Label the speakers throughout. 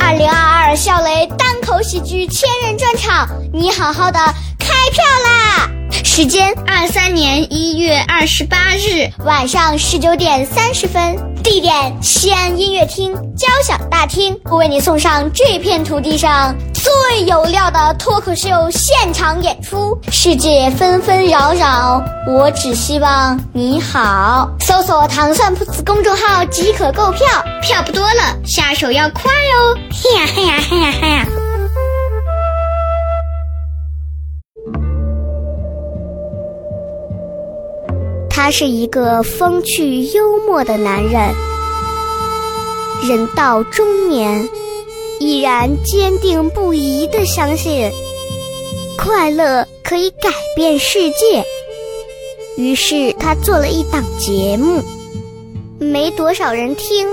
Speaker 1: 二零二二笑雷单口喜剧千人专场，你好好的开票啦！时间二三年一月二十八日晚上十九点三十分，地点西安音乐厅交响大厅，为你送上这片土地上最有料的脱口秀现场演出。世界纷纷扰扰，我只希望你好。搜索“糖蒜铺子”公众号即可购票，票不多了，下手要快哦！嘿呀嘿呀嘿呀嘿呀！他是一个风趣幽默的男人，人到中年，依然坚定不移地相信快乐可以改变世界。于是他做了一档节目，没多少人听，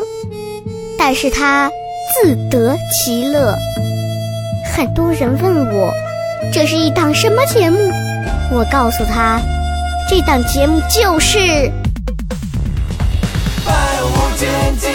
Speaker 1: 但是他自得其乐。很多人问我，这是一档什么节目？我告诉他。这档节目就是《
Speaker 2: 百无禁忌。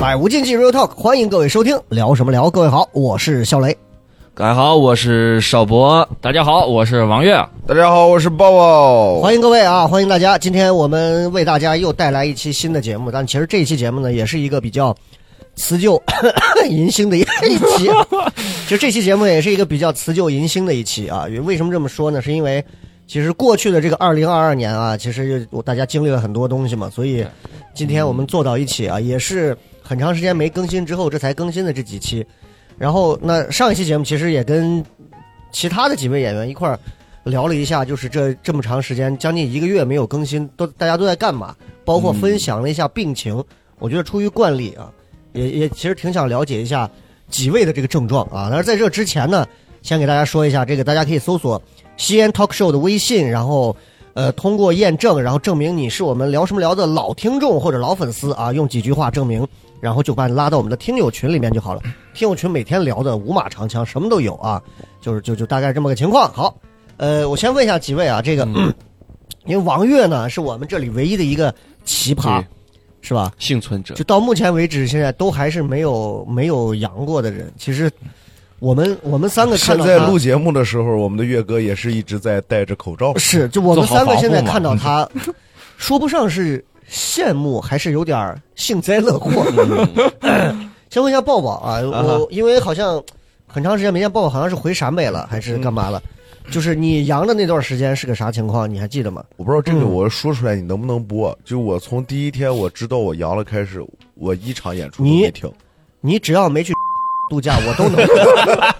Speaker 3: 百无禁忌 Real Talk，欢迎各位收听，聊什么聊？各位好，我是肖雷。
Speaker 4: 各位好，我是邵博。大家好，我是王悦。
Speaker 5: 大家好，我是抱抱。
Speaker 3: 欢迎各位啊，欢迎大家！今天我们为大家又带来一期新的节目，但其实这一期节目呢，也是一个比较辞旧 迎新的一期。其实这期节目也是一个比较辞旧迎新的一期啊。为什么这么说呢？是因为其实过去的这个二零二二年啊，其实我大家经历了很多东西嘛，所以今天我们坐到一起啊，也是很长时间没更新之后，这才更新的这几期。然后那上一期节目其实也跟其他的几位演员一块儿聊了一下，就是这这么长时间，将近一个月没有更新，都大家都在干嘛？包括分享了一下病情。我觉得出于惯例啊，也也其实挺想了解一下几位的这个症状啊。但是在这之前呢，先给大家说一下，这个大家可以搜索西安 Talk Show 的微信，然后。呃，通过验证，然后证明你是我们聊什么聊的老听众或者老粉丝啊，用几句话证明，然后就把你拉到我们的听友群里面就好了。听友群每天聊的五马长枪，什么都有啊，就是就就大概这么个情况。好，呃，我先问一下几位啊，这个，因为王悦呢是我们这里唯一的一个奇葩
Speaker 4: 对，
Speaker 3: 是吧？
Speaker 4: 幸存者
Speaker 3: 就到目前为止，现在都还是没有没有阳过的人。其实我们我们三个看
Speaker 5: 现
Speaker 3: 到啊
Speaker 5: 在
Speaker 3: 他
Speaker 5: 录节目的时候，我们的岳哥也是一直在戴着口罩。
Speaker 3: 是，就我们
Speaker 4: 做好
Speaker 3: 三个
Speaker 4: 防
Speaker 3: 现在
Speaker 4: 护嘛
Speaker 3: 看到他，说不上是羡慕，还是有点儿幸灾乐祸。 先问一下抱抱啊，我因为好像很长时间没见抱抱，好像是回陕北了，还是干嘛了？就是你阳的那段时间是个啥情况？你还记得吗？
Speaker 5: 我不知道这个
Speaker 3: 嗯
Speaker 5: 我说出来你能不能播？就我从第一天我知道我阳了开始，我一场演出都
Speaker 3: 你
Speaker 5: 没停。
Speaker 3: 你只要没去度假，我都能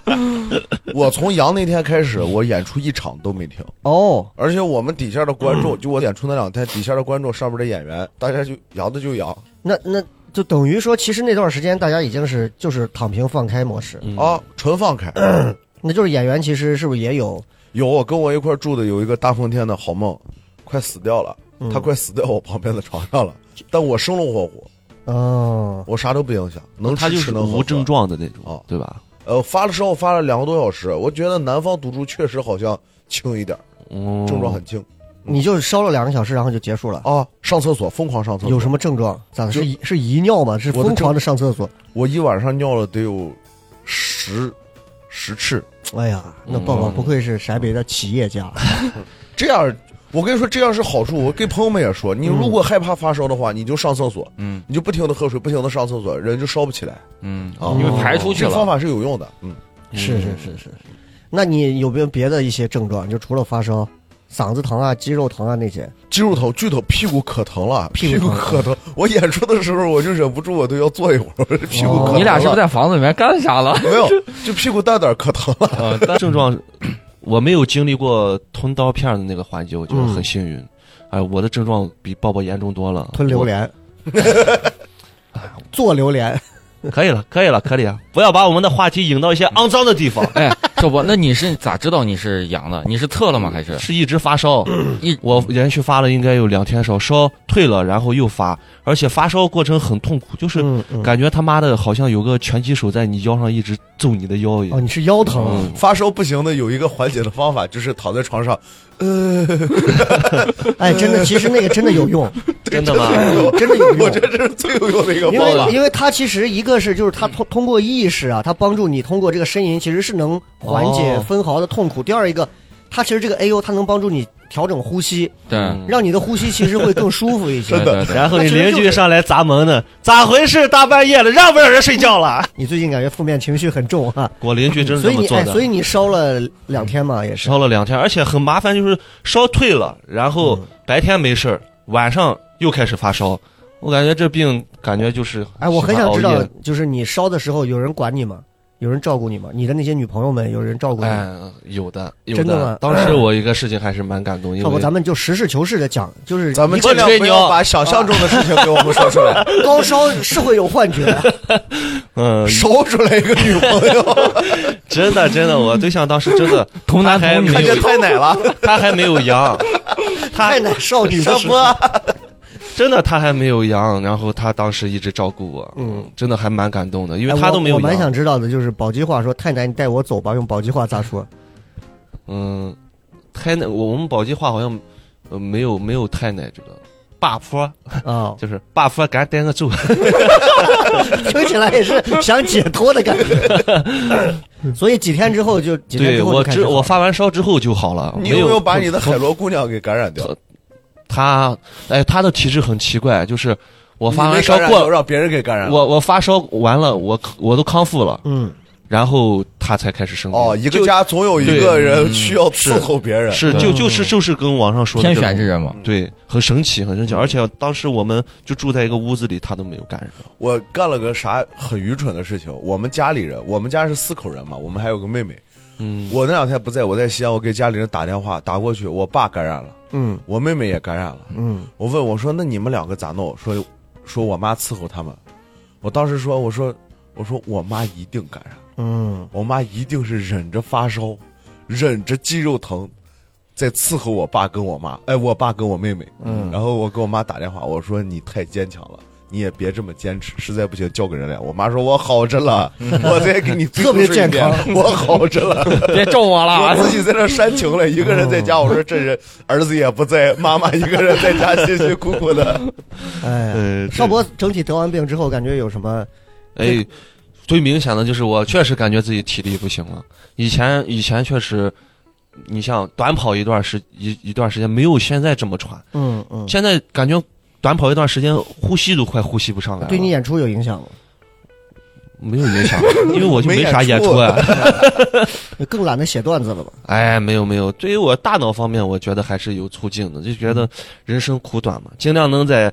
Speaker 5: 我从阳那天开始，我演出一场都没停。
Speaker 3: 哦。
Speaker 5: 而且我们底下的观
Speaker 3: 嗯
Speaker 5: 众，就我演出那两天，底下的观众，上面的演员，大家就阳的就阳
Speaker 3: 那那就等于说，其实那段时间大家已经是就是躺平放开模式，
Speaker 5: 啊，纯 放开。
Speaker 3: 那就是演员其实是不是也有
Speaker 5: 有我跟我一块住的有一个大风天的好梦，快死掉了，
Speaker 3: 嗯
Speaker 5: 他快死在我旁边的床上了，但我生龙活虎，
Speaker 3: 哦？
Speaker 5: 我啥都不影响，能
Speaker 6: 他
Speaker 5: 吃
Speaker 6: 就
Speaker 5: 吃
Speaker 6: 是
Speaker 5: 能喝
Speaker 6: 无症
Speaker 5: 喝。
Speaker 6: 状的那
Speaker 5: 哦
Speaker 6: 种，对吧？
Speaker 5: 呃，发的时候发了两个多小时，我觉得南方毒株确实好像轻一点，症
Speaker 6: 症
Speaker 5: 状很轻
Speaker 3: 你就烧了两个小时，然后就结束了。
Speaker 5: 啊。上厕所疯狂上厕所，
Speaker 3: 有什么症状？咋的？
Speaker 5: 哦就是
Speaker 3: 遗是遗尿吗？是
Speaker 5: 我的
Speaker 3: 疯
Speaker 5: 症
Speaker 3: 狂的上厕所？
Speaker 5: 我一晚上尿了得有十十次，
Speaker 3: 哎呀，那抱
Speaker 5: 嗯
Speaker 3: 抱不愧是陕北的企业家，
Speaker 5: 这样。我跟你说，这样是好处。我跟朋友们也说，你如果害怕发烧的话，你就上厕所，
Speaker 4: 嗯
Speaker 5: 你就不停的喝水，不停的上厕所，人就烧不起来。
Speaker 4: 嗯，
Speaker 5: 哦
Speaker 4: 你被排出去
Speaker 5: 这个方
Speaker 4: 了。
Speaker 5: 法是有用的，嗯。
Speaker 3: 是是是是是。那你有没有别的一些症状？就除了发烧、嗓子疼啊、肌肉疼啊那些？
Speaker 5: 肌肉疼，巨疼，屁股可疼了，
Speaker 3: 屁
Speaker 5: 屁
Speaker 3: 股
Speaker 5: 股
Speaker 3: 疼
Speaker 5: 可疼。我演出的时候，我就忍不住，我都要坐一会儿，屁股可疼了
Speaker 4: 你俩是不是在房子里面干啥了？
Speaker 5: 没有，就屁股蛋蛋可疼了。
Speaker 6: 呃，但症状我没有经历过吞刀片的那个环节，我觉得很幸
Speaker 5: 嗯
Speaker 6: 运。哎，我的症状比抱抱严重多了。
Speaker 3: 吞榴莲，做榴莲，
Speaker 6: 啊我，可以了，可以了，可以了！不要把我们的话题引到一些肮脏的地方。
Speaker 4: 哎，这我那你是咋知道你是阳的？你是测了吗？还是
Speaker 6: 是一直发烧，
Speaker 3: 嗯
Speaker 4: 一
Speaker 6: 我连续发了应该有两天烧，烧退了，然后又发，而且发烧过程很痛苦，就是
Speaker 3: 嗯嗯
Speaker 6: 感觉他妈的好像有个拳击手在你腰上一直揍你的腰一
Speaker 5: 嗯
Speaker 3: 哦，
Speaker 6: 样。
Speaker 3: 你是腰疼啊，
Speaker 5: 发烧不行的有一个缓解的方法，就是躺在床上，呃，嗯
Speaker 3: 哎，真的，其实那个真的有用，
Speaker 6: 真的吗？
Speaker 3: 真的有
Speaker 5: 我
Speaker 3: 用
Speaker 5: 觉。得这是最有用的一个
Speaker 3: 因
Speaker 5: 方法
Speaker 3: 为。因为它其实一个是就是
Speaker 6: 嗯
Speaker 3: 它通通过意识啊，它帮助你通过这个呻吟，其实是能缓解
Speaker 6: 哦
Speaker 3: 分毫的痛苦。第二一个，它其实这个 A U 它能帮助你调整呼吸，
Speaker 4: 对
Speaker 3: 让你的呼吸其实会更舒服一 些。
Speaker 4: 对对
Speaker 6: 嗯
Speaker 4: 对，
Speaker 6: 然后
Speaker 3: 你邻居
Speaker 6: 上来砸门呢，咋回事？大半夜了，让不让人睡觉 了？
Speaker 3: 你最近感觉负面情绪很重哈、
Speaker 6: 我邻居真是
Speaker 3: 所
Speaker 6: 这
Speaker 3: 以
Speaker 6: 么
Speaker 3: 你
Speaker 6: 做
Speaker 3: 哎，
Speaker 6: 的
Speaker 3: 所。以你烧了两天嘛，也是
Speaker 6: 烧了两天，而且很麻烦，就是烧退了，然后白天没事儿，晚上又开始发烧。我感觉这病感觉就是
Speaker 3: 哎，我很想知
Speaker 6: 喜欢熬
Speaker 3: 道
Speaker 6: 夜，
Speaker 3: 就是你烧的时候有人管你吗？有人照顾你吗？你的那些女朋友们有人照顾你吗？
Speaker 6: 哎，有的，有
Speaker 3: 真的吗
Speaker 6: 当时我一个事情还是蛮感 动，因
Speaker 3: 要不
Speaker 6: 为
Speaker 3: 咱们就实事求是的讲，就是
Speaker 5: 咱们
Speaker 3: 一
Speaker 5: 尽
Speaker 3: 个
Speaker 5: 量
Speaker 4: 吹
Speaker 5: 不
Speaker 4: 牛
Speaker 5: 要把想象中的事情给我们说 出
Speaker 6: 啊
Speaker 5: 来，
Speaker 3: 高烧是会有幻觉的，
Speaker 6: 嗯，
Speaker 5: 烧出来一个女 朋友，
Speaker 6: 真的真的，我对象当时真的
Speaker 4: 童男
Speaker 6: 他还
Speaker 4: 童女
Speaker 6: 没
Speaker 5: 看
Speaker 6: 有
Speaker 5: 见太奶了，
Speaker 6: 他还没有阳， 他
Speaker 3: 太奶少女的
Speaker 5: 什
Speaker 3: 时候，
Speaker 5: 么？
Speaker 6: 真的他还没有阳，然后他当时一直照顾我，
Speaker 3: 嗯，
Speaker 6: 真的还蛮感动的，因
Speaker 3: 哎
Speaker 6: 为他都没有
Speaker 3: 我。我蛮
Speaker 6: 阳，
Speaker 3: 想知道的就是宝鸡话说太奶，你带我走吧，用宝鸡话咋 说？
Speaker 6: 嗯，太奶，我我们宝鸡话好像呃没有没有太奶这个。霸坡
Speaker 3: 啊、
Speaker 6: 就是霸坡，赶紧待个住。
Speaker 3: 听起来也是想解脱的感觉。 所以几天之后就几天
Speaker 6: 对
Speaker 3: 之后
Speaker 6: 我
Speaker 3: 就开始
Speaker 6: 只
Speaker 3: 好了
Speaker 6: 我发完烧之后就好了，
Speaker 5: 你
Speaker 6: 没
Speaker 5: 有没有把
Speaker 6: 从
Speaker 5: 你的海螺姑娘给感染掉？
Speaker 6: 他，哎，他的体质很奇怪，就是我
Speaker 5: 我
Speaker 6: 发完烧过，
Speaker 5: 让别人给感染了。
Speaker 6: 我我发烧完了，我我都康复了，
Speaker 3: 嗯
Speaker 6: 然后他才开始生病。
Speaker 5: 哦，一个家总有一个人需要伺候别人。
Speaker 6: 嗯是就就是就是跟网上说的
Speaker 4: 天
Speaker 6: 这
Speaker 4: 选之
Speaker 6: 种。
Speaker 4: 人嘛，
Speaker 6: 对，很神奇，很神奇，而且当时我们就住在一个屋子里，他都没有感染。
Speaker 5: 我干了个啥很愚蠢的事情？我们家里人，我们家是四口人嘛，我们还有个妹妹。
Speaker 6: 嗯，
Speaker 5: 我那两天不在，我在西安，我给家里人打电话，打过去，我爸感染了，
Speaker 3: 嗯
Speaker 5: 我妹妹也感染了。
Speaker 3: 嗯
Speaker 5: 我问我说：“那你们两个咋弄？”说说我妈伺候他们。我当时说：“我说我说我妈一定感染，
Speaker 3: 嗯，
Speaker 5: 我妈一定是忍着发烧，忍着肌肉疼，在伺候我爸跟我妈。哎，我爸跟我妹妹。嗯，然后我给我妈打电话，我说你太坚强了。”你也别这么坚持，实在不行叫个人来。我妈说：“我好着了，我再 给你推
Speaker 3: 嗯特别
Speaker 5: 出去一遍
Speaker 3: 健
Speaker 5: 我好着了。”
Speaker 4: 别咒我
Speaker 5: 我
Speaker 4: 了。
Speaker 5: 自己在那煽情了，一个人在家。我说这人儿子也不在，妈妈一个人在家辛辛苦苦的。
Speaker 3: 哎呀，
Speaker 6: 呃，
Speaker 3: 少博整体得完病之后，感觉有什么？
Speaker 6: 哎，最明显的就是我确实感觉自己体力不行了。以前以前确实，你像短跑一段时一一段时间没有现在这么喘，
Speaker 3: 嗯嗯，
Speaker 6: 现在感觉短跑一段时间呼吸都快呼吸不上来了。
Speaker 3: 对你演出有影响吗？
Speaker 6: 没有影响，因为我就没啥
Speaker 5: 没演
Speaker 6: 演
Speaker 5: 出
Speaker 6: 出啊。
Speaker 3: 更懒得写段子了吧？
Speaker 6: 哎，没有没有，对于我大脑方面，我觉得还是有促进的，就觉得人生苦短嘛，尽量能在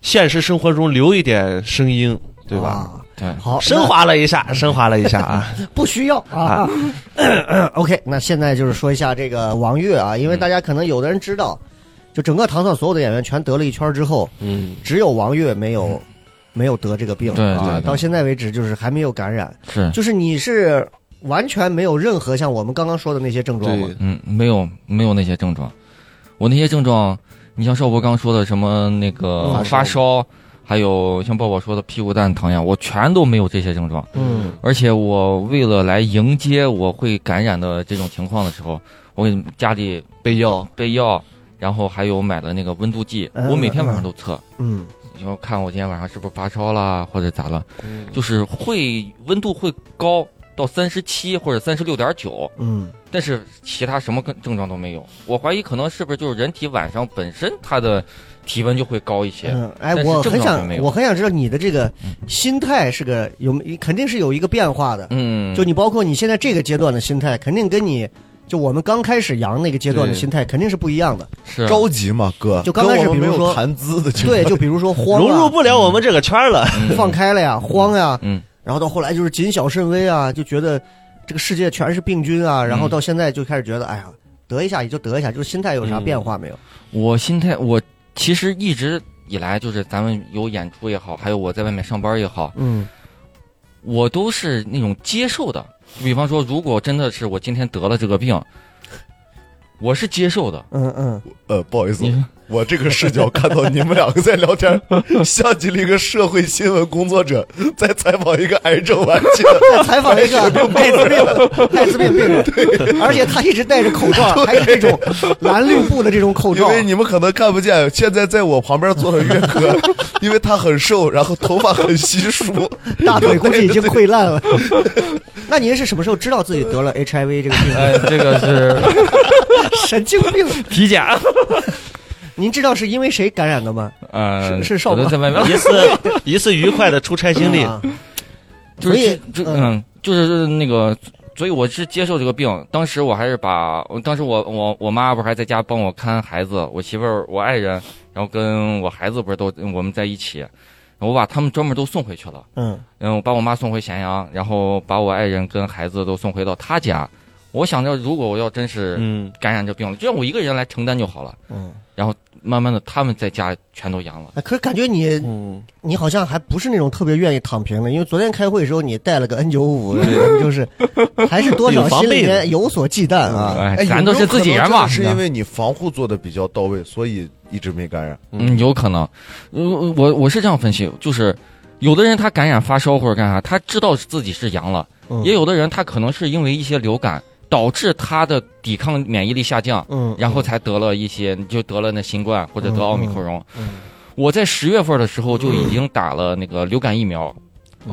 Speaker 6: 现实生活中留一点声音，对吧？
Speaker 3: 啊
Speaker 4: 对
Speaker 3: 好，
Speaker 6: 升华了一下，升华了一下啊！
Speaker 3: 那不需要啊
Speaker 6: 啊。 嗯
Speaker 3: OK，那现在就是说一下这个王悦啊，因为大家可能有的人知道，就整个唐宋所有的演员全得了一圈之后，
Speaker 6: 嗯，
Speaker 3: 只有王悦没有没有得这个病
Speaker 4: 对对
Speaker 3: 啊，
Speaker 4: 对
Speaker 3: 到现在为止就是还没有感染，
Speaker 4: 是，
Speaker 3: 就是你是完全没有任何像我们刚刚说的那些症状吗？
Speaker 6: 对，
Speaker 4: 嗯，没有没有那些症状，我那些症状，你像少博刚说的什么那个
Speaker 6: 嗯
Speaker 4: 发烧，还有像抱抱说的屁股蛋疼呀，我全都没有这些症状。
Speaker 3: 嗯
Speaker 4: 而且我为了来迎接我会感染的这种情况的时候，我给家里
Speaker 6: 备药，
Speaker 4: 备药，然后还有买了那个温度计，
Speaker 3: 哦嗯
Speaker 4: 我每天晚上都测，
Speaker 3: 嗯嗯
Speaker 4: 然后看我今天晚上是不是发烧啦或者咋了，就是会温度会高到三十七或者三十六点九，
Speaker 3: 嗯
Speaker 4: 但是其他什么跟症状都没有。我怀疑可能是不是就是人体晚上本身它的体温就会高一些，
Speaker 3: 嗯，哎，
Speaker 4: 但是
Speaker 3: 我
Speaker 4: 症
Speaker 3: 很
Speaker 4: 状
Speaker 3: 想
Speaker 4: 没有
Speaker 3: 我很想知道你的这个心态是个有肯定是有一个变化的，
Speaker 4: 嗯，
Speaker 3: 就你包括你现在这个阶段的心态，肯定跟你就我们刚开始阳那个阶段的
Speaker 6: 对
Speaker 3: 心态肯定是不一样的。
Speaker 4: 是
Speaker 5: 着急嘛，哥，
Speaker 3: 就刚开始
Speaker 5: 跟我们
Speaker 3: 比如
Speaker 5: 没
Speaker 3: 说
Speaker 5: 有谈资的情况
Speaker 3: 对，就比如说慌
Speaker 6: 融入
Speaker 3: 啊，
Speaker 6: 不了我们这个圈儿了。
Speaker 4: 嗯
Speaker 3: 放开了呀，慌呀，
Speaker 4: 嗯，
Speaker 3: 然后到后来就是谨小慎微啊，就觉得这个世界全是病菌啊，然后到现在就开始觉得，哎呀，得一下也就得一下，就是心态有啥变化没有？
Speaker 4: 我心态，我其实一直以来就是咱们有演出也好，还有我在外面上班也好，
Speaker 3: 嗯
Speaker 4: 我都是那种接受的。就比方说，如果真的是我今天得了这个病， 我是接受的。
Speaker 3: 嗯嗯，
Speaker 5: 呃，不好意思
Speaker 4: 你，
Speaker 5: 我这个视角看到你们两个在聊天，像极了一个社会新闻工作者在采访一个癌症晚期的。
Speaker 3: 再采访一个艾滋病艾滋病病人，而且他一直戴着口罩，还是这种蓝绿布的这种口
Speaker 5: 因
Speaker 3: 罩。
Speaker 5: 为你们可能看不见，现在在我旁边坐着岳哥， 因为他很瘦，然后头发很稀疏，
Speaker 3: 大腿估计已经溃烂了。 那您是什么时候知道自己得了 HIV 这个病的？
Speaker 4: 哎，这个是
Speaker 3: 神经病！
Speaker 4: 体检，
Speaker 3: 您知道是因为谁感染的吗？
Speaker 4: 呃，
Speaker 3: 是是少
Speaker 4: 我都
Speaker 3: 吗
Speaker 4: 在外面
Speaker 2: 一次一次愉快的出差经历，
Speaker 3: 啊
Speaker 4: 就
Speaker 3: 所以
Speaker 4: 是就嗯，就是那个，所以我是接受这个病。当时我还是把，我当时我我我妈不是还在家帮我看孩子，我媳妇儿我爱人，然后跟我孩子不是都我们在一起，然后我把他们专门都送回去了。
Speaker 3: 嗯，
Speaker 4: 嗯，我把我妈送回咸阳，然后把我爱人跟孩子都送回到她家。我想着，如果我要真是
Speaker 6: 嗯，
Speaker 4: 感染这病了，就让我一个人来承担就好了。
Speaker 3: 嗯，
Speaker 4: 然后慢慢的，他们在家全都阳了。
Speaker 3: 哎可是感觉你
Speaker 6: 嗯，
Speaker 3: 你好像还不是那种特别愿意躺平的，因为昨天开会的时候你带了个 N 九五，就是还是多少
Speaker 6: 有防
Speaker 3: 心里
Speaker 6: 备的
Speaker 3: 面有所忌惮啊。
Speaker 4: 哎
Speaker 5: 哎，，
Speaker 4: 咱都是自己人嘛，
Speaker 5: 是因为你防护做的比较到位，所以一直没感染。
Speaker 4: 嗯，有可能。呃我我是这样分析，就是有的人他感染发烧或者干啥，他知道自己是阳了；
Speaker 3: 嗯
Speaker 4: 也有的人他可能是因为一些流感导致他的抵抗免疫力下降，
Speaker 3: 嗯，
Speaker 4: 然后才得了一些就得了那新冠或者得奥密克戎。
Speaker 3: 嗯嗯
Speaker 4: 我在十月份的时候就已经打了那个流感疫苗，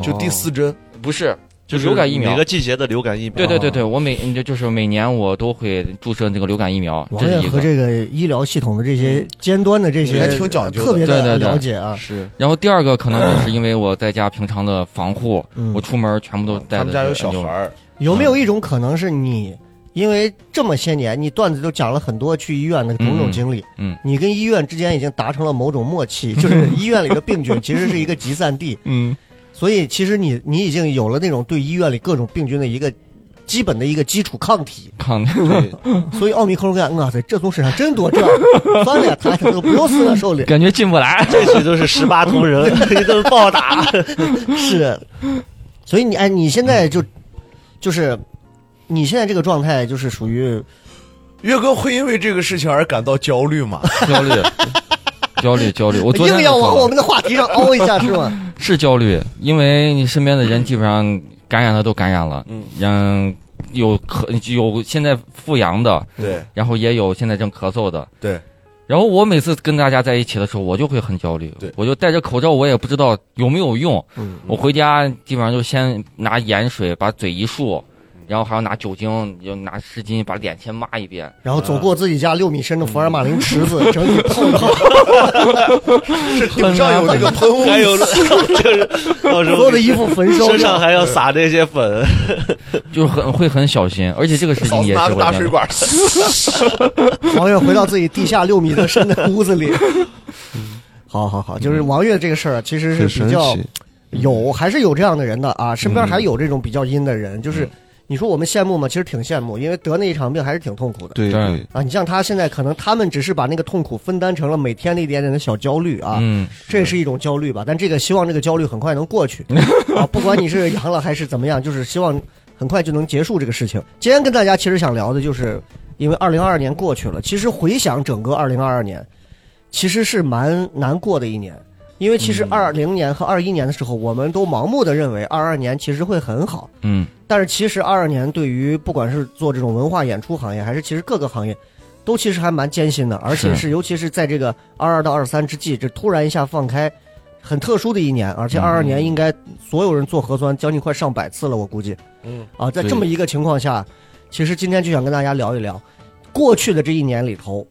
Speaker 5: 就第四针，
Speaker 4: 不是。
Speaker 6: 就是
Speaker 4: 流感疫苗
Speaker 6: 每个啊季节的流感疫苗，
Speaker 4: 对对对对，我每嗯就就是每年我都会注射那个流感疫苗，
Speaker 3: 王
Speaker 4: 这
Speaker 3: 爷
Speaker 4: 是一
Speaker 3: 和
Speaker 4: 个。
Speaker 3: 这个医疗系统的这些尖端的这
Speaker 5: 你
Speaker 3: 些
Speaker 5: 还挺讲究的
Speaker 3: 特别的
Speaker 4: 嗯对对对
Speaker 3: 了解啊。
Speaker 6: 是
Speaker 4: 然后第二个可能就是因为我在家平常的防护，
Speaker 3: 嗯
Speaker 4: 我出门全部都
Speaker 5: 啊他
Speaker 4: 带的
Speaker 5: 们家有小
Speaker 4: 是 N95
Speaker 5: 孩儿，
Speaker 3: 有没有一种可能是你，因为这么些年你段子都讲了很多去医院的种种经历，
Speaker 4: 嗯嗯
Speaker 3: 你跟医院之间已经达成了某种默 契，就是医院里的病菌其实是一个集散地，
Speaker 4: 嗯，
Speaker 3: 所以其实你你已经有了那种对医院里各种病菌的一个。基本的一个基础抗 体，
Speaker 4: 抗
Speaker 6: 对，
Speaker 3: 所以奥密克戎感，哇塞，这从身上真多这，算了，他这都不用死了，手里
Speaker 4: 感觉进不来。
Speaker 2: 这些都是十八铜人，这都是暴打。
Speaker 3: 是，所以你哎，你现在就就是你现在这个状态，就是属于
Speaker 5: 岳哥会因为这个事情而感到焦虑吗？
Speaker 4: 焦虑，焦虑，焦 虑。我昨天
Speaker 3: 硬要
Speaker 4: 就
Speaker 3: 往
Speaker 4: 说
Speaker 3: 我
Speaker 4: 了
Speaker 3: 们的话题上凹一下是吗？
Speaker 4: 是焦虑，因为你身边的人基本上感染的都感染了，嗯，有咳有现在复阳的，
Speaker 3: 嗯
Speaker 5: 对
Speaker 4: 然后也有现在正咳嗽的。
Speaker 5: 对，
Speaker 4: 然后我每次跟大家在一起的时候，我就会很焦虑
Speaker 5: 对，
Speaker 4: 我就戴着口罩，我也不知道有没有用。
Speaker 3: 嗯
Speaker 4: 我回家基本上就先拿盐水把嘴一漱，
Speaker 5: 嗯
Speaker 4: 然后还要拿酒精，就拿湿巾把脸先抹一 遍。
Speaker 3: 然后走过自己家六米深的福尔马林池子，整体泡泡，
Speaker 5: 是顶上有那个喷雾，
Speaker 2: 还有就是到时
Speaker 3: 所有
Speaker 2: 候
Speaker 3: 的衣服焚烧
Speaker 2: 身上
Speaker 3: 掉。
Speaker 2: 还要撒这些粉，
Speaker 4: 就很会很小心，而且
Speaker 3: 嗯
Speaker 4: 这个事情
Speaker 5: 嫂子
Speaker 4: 也
Speaker 5: 拿
Speaker 4: 是
Speaker 5: 个
Speaker 4: 我
Speaker 5: 大
Speaker 4: 觉
Speaker 5: 水
Speaker 4: 得
Speaker 5: 管，
Speaker 3: 王月回到自己地下六米的深的屋子里。 好好好，就是王月这个事儿，啊其实
Speaker 6: 很
Speaker 3: 是
Speaker 6: 神
Speaker 3: 比较
Speaker 6: 奇，
Speaker 3: 有，还是有这样的人的啊。身边还有这种比较阴的人，就是你说我们羡慕吗？其实挺羡慕，因为得那一场病还是挺痛苦的。
Speaker 6: 对
Speaker 4: 对
Speaker 6: 对，
Speaker 3: 啊，你像他现在可能他们只是把那个痛苦分担成了每天的一点点的小焦虑啊，
Speaker 4: 嗯，
Speaker 3: 这也是一种焦虑吧。但这个希望这个焦虑很快能过去啊，不管你是阳了还是怎么样，就是希望很快就能结束这个事情。今天跟大家其实想聊的就是，因为二零二二年过去了，其实回想整个二零二二年，其实是蛮难过的一年。因为其实二零年和二一年的时候，我们都盲目的认为二二年其实会很好，
Speaker 4: 嗯，
Speaker 3: 但是其实二二年对于不管是做这种文化演出行业，还是其实各个行业，都其实还蛮艰辛的，而且
Speaker 4: 是
Speaker 3: 是尤其是在这个二二到二三之际，这突然一下放开，很特殊的一年，而且二二年应该所有人做核酸将近快上百次了，我估计。
Speaker 5: 嗯，
Speaker 3: 啊，在
Speaker 6: 对
Speaker 3: 这么一个情况下，其实今天就想跟大家聊一聊过去的这一年里头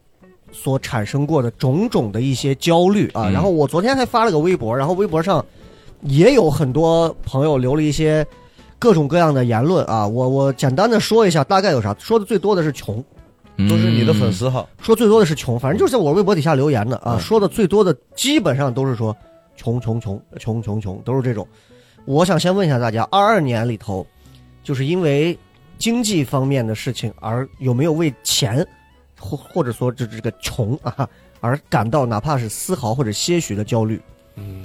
Speaker 3: 所产生过的种种的一些焦虑啊。
Speaker 4: 嗯
Speaker 3: 然后我昨天还发了个微博，然后微博上也有很多朋友留了一些各种各样的言论啊。我我简单的说一下，大概有啥？说的最多的是穷，
Speaker 4: 嗯
Speaker 5: 都是你的
Speaker 3: 嗯
Speaker 5: 粉丝哈。
Speaker 3: 说最多的是穷，反正就是在我微博底下留言的啊，
Speaker 5: 嗯
Speaker 3: 说的最多的基本上都是说穷穷穷穷穷穷，都是这种。我想先问一下大家，二二年里头，就是因为经济方面的事情而有没有为钱，或或者说这这个穷啊而感到哪怕是丝毫或者些许的焦虑？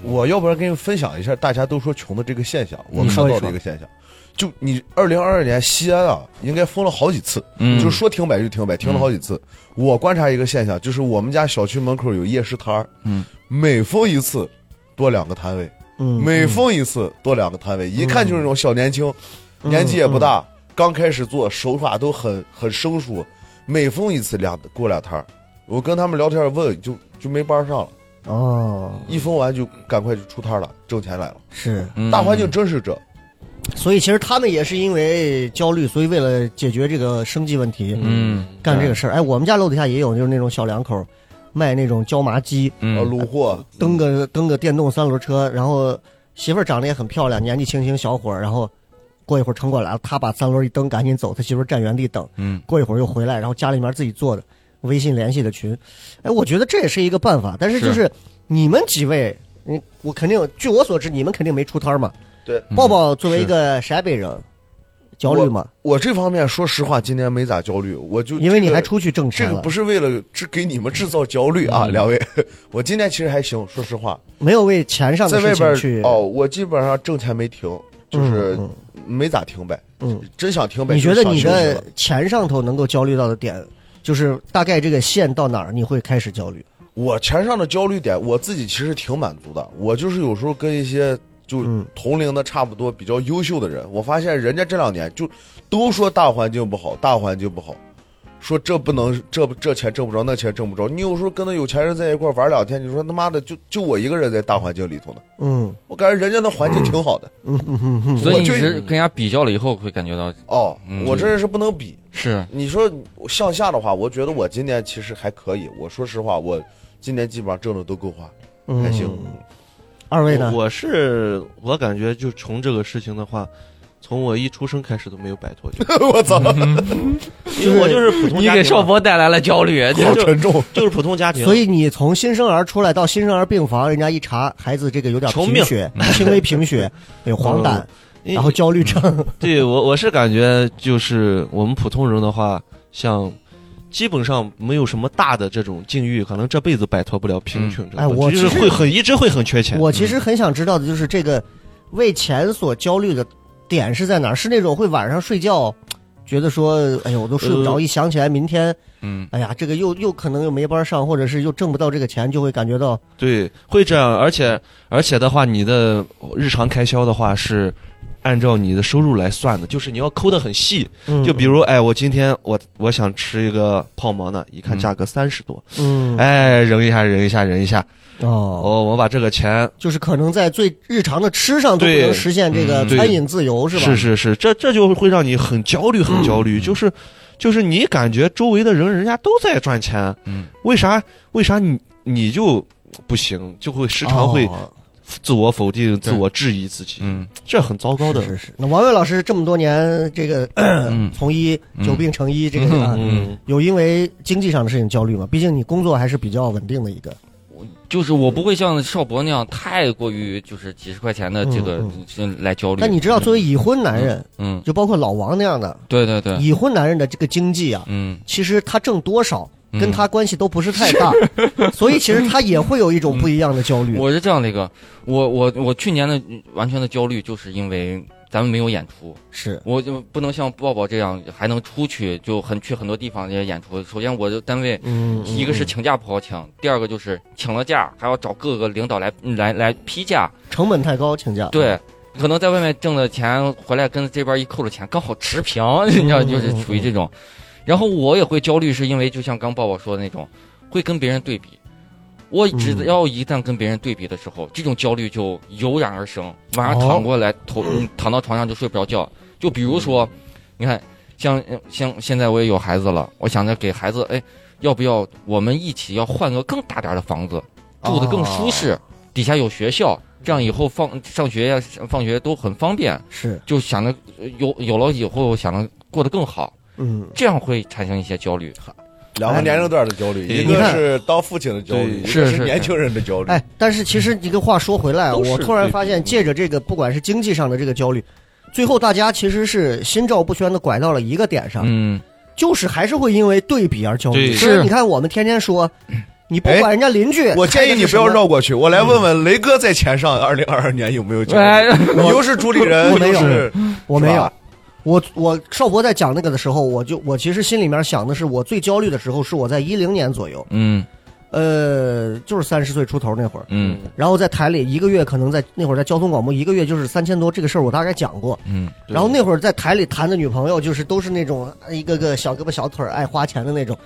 Speaker 5: 我要不然跟你分享一下，大家都说穷的这个现象，我看
Speaker 3: 说一
Speaker 5: 到
Speaker 3: 说
Speaker 5: 的一个现象，就你二零二二年西安啊，应该封了好几次，
Speaker 4: 嗯
Speaker 5: 就是说停摆就停摆，停了
Speaker 3: 嗯
Speaker 5: 好几次。我观察一个现象，就是我们家小区门口有夜市摊儿，
Speaker 4: 嗯，
Speaker 5: 每封一次多两个摊位，
Speaker 3: 嗯，
Speaker 5: 每封一次多两个摊位，一看就是那种小年轻，
Speaker 3: 嗯
Speaker 5: 年纪也不大，刚开始做，手法都很很生疏。每封一次俩过俩摊儿，我跟他们聊天问就就没班儿上了，
Speaker 3: 哦，
Speaker 5: 一封完就赶快就出摊儿了，挣钱来了。
Speaker 3: 是，
Speaker 4: 嗯
Speaker 5: 大环境真是这，
Speaker 3: 所以其实他们也是因为焦虑，所以为了解决这个生计问题，
Speaker 4: 嗯
Speaker 3: 干这个事儿。哎，我们家楼底下也有，就是那种小两口卖那种椒麻鸡，
Speaker 5: 呃，
Speaker 4: 嗯
Speaker 5: 卤货
Speaker 3: 蹬个
Speaker 5: 嗯
Speaker 3: 蹬个电动三轮车，然后媳妇儿长得也很漂亮，年纪轻轻小伙儿，然后过一会儿撑过来了，他把三轮一蹬，赶紧走，他媳妇儿站原地等，
Speaker 4: 嗯，
Speaker 3: 过一会儿又回来，然后家里面自己做的，微信联系的群，哎，我觉得这也是一个办法，但是就是你们几位。嗯，我肯定，据我所知，你们肯定没出摊儿嘛。
Speaker 5: 对，嗯
Speaker 3: 抱抱作为一个陕北人，焦虑嘛，
Speaker 5: 我这方面说实话，今年没咋焦虑，我就
Speaker 3: 因为你还
Speaker 5: 这个
Speaker 3: 出去挣
Speaker 5: 这
Speaker 3: 钱
Speaker 5: 个
Speaker 3: 了
Speaker 5: 不，是为了制给你们制造焦虑啊，
Speaker 4: 嗯
Speaker 5: 两位，我今年其实还行，说实话，
Speaker 3: 没有为钱上的
Speaker 5: 在外
Speaker 3: 事情
Speaker 5: 边儿
Speaker 3: 去。
Speaker 5: 哦，我基本上挣钱没停，就是
Speaker 3: 嗯
Speaker 5: 没咋停摆，
Speaker 3: 嗯，
Speaker 5: 真想停摆。
Speaker 3: 你觉得你
Speaker 5: 就想休息
Speaker 3: 的
Speaker 5: 了
Speaker 3: 钱上头能够焦虑到的点，就是大概这个线到哪儿你会开始焦虑？
Speaker 5: 我钱上的焦虑点，我自己其实挺满足的。我就是有时候跟一些就
Speaker 3: 嗯
Speaker 5: 同龄的差不多比较优秀的人，我发现人家这两年就都说大环境不好，大环境不好，说这不能这这钱挣不着，那钱挣不着。你有时候跟那有钱人在一块儿玩两天，你说他妈的就就我一个人在大环境里头呢，
Speaker 3: 嗯
Speaker 5: 我感觉人家那环境挺好的。
Speaker 3: 嗯嗯嗯嗯，
Speaker 4: 所以
Speaker 5: 我
Speaker 4: 你
Speaker 5: 就是
Speaker 4: 跟人家比较了以后会感觉到
Speaker 5: 哦，
Speaker 4: 嗯
Speaker 5: 我真是不能比。
Speaker 4: 是
Speaker 5: 你说向下的话，我觉得我今年其实还可以。我说实话，我今年基本上挣的都够花，
Speaker 3: 嗯
Speaker 5: 还行。
Speaker 3: 二位
Speaker 6: 我
Speaker 3: 呢？
Speaker 6: 我是我感觉就穷这个事情的话，从我一出生开始都没有摆 脱，
Speaker 5: 我操，
Speaker 6: 因为我就是普通
Speaker 4: 你
Speaker 6: 家
Speaker 4: 给
Speaker 6: 庭
Speaker 4: 少
Speaker 6: 嘛，
Speaker 4: 博带来了焦虑，
Speaker 5: 好沉重。
Speaker 6: 就是普通家庭，
Speaker 3: 所以你从新生儿出来到新生儿病房，人家一查，孩子这个有点
Speaker 6: 穷
Speaker 3: 贫
Speaker 6: 命
Speaker 3: 血，轻微贫血，有黄疸，
Speaker 6: 因
Speaker 3: 然后焦虑症。
Speaker 6: 对我我是感觉就是我们普通人的话，像基本上没有什么大的这种境遇，可能这辈子摆脱不了贫穷这
Speaker 3: 哎
Speaker 6: 个
Speaker 3: 我
Speaker 6: 问题，就
Speaker 3: 其
Speaker 6: 是
Speaker 3: 实
Speaker 6: 会很一直会很缺钱。嗯
Speaker 3: 我其实很想知道的就是这个为钱所焦虑的点是在哪儿？是那种会晚上睡觉觉得说，哎呦，我都睡不着，
Speaker 6: 呃
Speaker 3: 一想起来明天，
Speaker 4: 嗯
Speaker 3: 哎呀，这个又又可能又没班上，或者是又挣不到这个钱，就会感觉到
Speaker 6: 对，会这样，而且而且的话，你的日常开销的话是按照你的收入来算的，就是你要抠得很细。
Speaker 3: 嗯
Speaker 6: 就比如，哎，我今天我我想吃一个泡馍呢，一看
Speaker 4: 嗯
Speaker 6: 价格三十多，
Speaker 3: 嗯，哎
Speaker 6: 哎，忍一下，忍一下，忍一下，
Speaker 3: 哦，
Speaker 6: 哦，我把这个钱，
Speaker 3: 就是可能在最日常的吃上都不
Speaker 6: 对
Speaker 3: 能实现这个
Speaker 6: 嗯对
Speaker 3: 餐饮自由，吧？
Speaker 6: 是是是，这这就会让你很焦虑，很焦虑，就是就是你感觉周围的人人家都在赚钱，
Speaker 4: 嗯
Speaker 6: 为啥为啥你你就不行，就会时常会
Speaker 3: 哦
Speaker 6: 自我否定、自
Speaker 4: 对
Speaker 6: 我质疑自己，
Speaker 4: 嗯
Speaker 6: 这很糟糕的。
Speaker 3: 是是是。那王悦老师这么多年这个
Speaker 4: 嗯
Speaker 3: 从医
Speaker 4: 嗯
Speaker 3: 久病成医，这个啊
Speaker 6: 嗯，
Speaker 3: 有因为经济上的事情焦虑吗？毕竟你工作还是比较稳定的一个。
Speaker 4: 就是我不会像邵博那样太过于就是几十块钱的这个
Speaker 3: 嗯
Speaker 4: 来焦虑。
Speaker 3: 但你知道，作为已婚男人，
Speaker 4: 嗯，
Speaker 3: 就包括老王那样的
Speaker 4: 对对对，
Speaker 3: 已婚男人的这个经济啊，
Speaker 4: 嗯，
Speaker 3: 其实他挣多少
Speaker 4: 嗯
Speaker 3: 跟他关系都不是太 大，所以其实他也会有一种不一样的焦虑。
Speaker 4: 嗯我是这样的一个，我我我去年的完全的焦虑，就是因为咱们没有演出，
Speaker 3: 是，
Speaker 4: 我就不能像抱抱这样还能出去，就很去很多地方也演出。首先，我的单位
Speaker 3: 嗯，
Speaker 4: 一个是请假不好请，第二个就是请了假还要找各个领导来来来批假，
Speaker 3: 成本太高，请假。，
Speaker 4: 对。可能在外面挣的钱回来跟这边一扣的钱刚好持平，你知道，
Speaker 3: 嗯
Speaker 4: 就是属于这种。然后我也会焦虑，是因为就像刚抱抱说的那种，会跟别人对比。我只
Speaker 3: 嗯
Speaker 4: 要一旦跟别人对比的时候，这种焦虑就油然而生。晚
Speaker 3: 哦
Speaker 4: 上躺过来，头嗯躺到床上就睡不着觉。就比如说，
Speaker 3: 嗯
Speaker 4: 你看，像像现在我也有孩子了，我想着给孩子，哎，要不要我们一起要换个更大点儿的房子，住的更舒适，底下有学校，这样以后放上学呀、放学都很方便。
Speaker 3: 是，
Speaker 4: 就想着呃有有了以后，想着过得更好，
Speaker 3: 嗯，
Speaker 4: 这样会产生一些焦虑。
Speaker 5: 两个年龄段的焦虑，
Speaker 6: 哎
Speaker 5: 一
Speaker 6: 你
Speaker 5: 个
Speaker 3: 看
Speaker 5: 是当父亲的焦
Speaker 6: 对
Speaker 5: 虑，一个
Speaker 4: 是是
Speaker 5: 是年轻人的焦虑。
Speaker 3: 哎，但是其实
Speaker 4: 嗯
Speaker 3: 一个话说回来，啊
Speaker 6: 都是
Speaker 3: 我突然发现，借着这个，不管是经济上的这个焦虑，最后大家其实是心照不宣的拐到了一个点上，
Speaker 4: 嗯
Speaker 3: 就是还是会因为对比而焦虑。
Speaker 6: 对
Speaker 3: 所以
Speaker 4: 是嗯哎
Speaker 3: 你看，我们天天说，你甭管人家邻居。
Speaker 5: 我建议你不要绕过去，我来问问雷哥在前上二零二二年有没有交
Speaker 4: 哎
Speaker 5: 流？你又是主理人，
Speaker 3: 我没有
Speaker 5: 又是
Speaker 3: 我没
Speaker 5: 是
Speaker 3: 有
Speaker 5: 吧。
Speaker 3: 我我少博在讲那个的时候，我就我其实心里面想的是，我最焦虑的时候是我在一零年左右，
Speaker 4: 嗯
Speaker 3: 呃，就是三十岁出头那会儿，
Speaker 4: 嗯
Speaker 3: 然后在台里一个月可能在那会儿在交通广播一个月就是三千多，这个事儿我大概讲过。
Speaker 4: 嗯
Speaker 3: 然后那会儿在台里谈的女朋友就是都是那种一个个小胳膊小腿儿爱花钱的那种，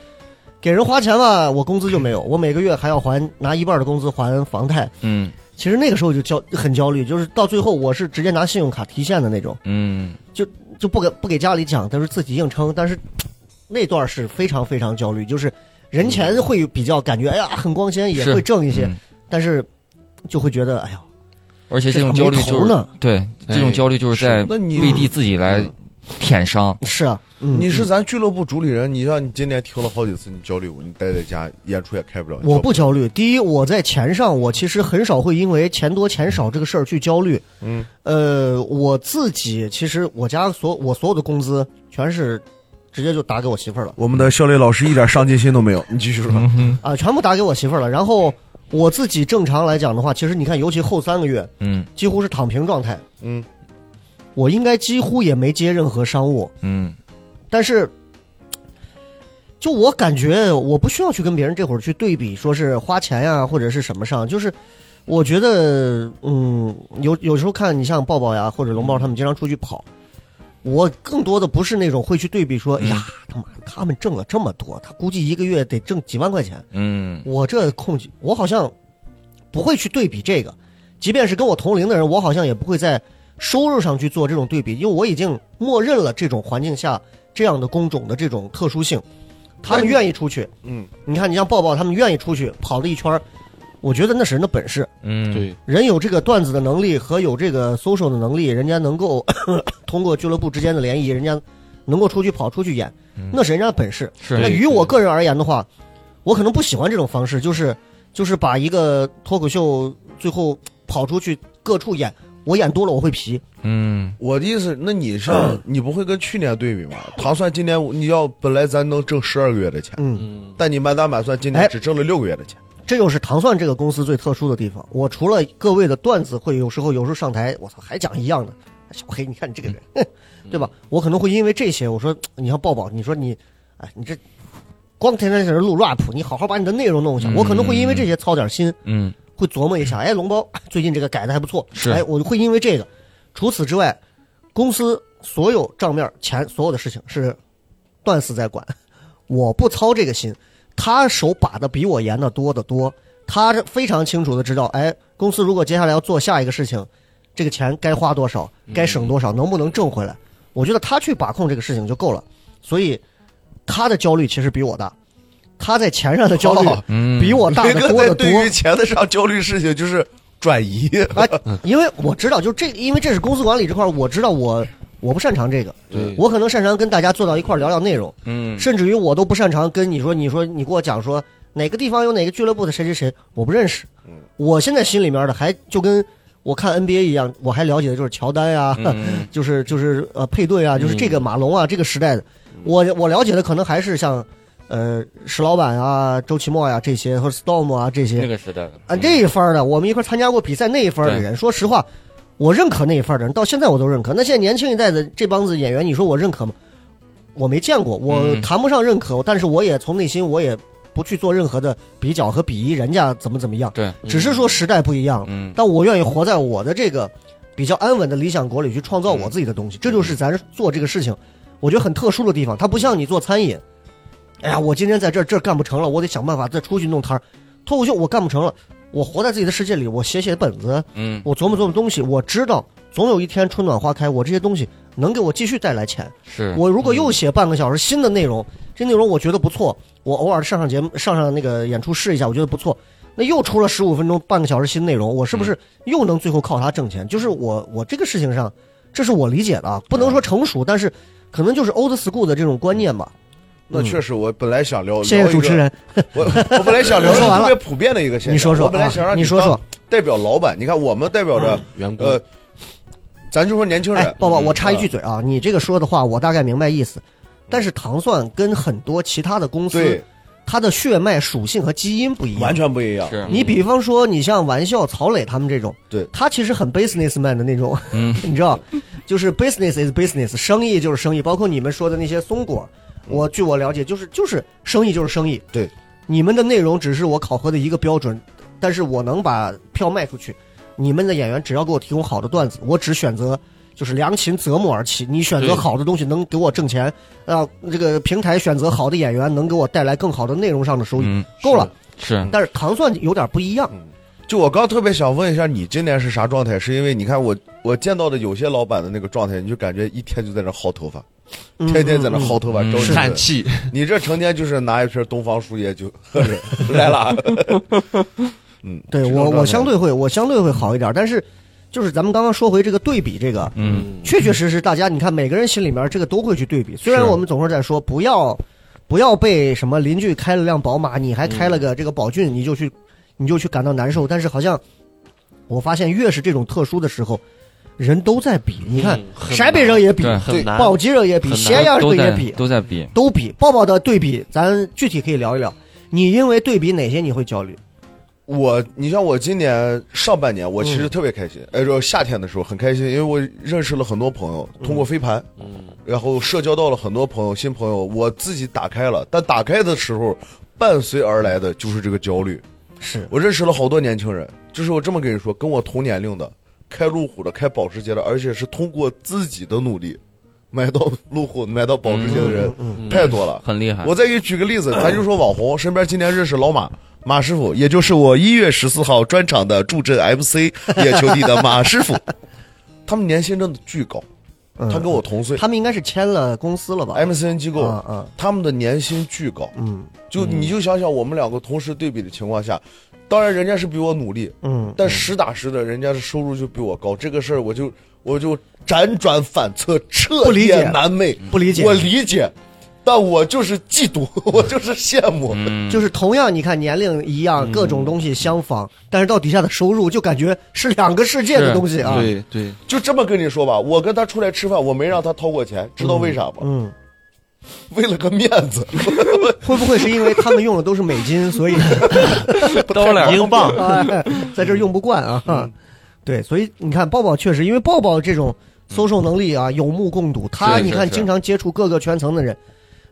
Speaker 3: 给人花钱吧，我工资就没有，我每个月还要还拿一半的工资还房贷。
Speaker 4: 嗯
Speaker 3: 其实那个时候就焦很焦虑，就是到最后我是直接拿信用卡提现的那种，
Speaker 4: 嗯
Speaker 3: 就不给不给家里讲，但是自己硬撑。但是那段是非常非常焦虑，就是人前会比较感觉哎呀很光鲜，也
Speaker 4: 是
Speaker 3: 会挣一些，
Speaker 4: 嗯
Speaker 3: 但是就会觉得哎呀
Speaker 4: 而且这种
Speaker 3: 这
Speaker 4: 焦
Speaker 3: 个
Speaker 4: 虑
Speaker 3: 没
Speaker 4: 就
Speaker 3: 头
Speaker 4: 是
Speaker 3: 呢。
Speaker 4: 对这种焦虑就是在
Speaker 5: 那你
Speaker 4: 背地自己来舔伤，
Speaker 3: 是啊，嗯
Speaker 5: 你是咱俱乐部主理人，你让你今年听了好几次，你焦虑，你待在家演出也开不了。
Speaker 3: 嗯我不焦虑。第一，我在钱上，我其实很少会因为钱多钱少这个事儿去焦虑。
Speaker 5: 嗯，
Speaker 3: 呃，我自己其实我家所我所有的工资全是直接就打给我媳妇儿了
Speaker 5: 我们的肖磊老师一点上进心都没有，你继续说。
Speaker 4: 嗯
Speaker 3: 啊、全部打给我媳妇儿了。然后我自己正常来讲的话，其实你看，尤其后三个月
Speaker 4: 嗯
Speaker 3: 几乎是躺平状态，
Speaker 5: 嗯，
Speaker 3: 我应该几乎也没接任何商务，
Speaker 4: 嗯
Speaker 3: 但是。就我感觉，我不需要去跟别人这会儿去对比，说是花钱呀、或者是什么上，就是我觉得，嗯，有有时候看你像抱抱呀或者龙猫他们经常出去跑，我更多的不是那种会去对比说，哎呀，他妈他们挣了这么多，他估计一个月得挣几万块钱，
Speaker 4: 嗯
Speaker 3: 我这控制，我好像不会去对比这个，即便是跟我同龄的人，我好像也不会在收入上去做这种对比，因为我已经默认了这种环境下这样的工种的这种特殊性，他们愿意出去，
Speaker 5: 嗯，
Speaker 3: 你看你像抱抱，他们愿意出去跑了一圈儿，我觉得那是人的本事，
Speaker 4: 嗯，
Speaker 6: 对，
Speaker 3: 人有这个段子的能力和有这个 social 的能力，人家能够 通过俱乐部之间的联谊，人家能够出去跑出去演，那是人家的本事。
Speaker 4: 是
Speaker 3: 那
Speaker 6: 对
Speaker 3: 于我个人而言的话，我可能不喜欢这种方式，就是就是把一个脱口秀最后跑出去各处演，我演多了我会皮。
Speaker 4: 嗯
Speaker 5: 我的意思，那你是
Speaker 3: 嗯
Speaker 5: 你不会跟去年对比吗？唐算今年你要本来咱能挣十二个月的钱，
Speaker 3: 嗯，
Speaker 6: 嗯，
Speaker 5: 但你满打满算今年
Speaker 3: 哎
Speaker 5: 只挣了六个月的钱。
Speaker 3: 这就是糖蒜这个公司最特殊的地方。我除了各位的段子会有时候有时候上台，我操还讲一样的，小黑你看你这个人，
Speaker 6: 嗯
Speaker 3: 哼 对吧？我可能会因为这些，我说你像抱抱，你说你，哎你这。光天天在这录 rap，你好好把你的内容弄一下。我可能会因为这些操点心，
Speaker 4: 嗯
Speaker 3: 会琢磨一 下，哎，龙包 最近这个改的还不错，
Speaker 4: 是
Speaker 3: 哎，我会因为这个。除此之外，公司所有账面钱所有的事情是段四在管， 我不操这个心，他手把的比我严的多得多，他非常清楚的知道，哎，公司如果接下来要做下一个事情，这个钱该花多少，
Speaker 5: 嗯
Speaker 3: 该省多少，能不能挣回来，我觉得他去把控这个事情就够了，所以他的焦虑其实比我大。他在钱上的焦虑
Speaker 5: 哦
Speaker 4: 嗯，
Speaker 3: 比我大
Speaker 5: 雷
Speaker 3: 得
Speaker 5: 哥
Speaker 3: 多
Speaker 5: 在
Speaker 3: 得多。
Speaker 5: 对于钱的上焦虑事情就是转移，
Speaker 3: 啊，因为我知道，就这，因为这是公司管理这块儿，我知道我我不擅长这个，
Speaker 6: 对
Speaker 3: 我可能擅长跟大家坐到一块儿聊聊内容，
Speaker 4: 嗯
Speaker 3: 甚至于我都不擅长跟你说，你说你给我讲说哪个地方有哪个俱乐部的谁谁谁，我不认识。
Speaker 4: 嗯
Speaker 3: 我现在心里面的还就跟我看 NBA 一样，我还了解的就是乔丹呀、
Speaker 4: 嗯
Speaker 3: 就是就是呃配对啊，就是这个马龙啊、这个时代的，
Speaker 4: 嗯
Speaker 3: 我我了解的可能还是像呃石老板啊、周奇墨呀、这些，或者 Storm 啊这些。
Speaker 4: 那个时代嗯
Speaker 3: 啊，这一番儿的，我们一块儿参加过比赛那一番儿的人，说实话，我认可那一番儿的人，到现在我都认可。那现在年轻一代的这帮子演员，你说我认可吗？我没见过，我
Speaker 4: 嗯
Speaker 3: 谈不上认可，但是我也从内心我也不去做任何的比较和鄙夷人家怎么怎么样，
Speaker 4: 对
Speaker 3: 只是说时代不一样，
Speaker 4: 嗯
Speaker 3: 但我愿意活在我的这个比较安稳的理想国里去创造我自己的东
Speaker 4: 嗯
Speaker 3: 西，这就是咱做这个事情，我觉得很特殊的地方。它不像你做餐饮，哎呀，我今天在这儿这儿干不成了，我得想办法再出去弄摊儿。脱口秀我干不成了，我活在自己的世界里，我写写本子，
Speaker 4: 嗯
Speaker 3: 我琢磨琢磨东西，我知道总有一天春暖花开，我这些东西能给我继续带来钱。
Speaker 5: 嗯
Speaker 4: 是
Speaker 3: 我如果又写半个小时新的内容，这内容我觉得不错，我偶尔上上节目、上上那个演出试一下，我觉得不错。那又出了十五分钟、半个小时新内容，我是不
Speaker 5: 嗯
Speaker 3: 是又能最后靠它挣钱？就是我我这个事情上，这是我理解的啊，不能
Speaker 5: 嗯
Speaker 3: 说成熟，但是可能就是 old school 的这种观念吧。
Speaker 5: 那确实，我本来想聊，
Speaker 3: 谢谢主持人，
Speaker 5: 我我本来想聊
Speaker 3: 说完了
Speaker 5: 特别普遍的一个现象，
Speaker 3: 你说说
Speaker 5: 我本来想
Speaker 3: 啊
Speaker 5: 让
Speaker 3: 你说
Speaker 5: 当
Speaker 3: 说
Speaker 5: 代表老板，你看我们代表着
Speaker 6: 员工
Speaker 5: 呃，咱就说嗯年轻
Speaker 3: 哎
Speaker 5: 人，，
Speaker 3: 抱抱，我插一句嘴啊，你这个说的话我大概明白意思，但是糖蒜跟很多其他的公司
Speaker 5: 对，
Speaker 3: 它的血脉属性和基因不一样，
Speaker 5: 完全不一样。
Speaker 4: 是
Speaker 3: 你比方说，你像玩笑、曹磊他们这种，
Speaker 5: 对
Speaker 3: 他其实很 businessman 的那种， 你知道，就是 business is business，生意就是生意。包括你们说的那些松果，我据我了解，就是就是生意就是生意。
Speaker 5: 对，
Speaker 3: 你们的内容只是我考核的一个标准，但是我能把票卖出去。你们的演员只要给我提供好的段子，我只选择就是良禽择木而栖。你选择
Speaker 6: 对
Speaker 3: 好的东西能给我挣钱，啊，这个平台选择好的演员能给我带来更好的内容上的收益，
Speaker 4: 嗯
Speaker 3: 够了。
Speaker 4: 是
Speaker 3: 但是糖蒜有点不一样。
Speaker 5: 就我刚特别想问一下，你今年是啥状态？是因为你看我我见到的有些老板的那个状态，你就感觉一天就在那薅头发，天天在那薅头发，
Speaker 4: 嗯
Speaker 5: 招
Speaker 4: 是
Speaker 5: 人
Speaker 6: 叹
Speaker 5: 恨。
Speaker 6: 气，
Speaker 5: 你这成天就是拿一瓶东方树叶就 喝着来了。 嗯，
Speaker 3: 对
Speaker 5: 这
Speaker 3: 我，
Speaker 5: 种状态
Speaker 3: 我相对会，我相对会好一点。但是，就是咱们刚刚说回这个对比，这个
Speaker 4: 嗯
Speaker 3: 确确实实，大家你看，每个人心里面这个都会去对比。虽然
Speaker 4: 是
Speaker 3: 我们总是在说不要不要被什么邻居开了辆宝马，你还开了个这个宝骏，你就去你就去感到难受。但是好像我发现，越是这种特殊的时候，人都在比。你看，
Speaker 6: 很
Speaker 3: 陕北人也比，
Speaker 4: 对
Speaker 6: 很难，
Speaker 3: 宝鸡人也比，
Speaker 6: 很难
Speaker 3: 咸阳
Speaker 4: 都
Speaker 3: 人也
Speaker 4: 在
Speaker 3: 比，
Speaker 4: 都在比，
Speaker 3: 都比。抱抱的对比，咱具体可以聊一聊。你因为对比哪些你会焦虑？
Speaker 5: 我，你像我今年上半年，我其实特别开心，
Speaker 3: 嗯
Speaker 5: 哎，就夏天的时候很开心，因为我认识了很多朋友，
Speaker 3: 嗯
Speaker 5: 通过飞盘，然后社交到了很多朋友，新朋友，我自己打开了，但打开的时候，伴随而来的就是这个焦虑。
Speaker 3: 是
Speaker 5: 我认识了好多年轻人，就是我这么跟你说，跟我同年龄的，开路虎的，开保时捷的，而且是通过自己的努力，买到路虎、买到保时捷的
Speaker 3: 嗯
Speaker 5: 人、太多了。
Speaker 4: 很厉害。
Speaker 5: 我再给你举个例子，咱就说网红，身边今天认识老马马师傅，也就是我一月十四号专场的助阵 MC 野球帝的马师傅，他们年薪真的巨高，
Speaker 3: 嗯
Speaker 5: 他跟我哎同岁
Speaker 3: 他们应该是签了公司了吧？
Speaker 5: ，MCN 机构
Speaker 3: 嗯嗯
Speaker 5: 他们的年薪巨高，
Speaker 3: 嗯
Speaker 5: 就你就想想我们两个同时对比的情况下，当然人家是比我努力，
Speaker 3: 嗯，
Speaker 5: 但实打实的人家的收入就比我高，这个事儿我就我就辗转反侧，彻
Speaker 3: 不理解
Speaker 5: 夜难寐，
Speaker 3: 不理解嗯
Speaker 5: 我理解，但我就是嫉妒， 我就是羡慕。
Speaker 3: 就是同样，你看年龄一样，各种东西相仿，但是到底下的收入就感觉是两个世界的东西啊。
Speaker 6: 对对，
Speaker 5: 就这么跟你说吧，我跟他出来吃饭，我没让他掏过钱，知道为啥吗？
Speaker 3: 嗯，
Speaker 5: 为了个面 子，
Speaker 3: 会不会是因为他们用的都是美金，所以
Speaker 2: 英镑，
Speaker 3: 哎 在这儿用不惯啊？
Speaker 4: 嗯
Speaker 3: 对，所以你看，抱抱确实，因为抱抱这种搜售能力啊，有目共睹。他
Speaker 4: 嗯是
Speaker 3: 你看，
Speaker 4: 是嗯
Speaker 3: 经常接触各个圈层的人，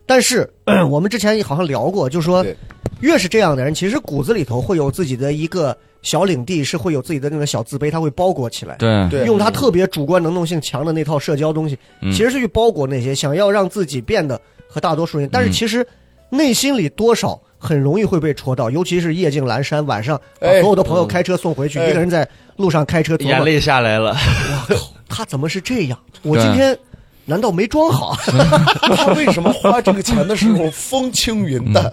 Speaker 3: 但是我们之前也好像聊过，就说
Speaker 5: 对
Speaker 3: 越是这样的人，其实骨子里头会有自己的一个小领地，是会有自己的那种小自卑，他会包裹起来。
Speaker 4: 对
Speaker 5: 对，
Speaker 3: 用他特别主观能动性强的那套社交东西，
Speaker 4: 嗯
Speaker 3: 其实是去包裹那些想要让自己变得和大多数人，但
Speaker 4: 嗯
Speaker 3: 是其实内心里多少很容易会被戳到，尤其是夜静阑珊，晚上把
Speaker 5: 哎
Speaker 3: 所有的
Speaker 4: 嗯
Speaker 3: 朋友开车送回去，
Speaker 5: 哎
Speaker 3: 一个人在路上开车，琢磨
Speaker 6: 眼泪下来了，
Speaker 3: 他怎么是这样？我
Speaker 4: 对
Speaker 3: 今天难道没装好？
Speaker 5: 他为什么花这个钱的时候风轻云淡？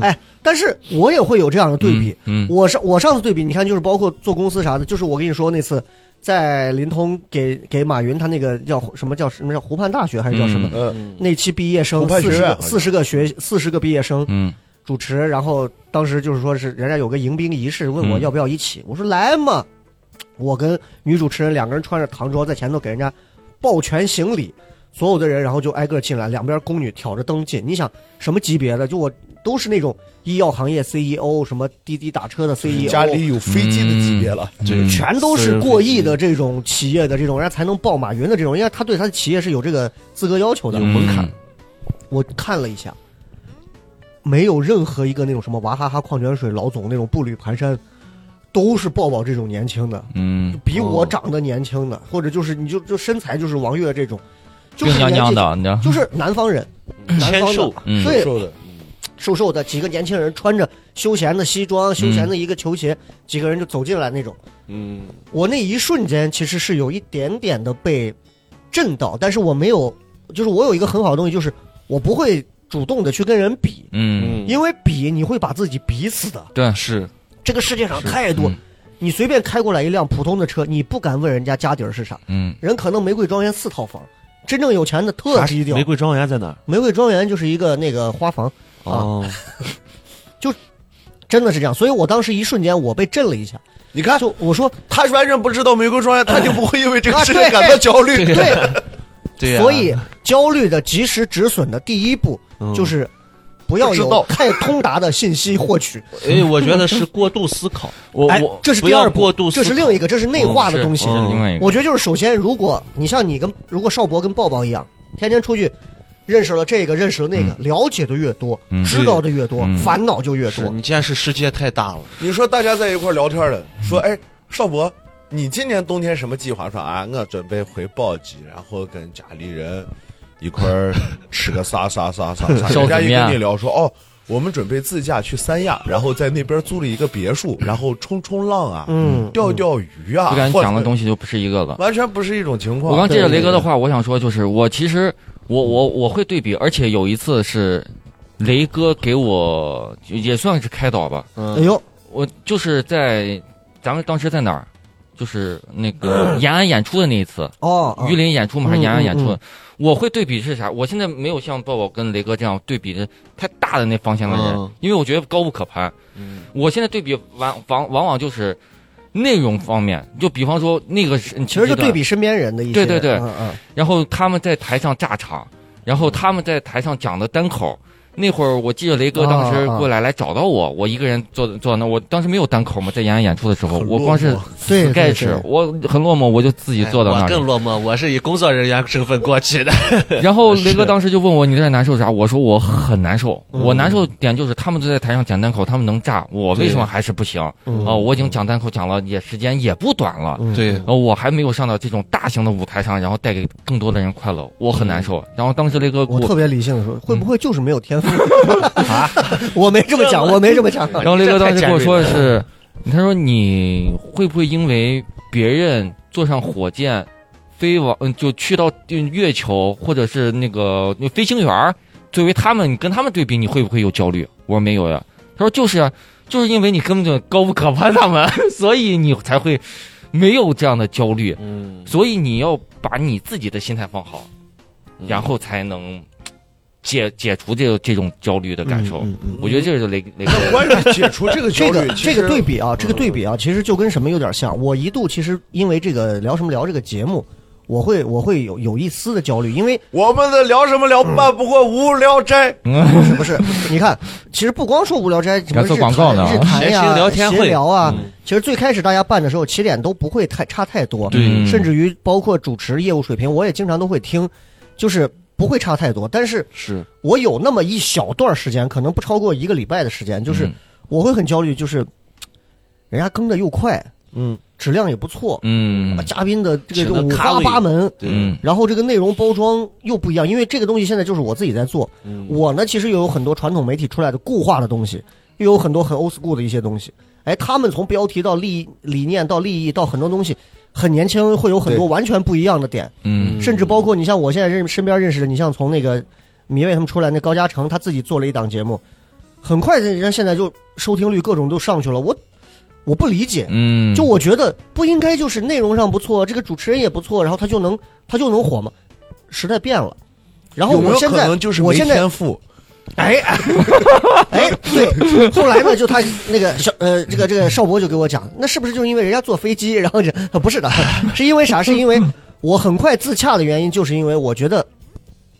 Speaker 3: 哎，但是我也会有这样的对比。
Speaker 4: 嗯嗯
Speaker 3: 我上我上次对比，你看，就是包括做公司啥的，就是我跟你说那次在临潼给给马云他那个叫什么叫什么叫湖畔大学还是叫什么、
Speaker 5: 嗯
Speaker 3: 那期毕业生
Speaker 5: 湖畔
Speaker 3: 四
Speaker 5: 学
Speaker 3: 十
Speaker 5: 院
Speaker 3: 个四十个学四十个毕业生
Speaker 4: 嗯
Speaker 3: 主持，然后当时就是说是人家有个迎宾仪式，问我
Speaker 4: 嗯
Speaker 3: 要不要一起，我说来嘛，我跟女主持人两个人穿着唐装在前头给人家抱拳行礼，所有的人然后就挨个进来，两边宫女挑着灯进。你想什么级别的？就我都是那种医药行业 CEO，什么滴滴打车的 CEO，
Speaker 5: 家里有飞机的级别了，
Speaker 6: 对
Speaker 4: 嗯
Speaker 3: 全都是过亿的这种企业的这种，人家才能报马云的这种，因为他对他的企业是有这个资格要求的。
Speaker 4: 嗯
Speaker 3: 我看了一下，没有任何一个那种什么娃哈哈矿泉水老总那种步履蹒跚，都是抱抱这种年轻的，
Speaker 4: 嗯，
Speaker 3: 比我长得年轻的，或者就是你就就身材就是王悦这种，就是
Speaker 4: 病
Speaker 3: 年
Speaker 4: 殃
Speaker 3: 纪
Speaker 4: 殃，的，你知道？
Speaker 3: 就是南方人，南方
Speaker 2: 纤
Speaker 3: 的
Speaker 2: 瘦，
Speaker 4: 嗯
Speaker 3: 对，
Speaker 5: 瘦的。
Speaker 3: 瘦瘦的几个年轻人穿着休闲的西装、休闲的一个球鞋，几个人就走进来那种。
Speaker 6: 嗯，
Speaker 3: 我那一瞬间其实是有一点点的被震到，但是我没有，就是我有一个很好的东西，就是我不会主动的去跟人比，
Speaker 4: 嗯，
Speaker 3: 因为比你会把自己比死的。
Speaker 4: 对，
Speaker 6: 是
Speaker 3: 这个世界上太多，你随便开过来一辆普通的车，你不敢问人家家底儿是啥，
Speaker 4: 嗯，
Speaker 3: 人可能玫瑰庄园四套房，真正有钱的特低调
Speaker 2: 玫。瑰庄园在哪儿？
Speaker 3: 玫瑰庄园就是一个那个花房，
Speaker 6: 哦，
Speaker 3: 啊真的是这样。所以我当时一瞬间我被震了一下，
Speaker 5: 你看，
Speaker 3: 就我说
Speaker 5: 他完全不知道玫瑰庄园，他就不会因为这个事情
Speaker 3: 啊对
Speaker 5: 感到焦虑。
Speaker 6: 对
Speaker 3: 对，
Speaker 6: 对呀，
Speaker 3: 所以焦虑的及时止损的第一步
Speaker 6: 嗯
Speaker 3: 就是不要
Speaker 5: 不知
Speaker 3: 有
Speaker 5: 道
Speaker 3: 太通达的信息获取。
Speaker 6: 哎，我觉得是过度 思考。
Speaker 4: 我
Speaker 3: 哎
Speaker 4: 我，
Speaker 3: 这是
Speaker 6: 不
Speaker 3: 第
Speaker 6: 要
Speaker 3: 二步
Speaker 6: 过度
Speaker 3: 这是
Speaker 6: 思
Speaker 3: 另一个，这是内化的
Speaker 4: 嗯是
Speaker 3: 东西。
Speaker 4: 是另外一个，
Speaker 3: 我觉得就是首先，如果你像你跟如果邵博跟抱抱一样，天天出去认识了这个，认识了那个，了解的越多，
Speaker 4: 嗯
Speaker 3: 知道的越多，
Speaker 4: 嗯
Speaker 3: 烦恼就越
Speaker 6: 是
Speaker 3: 多。
Speaker 6: 你见识世界太大了，
Speaker 5: 你说大家在一块儿聊天了，说哎，邵博，你今年冬天什么计划？说啊，我准备回宝鸡，然后跟家里人一块儿吃个啥啥啥啥啥。
Speaker 4: 烧
Speaker 5: 人家
Speaker 4: 子
Speaker 5: 一
Speaker 4: 面
Speaker 5: 跟你聊说哦，我们准备自驾去三亚，然后在那边租了一个别墅，然后冲冲浪啊，
Speaker 3: 嗯，
Speaker 5: 钓钓鱼啊，
Speaker 4: 就感觉讲的
Speaker 5: 西
Speaker 4: 东西就不是一个了。
Speaker 5: 完全不是一种情况。
Speaker 4: 我刚借着雷哥的
Speaker 5: 对，
Speaker 4: 话，我想说就是，我其实我我我会对比，而且有一次是雷哥给我也算是开导吧，
Speaker 6: 嗯
Speaker 3: 哎呦，
Speaker 4: 我就是在咱们当时在哪儿，就是那 个延安演出的那一次，
Speaker 3: 哦，啊
Speaker 4: 榆林演出嘛，还是延安演
Speaker 3: 嗯
Speaker 4: 出
Speaker 3: 嗯
Speaker 4: 的，我会对比是啥？我现在没有像抱抱跟雷哥这样对比的太大的那方向的人
Speaker 6: 嗯，
Speaker 4: 因为我觉得高不可攀。
Speaker 6: 嗯，
Speaker 4: 我现在对比完往往往就是内容方面，就比方说那个是
Speaker 3: 其实就对比，身边人的一些，
Speaker 4: 对对对
Speaker 3: 嗯嗯，
Speaker 4: 然后他们在台上炸场，然后他们在台上讲的单口。那会儿我记得雷哥当
Speaker 3: 啊
Speaker 4: 时过来来找到我，我一个人坐坐那，我当时没有单口嘛，在延安演出的时候，
Speaker 5: 很
Speaker 4: 我
Speaker 5: 落
Speaker 4: 光是
Speaker 5: 寞
Speaker 3: 对对
Speaker 4: sketch，我很落寞，我就自己坐到那
Speaker 6: 哎我
Speaker 4: 儿。
Speaker 6: 更落寞，我是以工作人员身份过 去的。
Speaker 4: 然后雷哥当时就问我你在难受啥？我说我很难受，
Speaker 3: 嗯
Speaker 4: 我难受的点就是他们都在台上讲单口，他们能炸，我为什么还是不行？
Speaker 3: 嗯
Speaker 4: 啊，我已经讲单口讲了也时间也不短了。
Speaker 3: 嗯
Speaker 6: 对，
Speaker 4: 呃，我还没有上到这种大型的舞台上，然后带给更多的人快乐，我很难
Speaker 3: 嗯
Speaker 4: 受。然后当时雷哥给
Speaker 3: 我特
Speaker 4: 我，嗯
Speaker 3: 别理性的说，会不会就是没有天赋？啊， 我没这么 讲，我没啊这么讲。
Speaker 4: 然后雷哥当时跟我说的
Speaker 6: 这
Speaker 4: 是，他说你会不会因为别人坐上火箭，飞往嗯就去到嗯月球或者是那个那飞行员儿，作为他们你跟他们对比，你会不会有焦虑？我说没有呀。他说就是啊，就是因为你根本就高不可攀他们， 所以你才会没有这样的焦虑。
Speaker 6: 嗯，
Speaker 4: 所以你要把你自己的心态放好，
Speaker 3: 嗯
Speaker 4: 然后才能解解除这个这种焦虑的感受。
Speaker 3: 嗯嗯
Speaker 4: 我觉得这是雷 雷哥
Speaker 5: 但关于解除这个焦
Speaker 3: 这
Speaker 5: 虑
Speaker 3: 个，
Speaker 5: 其
Speaker 3: 这
Speaker 5: 实嗯
Speaker 3: 个对比啊，这个对比啊，其实就跟什么有点像。我一度其实因为这个聊什么聊这个节目，我会我会有有一丝的焦虑，因为
Speaker 5: 我们的聊什么聊办不过《无聊斋》，
Speaker 3: 不 是不是，你看，其实不光说无聊斋什么
Speaker 4: 要做广告呢
Speaker 3: 日谈日谈呀、
Speaker 6: 闲聊天会
Speaker 3: 闲聊啊，
Speaker 6: 嗯
Speaker 3: 其实最开始大家办的时候起点都不会太差太多，
Speaker 6: 对
Speaker 4: 嗯
Speaker 3: 甚至于包括主持业务水平，我也经常都会听，就是不会差太多。但是
Speaker 6: 是
Speaker 3: 我有那么一小段时间，可能不超过一个礼拜的时间，就是
Speaker 4: 嗯
Speaker 3: 我会很焦虑，就是人家更的又快，嗯，质量也不错，
Speaker 4: 嗯
Speaker 3: 把嘉宾的这
Speaker 6: 请
Speaker 3: 个
Speaker 6: 的
Speaker 3: 五
Speaker 6: 咖
Speaker 3: 花
Speaker 6: 位
Speaker 3: 八门，
Speaker 6: 对，
Speaker 4: 嗯
Speaker 3: 然后这个内容包装又不一样，因为这个东西现在就是我自己在做，
Speaker 6: 嗯
Speaker 3: 我呢其实又有很多传统媒体出来的固化的东西，又有很多很 old school 的一些东西。哎，他们从标题到利理念到利益到很多东西，很年轻，会有很多完全不一样的点，
Speaker 4: 嗯
Speaker 3: 甚至包括你像我现在认身边认识的，你像从那个米未他们出来那高嘉诚，他自己做了一档节目，很快人家现在就收听率各种都上去了，我我不理解，
Speaker 4: 嗯，
Speaker 3: 就我觉得不应该就是内容上不错，这个主持人也不错，然后他就能他就能火吗？时代变了，然后
Speaker 5: 有没
Speaker 3: 我
Speaker 5: 有
Speaker 3: 现
Speaker 5: 可
Speaker 3: 在
Speaker 5: 能就是
Speaker 3: 我
Speaker 5: 没
Speaker 3: 现在
Speaker 5: 天赋？
Speaker 3: 哎哎哎对，后来呢就他那个小呃这个这个邵博就给我讲，那是不是就是因为人家坐飞机，然后这、呃不是的，是因为啥？是因为我很快自洽的原因，就是因为我觉得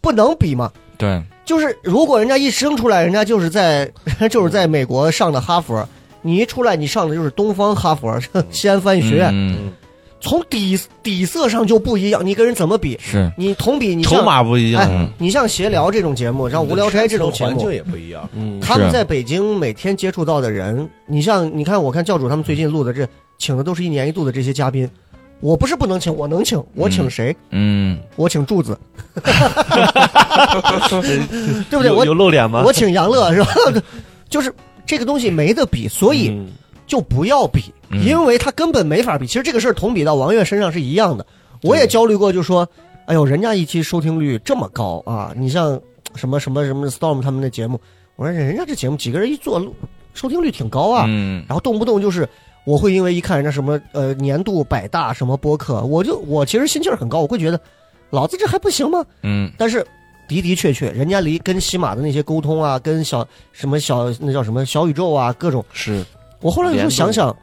Speaker 3: 不能比嘛。
Speaker 4: 对，
Speaker 3: 就是如果人家一生出来，人家就是在 就是在美国上的哈佛，你一出来你上的就是东方哈佛， 西安翻译学院，
Speaker 4: 嗯
Speaker 3: 从底底色上就不一样，你跟人怎么比？
Speaker 4: 是
Speaker 3: 你同比，你像
Speaker 6: 筹码不一样。
Speaker 3: 哎，你像闲聊这种节目，像无聊斋这种节
Speaker 5: 环
Speaker 3: 目
Speaker 5: 境，也不一样。
Speaker 6: 嗯，
Speaker 3: 他们在北京每天接触到的人，你像你看，我看教主他们最近录的这请的都是一年一度的这些嘉宾，我不是不能请，我能请，我请谁？
Speaker 4: 嗯
Speaker 3: 我请柱子， 对不对？
Speaker 6: 有有
Speaker 3: 我
Speaker 6: 露脸吗？
Speaker 3: 我请杨乐是吧？ 就是这个东西没得比，所以
Speaker 6: 嗯
Speaker 3: 就不要比，
Speaker 4: 嗯
Speaker 3: 因为他根本没法比。其实这个事儿同比到王悦身上是一样的，我也焦虑过，就说，哎呦，人家一期收听率这么高啊，你像什么什么什么 Storm 他们的节目，我说人家这节目几个人一做，收听率挺高啊，
Speaker 4: 嗯
Speaker 3: 然后动不动就是。我会因为一看人家什么呃年度百大什么播客，我就我其实心气儿很高，我会觉得，老子这还不行吗？
Speaker 4: 嗯
Speaker 3: 但是的的确确，人家离跟喜马的那些沟通啊，跟小什么小那叫什么小宇宙啊，各种
Speaker 6: 是
Speaker 3: 我后来有时候想想，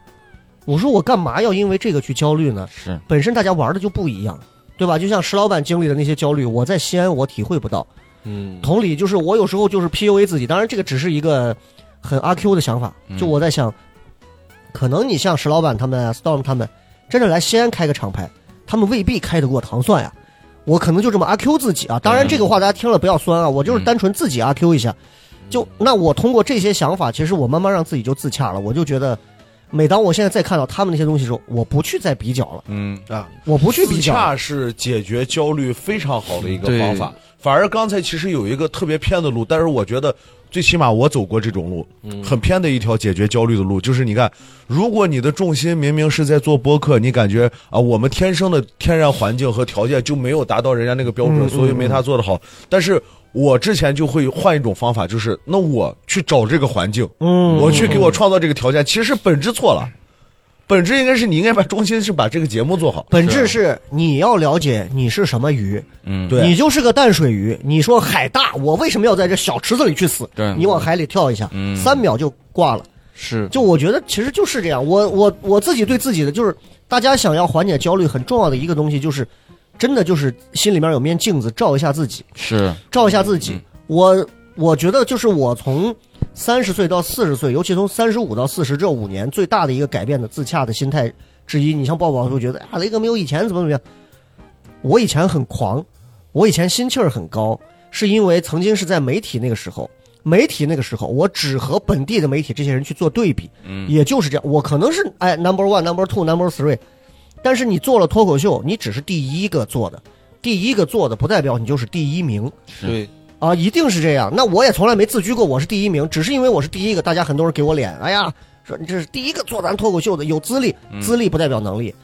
Speaker 3: 我说我干嘛要因为这个去焦虑呢？
Speaker 4: 是
Speaker 3: 本身大家玩的就不一样，对吧？就像石老板经历的那些焦虑，我在西安我体会不到，
Speaker 6: 嗯，
Speaker 3: 同理，就是我有时候就是 PUA 自己，当然这个只是一个很阿 Q 的想法，
Speaker 4: 嗯
Speaker 3: 就我在想，可能你像石老板他们、啊、Storm 他们，真的来西安开个厂牌，他们未必开得过糖蒜呀。我可能就这么阿 Q 自己啊，当然
Speaker 4: 嗯
Speaker 3: 这个话大家听了不要酸啊，我就是单纯自己阿 Q 一下。就那我通过这些想法，其实我慢慢让自己就自洽了。我就觉得，每当我现在再看到他们那些东西的时候，我不去再比较了，
Speaker 4: 嗯，
Speaker 5: 啊，
Speaker 3: 我不去比
Speaker 5: 自
Speaker 3: 较了。
Speaker 5: 洽是解决焦虑非常好的一个
Speaker 6: 对
Speaker 5: 方法。反而刚才其实有一个特别偏的路，但是我觉得最起码我走过这种路，
Speaker 3: 嗯
Speaker 5: 很偏的一条解决焦虑的路。就是你看，如果你的重心明明是在做播客，你感觉啊，我们天生的天然环境和条件就没有达到人家那个标
Speaker 3: 嗯
Speaker 5: 准，所以没他做的好。但是我之前就会换一种方法，就是那我去找这个环境，
Speaker 3: 嗯，
Speaker 5: 我去给我创造这个条件，其实本质错了。本质应该是你应该把重心是把这个节目做好，
Speaker 3: 本质是你要了解你是什么鱼，
Speaker 4: 嗯，
Speaker 5: 对
Speaker 3: 你就是个淡水鱼。你说海大，我为什么要在这小池子里去死？
Speaker 4: 对
Speaker 3: 你往海里跳一下，
Speaker 4: 嗯
Speaker 3: 三秒就挂了。
Speaker 6: 是
Speaker 3: 就我觉得其实就是这样。我我我自己对自己的就是，大家想要缓解焦虑很重要的一个东西就是，真的就是心里面有面镜子照一下自己，
Speaker 4: 是，
Speaker 3: 照一下自己。
Speaker 4: 嗯
Speaker 3: 我我觉得就是我从三十岁到四十岁，尤其从三十五到四十这五年，最大的一个改变的自洽的心态之一。你像抱抱就觉得啊，雷哥没有以前怎么怎么样。我以前很狂，我以前心气儿很高，是因为曾经是在媒体那个时候，媒体那个时候我只和本地的媒体这些人去做对比，
Speaker 4: 嗯，
Speaker 3: 也就是这样。我可能是哎 number one、number two、number three，但是你做了脱口秀，你只是第一个做的，第一个做的不代表你就是第一名。
Speaker 6: 对，
Speaker 3: 啊，一定是这样。那我也从来没自居过我是第一名，只是因为我是第一个，大家很多人给我脸，哎呀，说你这是第一个做咱脱口秀的，有资历，资历不代表能力。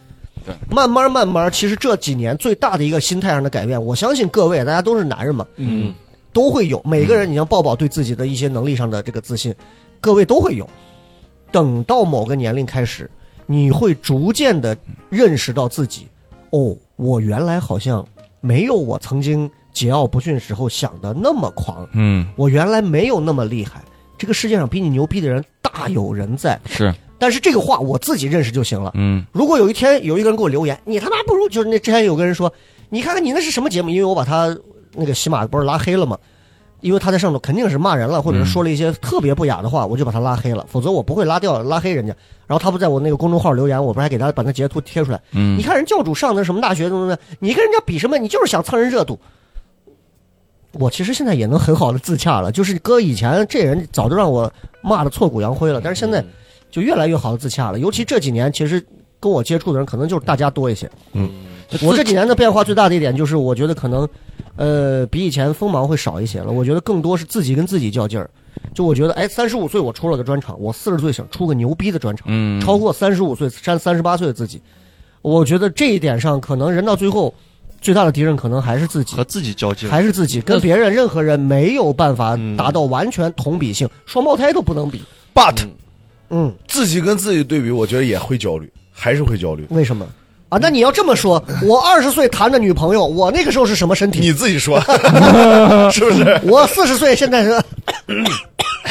Speaker 4: 对
Speaker 3: 慢慢慢慢，其实这几年最大的一个心态上的改变，我相信各位大家都是男人嘛，
Speaker 6: 嗯，
Speaker 3: 都会有。每个人，你像抱抱对自己的一些能力上的这个自信，各位都会有。等到某个年龄开始，你会逐渐的认识到自己，哦，我原来好像没有我曾经桀骜不驯时候想的那么狂，
Speaker 4: 嗯，
Speaker 3: 我原来没有那么厉害。这个世界上比你牛逼的人大有人在，
Speaker 4: 是，
Speaker 3: 但是这个话我自己认识就行了。
Speaker 4: 嗯，
Speaker 3: 如果有一天有一个人给我留言，你他妈不如就是那之前有个人说，你看看你那是什么节目？因为我把他那个喜马不是拉黑了吗？因为他在上头肯定是骂人了，或者是说了一些特别不雅的话，我就把他拉黑了，否则我不会拉掉拉黑人家。然后他不在我那个公众号留言，我不是还给他把那截图贴出来？
Speaker 4: 嗯
Speaker 3: 你看人教主上的什么大学怎么的，你跟人家比什么？你就是想蹭人热度。我其实现在也能很好的自洽了，就是哥以前这人早就让我骂的挫骨扬灰
Speaker 4: 嗯
Speaker 3: 了，但是现在就越来越好的自洽了。尤其这几年，其实跟我接触的人可能就是大家多一些。嗯，我这几年的变化最大的一点就是，我觉得可能，呃，比以前锋芒会少一些了。我觉得更多是自己跟自己较劲儿。就我觉得，哎，三十五岁我出了个专场，我四十岁想出个牛逼的专场。
Speaker 4: 嗯，
Speaker 3: 超过三十五岁、三三十八岁的自己，我觉得这一点上，可能人到最后，最大的敌人可能还是自己
Speaker 6: 和，自己较劲，
Speaker 3: 还是自己，跟别人任何人没有办法达到完全同比性，双胞胎都不能比。
Speaker 5: But、
Speaker 3: 嗯，
Speaker 5: 自己跟自己对比，我觉得也会焦虑，还是会焦虑。
Speaker 3: 为什么？啊，那你要这么 说，我二十岁谈的女朋友，我那个时候是什么身体？
Speaker 5: 你自 己说，是不是？
Speaker 3: 我四十岁现在是，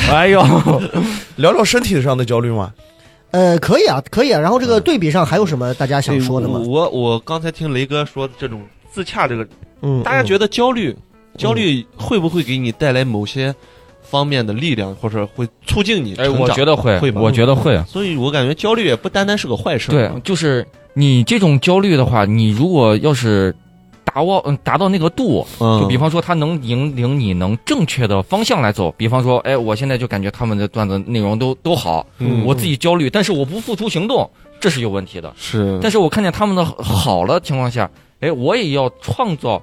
Speaker 4: 哎呦，
Speaker 5: 聊聊身体上的焦虑吗？
Speaker 3: 呃，可以啊，可以啊。然后这个对比上还有什么大家想
Speaker 6: 对
Speaker 3: 说的吗
Speaker 6: 我？我我刚才听雷哥说这种自洽这个，
Speaker 3: 嗯，
Speaker 6: 大家觉
Speaker 3: 得
Speaker 6: 得焦虑，焦虑会不会给你带来某些方面的力量，或者会促进你成
Speaker 4: 哎，
Speaker 6: 长？
Speaker 4: 我觉得会，
Speaker 6: 会吧
Speaker 4: 我觉得会，
Speaker 6: 所以我感觉焦虑也不单单是个坏事。
Speaker 4: 对，就是你这种焦虑的话，你如果要是达到嗯达到那个度，
Speaker 6: 嗯，
Speaker 4: 就比方说他能引领你能正确的方向来走。比方说，哎，我现在就感觉他们的段子内容都都好，
Speaker 6: 嗯
Speaker 4: 我自己焦虑，但是我不付出行动，这是有问题的。
Speaker 6: 是，
Speaker 4: 但是我看见他们的好的情况下，哎，我也要创造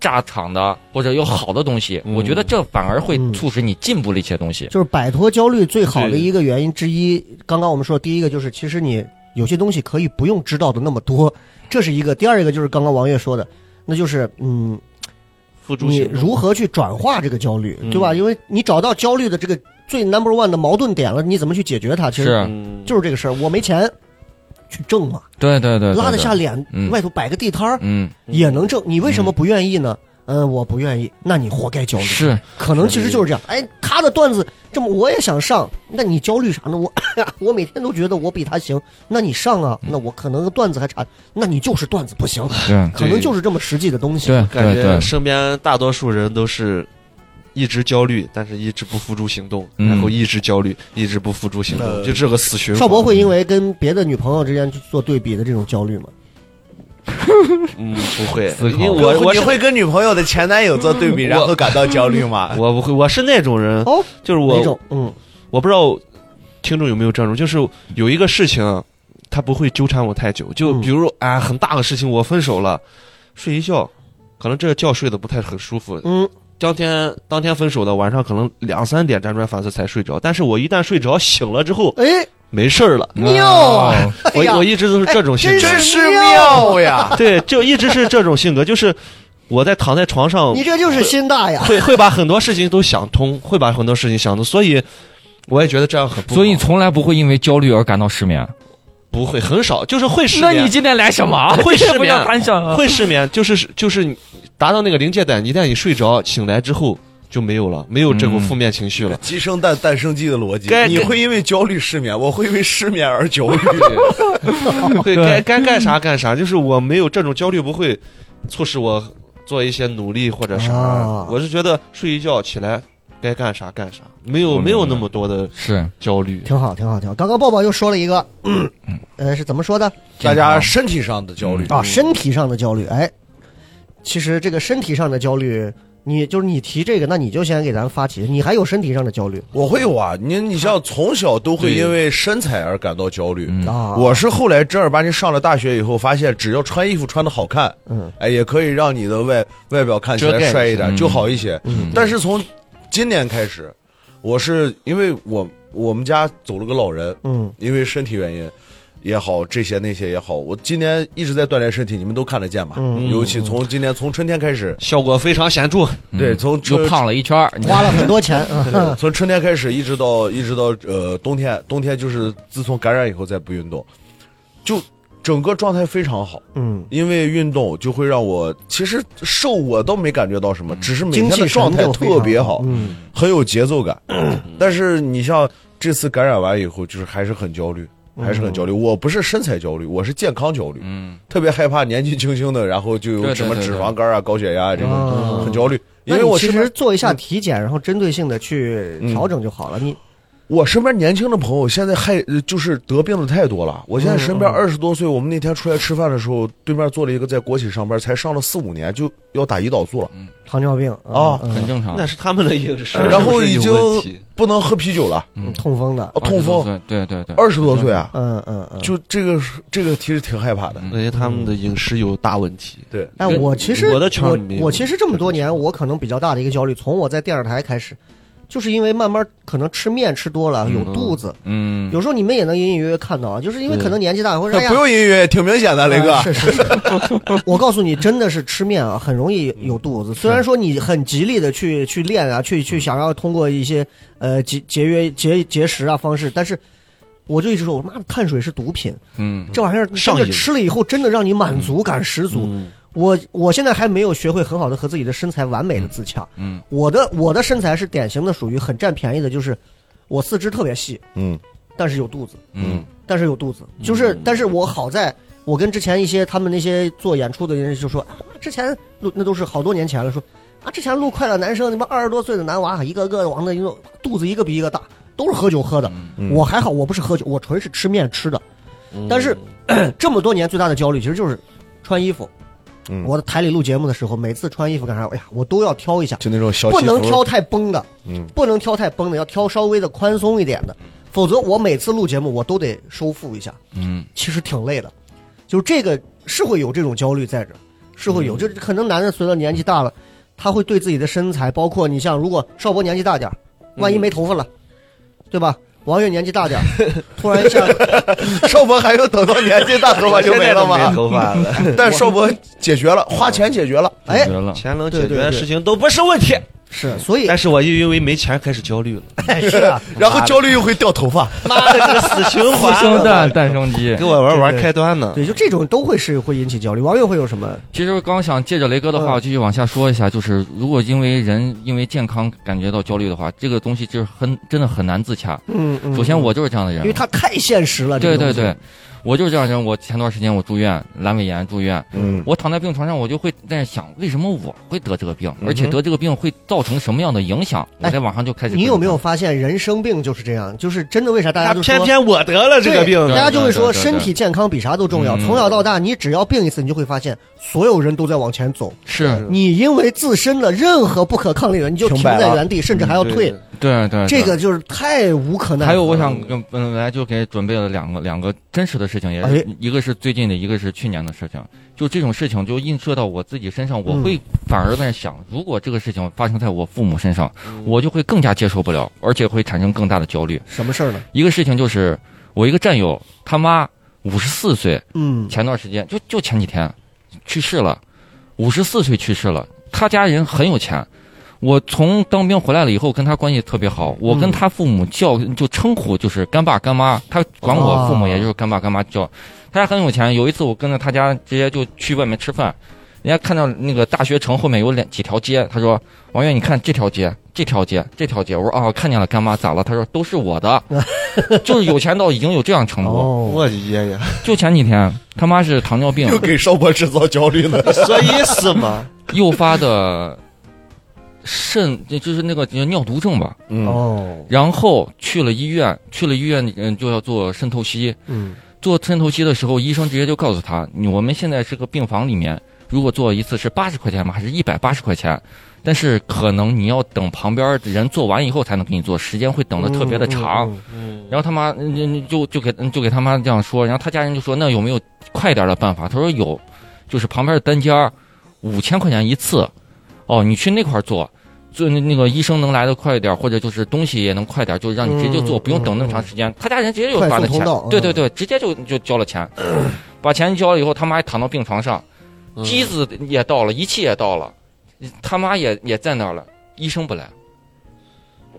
Speaker 4: 炸场的或者有好的东西，
Speaker 6: 嗯
Speaker 4: 我觉得这反而会
Speaker 3: 嗯
Speaker 4: 促使你进步的一些东西。
Speaker 3: 就是摆脱焦虑最好的
Speaker 6: 对
Speaker 3: 一个原因之一。刚刚我们说，第一个就是其实你有些东西可以不用知道的那么多，这是一个；第二一个就是刚刚王悦说的，那就是嗯，
Speaker 6: 付诸
Speaker 3: 你
Speaker 6: 行动
Speaker 3: 如何去转化这个焦虑，
Speaker 6: 嗯
Speaker 3: 对吧？因为你找到焦虑的这个最 number one 的矛盾点了，你怎么去解决它？其实
Speaker 4: 是，啊
Speaker 6: 嗯
Speaker 3: 就是这个事儿。我没钱去挣嘛，
Speaker 4: 对对对，对
Speaker 3: 拉得下。
Speaker 4: 对
Speaker 3: 脸
Speaker 4: 嗯
Speaker 3: 外头摆个地摊儿
Speaker 4: 嗯，
Speaker 3: 也能挣，你为什么不愿意呢？嗯，我不愿意，那你活该焦虑。
Speaker 4: 是，
Speaker 3: 可能其实就是这样。哎，他的段子这么，我也想上，那你焦虑啥呢？我 我每天都觉得我比他行，那你上啊？那我可能段子还差，那你就是段子不行，
Speaker 4: 对
Speaker 3: 可能就是这么实际的东西。
Speaker 4: 对
Speaker 6: 感
Speaker 4: 对
Speaker 6: 觉
Speaker 4: 对，
Speaker 6: 身边大多数人都是一直焦虑，但是一直不付诸行动，
Speaker 4: 嗯
Speaker 6: 然后一直焦虑，一直不付诸行动，
Speaker 3: 呃
Speaker 5: 那
Speaker 6: 就这个死循环。
Speaker 3: 少博会因为跟别的女朋友之间去做对比的这种焦虑吗？
Speaker 6: 嗯不会，
Speaker 4: 思考
Speaker 6: 因为我我
Speaker 5: 你
Speaker 6: 是
Speaker 5: 会跟女朋友的前男友做对比，
Speaker 6: 我
Speaker 5: 然后感到焦虑吗？
Speaker 6: 我不会，我是那种人，
Speaker 3: 哦，
Speaker 6: 就是
Speaker 3: 哪
Speaker 6: 我
Speaker 3: 种？嗯，
Speaker 6: 我不知道听众有没有这种，就是有一个事情，啊他不会纠缠我太久，就
Speaker 3: 嗯
Speaker 6: 比如啊、很大的事情我分手了，睡一觉，可能这个觉睡得不太很舒服，
Speaker 3: 嗯，
Speaker 6: 当天当天分手的晚上可能两三点辗转反侧才睡着，但是我一旦睡着醒了之后
Speaker 3: 哎，
Speaker 6: 没事儿了，
Speaker 3: 妙
Speaker 4: 哦
Speaker 3: 啊哎呀哎
Speaker 6: 我我一直都是啊这种性格，
Speaker 5: 真是 妙呀！
Speaker 6: 对，就一直是这种性格，就是我在躺在床上
Speaker 3: 你这就是心大 呀。
Speaker 6: 会会把很多事情都想通，会把很多事情想通，所以我也觉得这样很不好，
Speaker 4: 所以你从来不会因为焦虑而感到失眠。
Speaker 6: 不会很少，就是会失
Speaker 4: 那
Speaker 6: 眠，
Speaker 4: 你今天来什么？
Speaker 6: 会失
Speaker 4: 不
Speaker 6: 眠
Speaker 4: 要干想啊。
Speaker 6: 会失眠，就是就是你达到那个临界点，一旦你睡着醒来之后就没有了，没有这种
Speaker 4: 嗯
Speaker 6: 负面情绪 了。
Speaker 5: 鸡生蛋，蛋生鸡的逻辑
Speaker 6: 该，
Speaker 5: 你会因为焦虑失眠，我会因为失眠而焦 虑。
Speaker 6: 对，该该干啥干啥，就是我没有这种焦虑，不会促使我做一些努力或者啥。
Speaker 3: 啊
Speaker 6: 我是觉得睡一觉起来该干啥干啥，没有
Speaker 4: 我明白
Speaker 6: 没有那么多的
Speaker 4: 是
Speaker 6: 焦虑。
Speaker 3: 挺好，挺好，挺好。刚刚抱抱又说了一个，嗯，呃，是怎么说的
Speaker 5: 大家身体上的焦虑
Speaker 6: 嗯
Speaker 3: 啊？身体上的焦虑，哎，其实这个身体上的焦虑，你就是你提这个，那你就先给咱发起，你还有身体上的焦虑
Speaker 5: 我会有啊，你你像从小都
Speaker 6: 对
Speaker 5: 会因为身材而感到焦虑。
Speaker 4: 嗯
Speaker 3: 啊？
Speaker 5: 我是后来正儿八经上了大学以后，发现只要穿衣服穿的好看，
Speaker 3: 嗯
Speaker 5: 哎，也可以让你的外外表看起
Speaker 6: 遮盖
Speaker 5: 来
Speaker 6: 一
Speaker 5: 帅一
Speaker 6: 下
Speaker 5: 点，
Speaker 4: 嗯
Speaker 5: 就好一些。
Speaker 3: 嗯
Speaker 5: 但是从今年开始，我是因为我我们家走了个老人，
Speaker 3: 嗯
Speaker 5: 因为身体原因也好，这些那些也好，我今年一直在锻炼身体，你们都看得见嘛。
Speaker 3: 嗯
Speaker 5: 尤其从今年从春天开始，
Speaker 6: 效果非常显著，
Speaker 4: 嗯
Speaker 5: 对，从
Speaker 4: 又
Speaker 5: 春
Speaker 4: 胖了一圈儿，你
Speaker 3: 花了很多 钱，嗯
Speaker 5: 从春天开始一直到一直到呃冬天，冬天就是自从感染以后再不运动，就整个状态非常好。
Speaker 3: 嗯，
Speaker 5: 因为运动就会让我其实瘦我倒没感觉到什么，只是每
Speaker 3: 嗯精
Speaker 5: 天
Speaker 3: 气
Speaker 5: 的状
Speaker 3: 神
Speaker 5: 态
Speaker 3: 就非常
Speaker 5: 特别好，
Speaker 3: 嗯，
Speaker 5: 很有节奏感。 但是你像这次感染完以后，就是还是很焦虑，
Speaker 3: 嗯
Speaker 5: 还是很焦虑。我不是身材焦虑，我是健康焦虑，
Speaker 4: 嗯，
Speaker 5: 特别害怕年纪轻轻的，然后就有
Speaker 4: 对
Speaker 5: 什么
Speaker 4: 对对
Speaker 5: 脂肪肝啊、高血压啊这种，
Speaker 3: 啊
Speaker 5: 很焦虑。因
Speaker 3: 那
Speaker 5: 为
Speaker 3: 你
Speaker 5: 我
Speaker 3: 其
Speaker 5: 身边嗯
Speaker 3: 实做一下体检，然后针对性的去调整就好了。你
Speaker 5: 我身边年轻的朋友现在害呃就是得病的太多了。我现在身边
Speaker 3: 嗯嗯
Speaker 5: 二十多岁，我们那天出来吃饭的时候，对面坐了一个在国企上班，才上了四五年就要打胰岛素了，
Speaker 3: 糖尿病
Speaker 5: 哦
Speaker 3: 嗯
Speaker 4: 很正常
Speaker 6: 那。是他们的硬
Speaker 4: 呃
Speaker 6: 实，
Speaker 5: 然后
Speaker 6: 是不是
Speaker 5: 已
Speaker 6: 有问
Speaker 5: 经
Speaker 6: 题
Speaker 5: 不能喝啤酒了，
Speaker 3: 嗯痛风的，
Speaker 5: 啊痛风，
Speaker 4: 20多岁，对对对，
Speaker 5: 二十多岁啊，
Speaker 3: 嗯嗯嗯。
Speaker 5: 就这个是这个其实挺害怕的。
Speaker 6: 感觉他们的饮食有大问题。
Speaker 5: 对，
Speaker 3: 哎，
Speaker 6: 跟
Speaker 3: 我其实
Speaker 6: 我的圈儿里面
Speaker 3: 我我其实这么多年，我可能比较大的一个焦虑，从我在电视台开始，就是因为慢慢可能吃面吃多了，有肚子，
Speaker 4: 嗯，
Speaker 3: 有时候你们也能隐隐约约看到啊，就是因为可能年纪大，或者哎呀
Speaker 5: 不用音乐，挺明显的，雷哥
Speaker 3: 啊。是是是， 我告诉你，真的是吃面啊，很容易有肚子。虽然说你很极力的去去练啊，去去想要通过一些呃节节约节节食啊方式，但是我就一直说，我妈的碳水是毒品，
Speaker 4: 嗯，
Speaker 3: 这玩意儿真
Speaker 6: 上
Speaker 3: 的
Speaker 6: 瘾
Speaker 3: 吃了以后，真的让你满足感十足。
Speaker 6: 嗯
Speaker 3: 我我现在还没有学会很好的和自己的身材完美的自洽。
Speaker 4: 嗯，
Speaker 3: 我的我的身材是典型的属于很占便宜的，就是我四肢特别细，
Speaker 5: 嗯，
Speaker 3: 但是有肚子。
Speaker 4: 嗯，
Speaker 3: 但是有肚子，就是，但是我好在，我跟之前一些他们那些做演出的人就说，啊、之前录那都是好多年前了，说啊，之前录《快乐男生》，你们二十多岁的男娃，一个个往那一弄，肚子一个比一个大，都是喝酒喝的。
Speaker 5: 嗯
Speaker 3: 我还好，我不是喝酒，我纯是吃面吃的。但是、 这么多年最大的焦虑其实就是穿衣服。
Speaker 5: 嗯
Speaker 3: 我在台里录节目的时候，每次穿衣服干啥，哎呀，我都要挑一下，
Speaker 5: 就那种小
Speaker 3: 不
Speaker 5: 西
Speaker 3: 能
Speaker 5: 服
Speaker 3: 挑太绷的，
Speaker 5: 嗯
Speaker 3: 不能挑太绷的，要挑稍微的宽松一点的，否则我每次录节目我都得收腹一下，
Speaker 4: 嗯，
Speaker 3: 其实挺累的，就是这个是会有这种焦虑在这儿，是会有，
Speaker 4: 嗯
Speaker 3: 就是可能男人随着年纪大了，他会对自己的身材，包括你像如果邵博年纪大点儿，万一
Speaker 4: 嗯
Speaker 3: 没头发了，对吧？王悦年纪大点儿，突然一 下，
Speaker 5: 少博还有等到年纪大头 发就没了
Speaker 6: 没
Speaker 5: 吗？
Speaker 6: 头发了，
Speaker 5: 但少博解决了，花钱解决了。
Speaker 3: 哎
Speaker 4: 解决了，
Speaker 6: 钱能
Speaker 3: 对
Speaker 6: 解
Speaker 3: 对
Speaker 6: 决的
Speaker 3: 对
Speaker 6: 事情都不是问题。
Speaker 3: 是，所以
Speaker 6: 但是我又因为没钱开始焦虑了，
Speaker 3: 是啊，
Speaker 4: 嗯
Speaker 5: 然后焦虑又会掉头发，
Speaker 6: 妈 的，这个死循
Speaker 4: 私生蛋诞生鸡
Speaker 6: 给。我玩玩
Speaker 3: 对对
Speaker 6: 开端呢。
Speaker 3: 对，就这种都会是会引起焦虑。王月会有什么？
Speaker 4: 其实刚想借着雷哥的话
Speaker 3: 嗯
Speaker 4: 继续往下说一下，就是如果因为人因为健康感觉到焦虑的话，这个东西就是很真的很难自洽。
Speaker 3: 嗯，嗯
Speaker 4: 首先，我就是这样的人
Speaker 3: 因为，它太现实了，这
Speaker 4: 对
Speaker 3: 个
Speaker 4: 对
Speaker 3: 东西
Speaker 4: 对，，我就是这样的人。我前段时间我住院，阑尾炎住院，
Speaker 5: 嗯，
Speaker 4: 我躺在病床上，我就会在那想，为什么我会得这个病，
Speaker 3: 嗯哼
Speaker 4: 而且得这个病会造成什么样的影响？
Speaker 3: 哎
Speaker 4: 我在网上就开始
Speaker 3: 你有没有发现人生病就是这样？就是真的为啥大家
Speaker 6: 那
Speaker 3: 就说
Speaker 6: 偏偏我得了这个病
Speaker 3: 对
Speaker 4: 对
Speaker 3: 大家就会说
Speaker 4: 对对
Speaker 3: 身体健康比啥都重要。
Speaker 4: 嗯
Speaker 3: 从小到大，你只要病一次，你就会发现所有人都在往前走。
Speaker 4: 是，
Speaker 3: 你因为自身的任何不可抗力的，你就停
Speaker 5: 停摆了
Speaker 3: 在原地，甚至还要退。
Speaker 4: 嗯对对，
Speaker 3: 这
Speaker 4: 对
Speaker 3: 个就是太无可奈何了。
Speaker 4: 还有，我想跟本来就给准备了两个两个真实的事情，也是、
Speaker 3: 哎
Speaker 4: 一个是最近的，一个是去年的事情。就这种事情就映射到我自己身上，
Speaker 3: 嗯
Speaker 4: 我会反而在想，如果这个事情发生在我父母身上，我就会更加接受不了，而且会产生更大的焦虑。
Speaker 3: 什么事儿呢？
Speaker 4: 一个事情就是我一个战友他妈五十四岁，
Speaker 3: 嗯，
Speaker 4: 前段时间就就前几天去世了，五十四岁去世了。他家人很有钱，我从当兵回来了以后跟他关系特别好，我跟他父母叫就称呼就是干爸干妈，他管我父母也就是干爸干妈叫。他家很有钱，有一次我跟着他家直接就去外面吃饭，人家看到那个大学城后面有两几条街，他说王源你看这条街。这条街，这条街，我说啊，看见了，干妈咋了？他说都是我的， 就是有钱到已经有这样程度。
Speaker 3: 哦，
Speaker 6: 我的爷爷，
Speaker 4: 就前几天，他妈是 糖尿病，
Speaker 5: 又给少博制造焦 虑了。
Speaker 6: 所以是嘛？
Speaker 4: 诱发的肾，就就是那个尿毒症吧。
Speaker 5: 嗯，
Speaker 3: 哦，
Speaker 4: 然后去了医院，去了医院，嗯，就要做渗透析。
Speaker 3: 嗯，
Speaker 4: 做渗透析的时候，医生直接就告诉他，你我们现在是个病房里面，如果做一次是八十块钱吧，还是一百八十块钱？但是可能你要等旁边的人做完以后才能给你做，时间会等的特别的长。
Speaker 3: 嗯。嗯嗯
Speaker 4: 然后他妈嗯嗯就就给嗯就给他妈这样说，然后他家人就说那有没有快点的办法？他说有，就是旁边的单间儿五千块钱一次，哦，你去那块儿做，就那那个医生能来的快一点，或者就是东西也能快点，就让你直接就做，
Speaker 3: 嗯
Speaker 4: 不用等那么长时间。他家人直接就把
Speaker 3: 快
Speaker 4: 那
Speaker 3: 速通
Speaker 4: 钱
Speaker 3: 道，嗯
Speaker 4: 对对对，直接就就交 了钱，把钱交了以后，他妈还躺到病床上，
Speaker 3: 嗯
Speaker 6: 嗯
Speaker 4: 机子也到了，仪器也到了，他妈也也在那儿了，医生不来，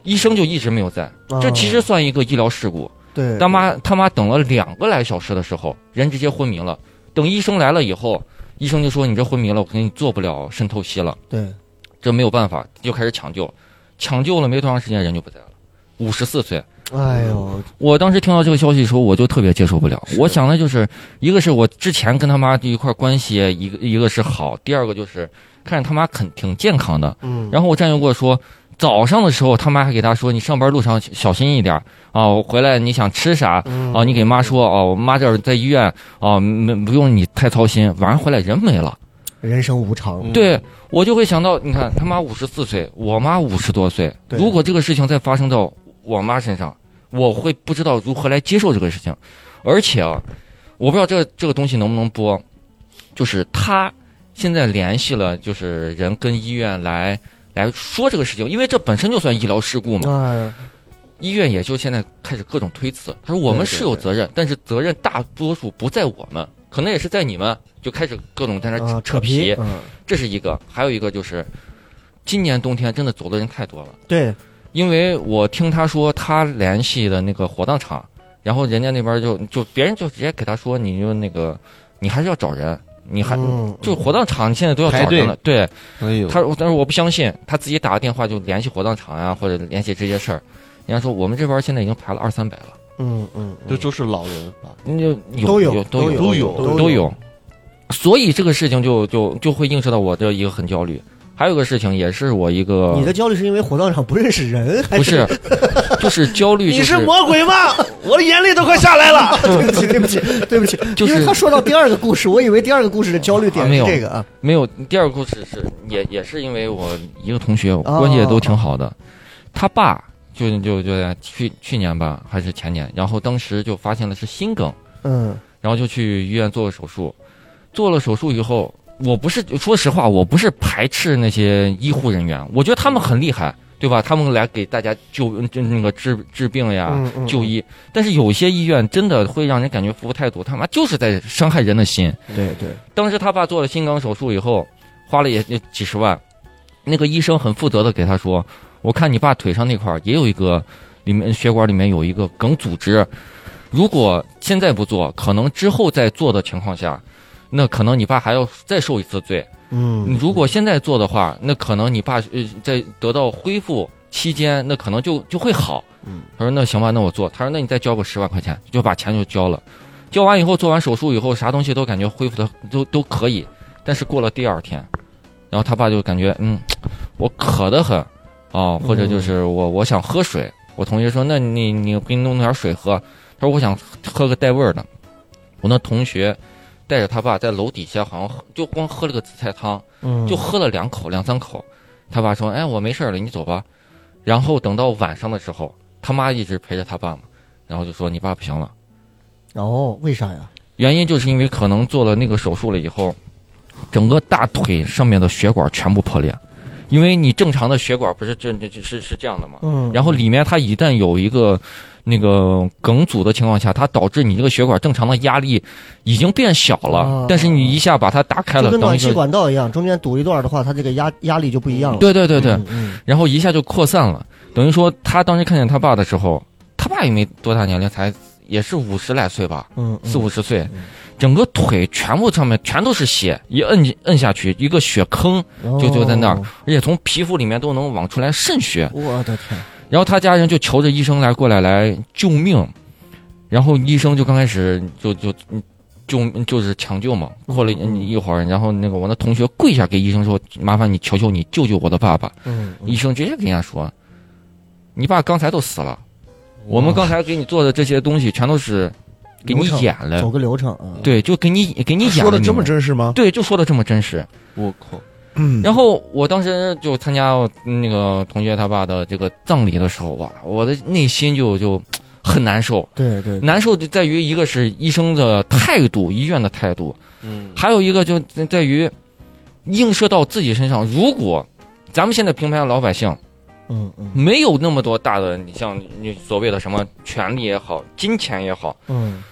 Speaker 4: 医生就一直没有在。
Speaker 3: 嗯
Speaker 4: 这其实算一个医疗事故。
Speaker 3: 对
Speaker 4: 他妈他妈等了两个来小时的时候，人直接昏迷了。等医生来了以后，医生就说：“你这昏迷了，我给你做不了渗透析了，
Speaker 3: 对，
Speaker 4: 这没有办法。”就开始抢救，抢救了没多长时间，人就不在了。五十四岁，
Speaker 3: 哎呦，
Speaker 4: 我当时听到这个消息的时候，我就特别接受不了。我想的就是，一个是我之前跟他妈这一块关系，一个一个是好，第二个就是看着他妈肯挺健康的，
Speaker 3: 嗯，
Speaker 4: 然后我战友跟我说，早上的时候他妈还给他说，你上班路上小心一点儿啊，我回来你想吃啥啊，你给妈说哦、我妈这儿在医院啊，没不用你太操心，晚上回来人没了。
Speaker 3: 人生无常，
Speaker 6: 嗯
Speaker 4: 对我就会想到，你看他妈五十四岁，我妈五十多岁，
Speaker 3: 对
Speaker 4: 如果这个事情再发生到我妈身上，我会不知道如何来接受这个事情，而且啊，我不知道这个这个东西能不能播，就是他现在联系了，就是人跟医院来来说这个事情，因为这本身就算医疗事故嘛，
Speaker 3: 哎，
Speaker 4: 医院也就现在开始各种推辞，他说我们是有责任，但是责任大多数不在我们，可能也是在你们，就开始各种在那
Speaker 3: 啊
Speaker 4: 儿
Speaker 3: 扯皮，嗯，
Speaker 4: 这是一个，还有一个就是，今年冬天真的走的人太多了，
Speaker 3: 对，
Speaker 4: 因为我听他说他联系的那个火葬场，然后人家那边就就别人就直接给他说，你就那个你还是要找人，你还、
Speaker 3: 嗯
Speaker 4: 就火葬场你现在都要
Speaker 6: 排
Speaker 4: 找
Speaker 6: 队
Speaker 4: 人了，对，
Speaker 6: 哎呦，
Speaker 4: 他说但是我不相信，他自己打个电话就联系火葬场呀、啊或者联系这些事儿，人家说我们这边现在已经排了二三百了，
Speaker 3: 嗯嗯，
Speaker 6: 这都是老人吧？
Speaker 4: 那就有
Speaker 3: 都有
Speaker 4: 有都
Speaker 3: 都有
Speaker 6: 都有
Speaker 3: 都有
Speaker 4: 都有，所以这个事情就就就会映射到我的一个很焦虑。还有个事情也是我一个，
Speaker 3: 你的焦虑是因为火葬场不认识人，还
Speaker 4: 不 是，就是焦虑、就是，
Speaker 6: 鬼吗？ 我的眼泪都快下来了。
Speaker 3: 对不起，对不 起，对不起，
Speaker 4: 就是
Speaker 3: 因为他说到第二个故事，我以为第二个故事的焦虑点
Speaker 4: 啊没
Speaker 3: 是
Speaker 4: 有
Speaker 3: 这个啊，
Speaker 4: 没有。第二个故事是也也是因为我一个同学
Speaker 3: 哦
Speaker 4: 关系也都挺好的，他爸就就就在去去年吧还是前年，然后当时就发现了是心梗，
Speaker 3: 嗯，
Speaker 4: 然后就去医院做了手术，做了手术以后，我不是说实话，我不是排斥那些医护人员，我觉得他们很厉害，对吧？他们来给大家救就那个治治病呀。
Speaker 3: 嗯嗯
Speaker 4: 啊就医，但是有些医院真的会让人感觉服务态度他妈就是在伤害人的心。
Speaker 3: 对对，
Speaker 4: 当时他爸做了心梗手术以后，花了也也几十万，那个医生很负责的给他说，我看你爸腿上那块儿也有一个，里面血管里面有一个梗组织，如果现在不做，可能之后再做的情况下，那可能你爸还要再受一次罪。
Speaker 3: 嗯，
Speaker 4: 如果现在做的话，那可能你爸呃在得到恢复期间，那可能就就会好。
Speaker 3: 嗯，
Speaker 4: 他说那行吧，那我做。他说那你再交个十万块钱，就把钱就交了。交完以后，做完手术以后，啥东西都感觉恢复的都都可以。但是过了第二天，然后他爸就感觉嗯，我渴得很啊、或者就是
Speaker 3: 嗯
Speaker 4: 我我想喝水。我同学说那你你我给你弄点水喝。他说我想喝个带味儿的。我那同学带着他爸在楼底下好像喝就光喝了个紫菜汤。
Speaker 3: 嗯
Speaker 4: 就喝了两口两三口，他爸说：“哎，我没事儿了，你走吧。”然后等到晚上的时候，他妈一直陪着他爸嘛，然后就说：“你爸不行了。
Speaker 3: 哦，为啥呀？”
Speaker 4: 原因就是因为可能做了那个手术了以后，整个大腿上面的血管全部破裂，因为你正常的血管不是这这这是是这样的嘛，
Speaker 3: 嗯，
Speaker 4: 然后里面它一旦有一个那个梗阻的情况下，它导致你这个血管正常的压力已经变小
Speaker 3: 啊
Speaker 4: 了，但是你一下把它打开
Speaker 3: 就
Speaker 4: 了，
Speaker 3: 跟
Speaker 4: 等
Speaker 3: 暖
Speaker 4: 于
Speaker 3: 气
Speaker 4: 是
Speaker 3: 管道一样，中间堵一段的话，它这个压压力就不一样了。
Speaker 4: 对对对对，
Speaker 3: 嗯，嗯
Speaker 4: 然后一下就扩散了。等于说，他当时看见他爸的时候，他爸也没多大年龄，才也是五十来岁吧，
Speaker 3: 嗯，嗯
Speaker 4: 四五十岁，整个腿全部上面全都是血，一摁进摁下去，一个血坑，就就在那儿
Speaker 3: 哦
Speaker 4: 而且从皮肤里面都能往出来渗血。
Speaker 3: 我的天，
Speaker 4: 然后他家人就求着医生来过来来救命，然后医生就刚开始就就嗯救就是抢救嘛，过了
Speaker 3: 嗯嗯
Speaker 4: 一会儿，然后那个我那同学跪下给医生说：“麻烦你求求你救救我的爸爸。”
Speaker 3: 嗯，
Speaker 4: 医生直接跟人家说：“你爸刚才都死了，我们刚才给你做的这些东西全都是给你
Speaker 3: 流程
Speaker 4: 演
Speaker 3: 走
Speaker 4: 了，
Speaker 3: 个流程啊。
Speaker 4: 对，就给你给你演
Speaker 5: 说
Speaker 4: 了。
Speaker 5: 的这么
Speaker 4: 你们
Speaker 5: 真嗯实吗？
Speaker 4: 对，就说的这么真实。
Speaker 6: 我靠，
Speaker 4: 然后我当时就参加我那个同学他爸的这个葬礼的时候，哇，我的内心就就很难受，
Speaker 3: 对对，
Speaker 4: 难受就在于一个是医生的态度，医院的态度，
Speaker 6: 嗯，
Speaker 4: 还有一个就在在于映射到自己身上。如果咱们现在平凡的老百姓，
Speaker 3: 嗯嗯
Speaker 4: 没有那么多大的，你像你所谓的什么权利也好，金钱也好，
Speaker 3: 嗯，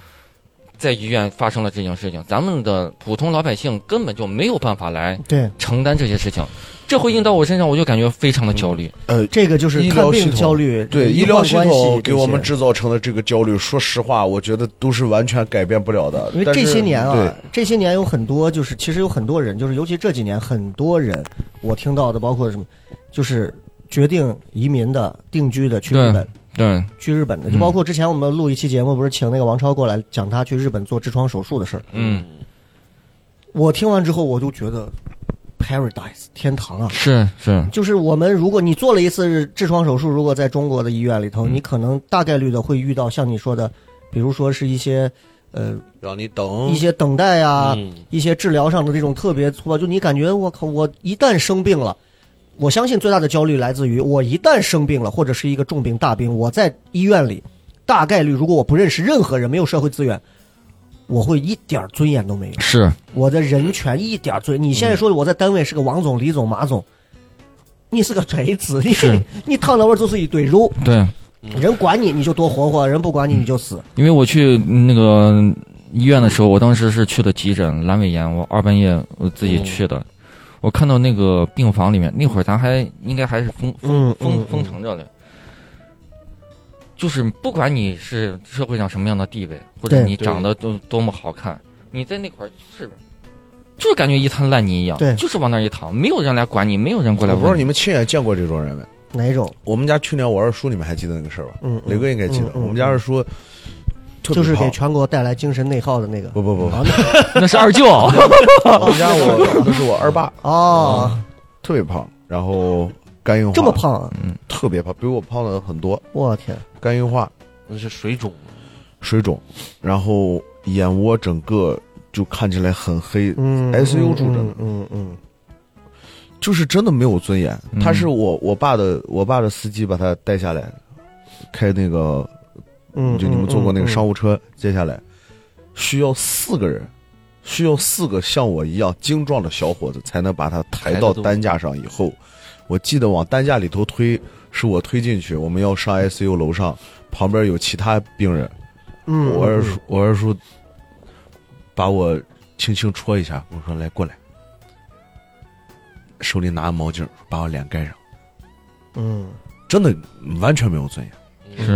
Speaker 4: 在医院发生了这件事情，咱们的普通老百姓根本就没有办法来
Speaker 3: 对，
Speaker 4: 承担这些事情，这回应到我身上，我就感觉非常的焦虑。
Speaker 3: 这个就是
Speaker 5: 医
Speaker 3: 看
Speaker 5: 疗系
Speaker 3: 病
Speaker 5: 统
Speaker 3: 焦虑，
Speaker 5: 呃对
Speaker 3: 医
Speaker 5: 医疗系统给我们
Speaker 3: 治，
Speaker 5: 制造成的这个焦虑，说实话，我觉得都是完全改变不了的。
Speaker 3: 因为
Speaker 5: 但是
Speaker 3: 这些年
Speaker 5: 对
Speaker 3: 啊，这些年有很多就是其实有很多人，就是尤其这几年很多人，我听到的包括什么，就是决定移民的、定居的去日
Speaker 4: 对
Speaker 3: 本。
Speaker 4: 对，
Speaker 3: 去日本的，就
Speaker 4: 嗯
Speaker 3: 包括之前我们录一期节目，不是请那个王超过来讲他去日本做痔疮手术的事儿。
Speaker 4: 嗯，
Speaker 3: 我听完之后，我就觉得 paradise 天堂啊！
Speaker 4: 是是，
Speaker 3: 就是我们，如果你做了一次痔疮手术，如果在中国的医院里头，
Speaker 4: 嗯
Speaker 3: 你可能大概率的会遇到像你说的，比如说是一些呃
Speaker 6: 让你等
Speaker 3: 一些等待啊，
Speaker 6: 嗯
Speaker 3: 一些治疗上的这种特别粗暴，就你感觉我靠，我一旦生病了，我相信最大的焦虑来自于我一旦生病了，或者是一个重病大病，我在医院里，大概率如果我不认识任何人，没有社会资源，我会一点儿尊严都没有，
Speaker 4: 是，
Speaker 3: 我的人权一点儿尊。你现在说我在单位是个王总、李总、马总，你是个锤子，你
Speaker 4: 是
Speaker 3: 你躺那味儿就是一堆肉，
Speaker 4: 对，
Speaker 3: 人管你你就多活活，人不管你你就死。
Speaker 4: 因为我去那个医院的时候，我当时是去的急诊，阑尾炎，我二半夜我自己去的。我看到那个病房里面，那会儿咱还应该还是封
Speaker 3: 嗯
Speaker 4: 封
Speaker 3: 嗯
Speaker 4: 封城着的，就是不管你是社会上什么样的地位，或者
Speaker 3: 对
Speaker 4: 你长得多多么好看，你在那块儿就是就是感觉一滩烂泥一样
Speaker 3: 对，
Speaker 4: 就是往那儿一躺，没有人来管你，没有人过来
Speaker 5: 我不知道
Speaker 4: 问
Speaker 5: 你们亲眼见过这种人没？
Speaker 3: 哪一种？
Speaker 5: 我们家去年我二叔，你们还记得那个事儿吧？
Speaker 3: 嗯，嗯
Speaker 5: 雷哥应该记得
Speaker 3: 嗯，嗯
Speaker 5: 我们家二叔特
Speaker 3: 就
Speaker 5: 别
Speaker 3: 是
Speaker 5: 胖
Speaker 3: 给。全国带来精神内耗的那个。
Speaker 5: 不不不，
Speaker 3: 啊
Speaker 4: 那 是二舅，
Speaker 5: 我们家我那是我二爸，
Speaker 3: 哦，
Speaker 5: 特别胖，然后肝硬化，
Speaker 3: 这么，胖啊！
Speaker 5: 特别胖，比我胖的很多，
Speaker 3: 我天，
Speaker 5: 肝硬化、
Speaker 6: 那是水肿，
Speaker 5: 水肿，然后眼窝整个就看起来很黑，
Speaker 3: 嗯
Speaker 5: ICU 住着呢
Speaker 3: 嗯嗯
Speaker 5: 就是真的没有尊严。
Speaker 4: 嗯
Speaker 5: 他是我我爸的我爸的司机把他带下来，开那个
Speaker 3: 嗯，
Speaker 5: 就你们坐过那个商
Speaker 3: 务，
Speaker 5: 务车接下来，需要四个人，需要四个像我一样精壮的小伙子才能把他抬
Speaker 6: 抬
Speaker 5: 到
Speaker 6: 得动
Speaker 5: 担架上。以后，我记得往担架里头推，是我推进去，我们要上 ICU 楼上，旁边有其他病人，
Speaker 3: 嗯，
Speaker 5: 我二叔我二叔把我轻轻戳一下，我说来过来，手里拿个毛巾把我脸盖上，
Speaker 3: 嗯，
Speaker 5: 真的完全没有尊严，
Speaker 4: 是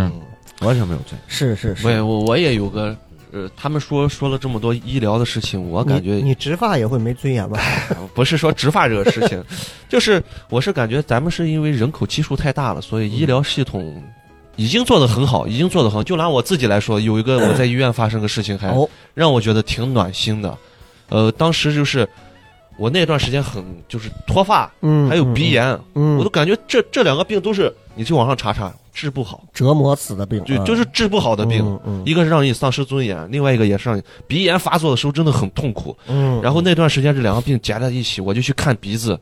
Speaker 5: 完全没有尊严。
Speaker 3: 是是是。
Speaker 6: 我也我我也有个，呃，他们说说了这么多医疗的事情，我感觉
Speaker 3: 你你植发也会没尊严吧？
Speaker 6: 不是说植发这个事 情，就是我是感觉咱们是因为人口基数太大了，所以医疗系统已经做得很好，已经做得很好。就拿我自己来说，有一个我在医院发生个事情，还
Speaker 3: 哦，
Speaker 6: 让我觉得挺暖心的。呃，当时就是我那段时间很就是脱发，
Speaker 3: 嗯，
Speaker 6: 还有鼻炎，
Speaker 3: 嗯，嗯，
Speaker 6: 我都感觉这这两个病都是你去网上查查治不好，
Speaker 3: 折磨死的病，
Speaker 6: 就
Speaker 3: 嗯
Speaker 6: 就是治不好的病。，
Speaker 3: 嗯
Speaker 6: 一个是让你丧失尊严，另外一个也是让你鼻炎发作的时候真的很痛苦，
Speaker 3: 嗯，
Speaker 6: 然后那段时间这两个病夹在一起，我就去看鼻子。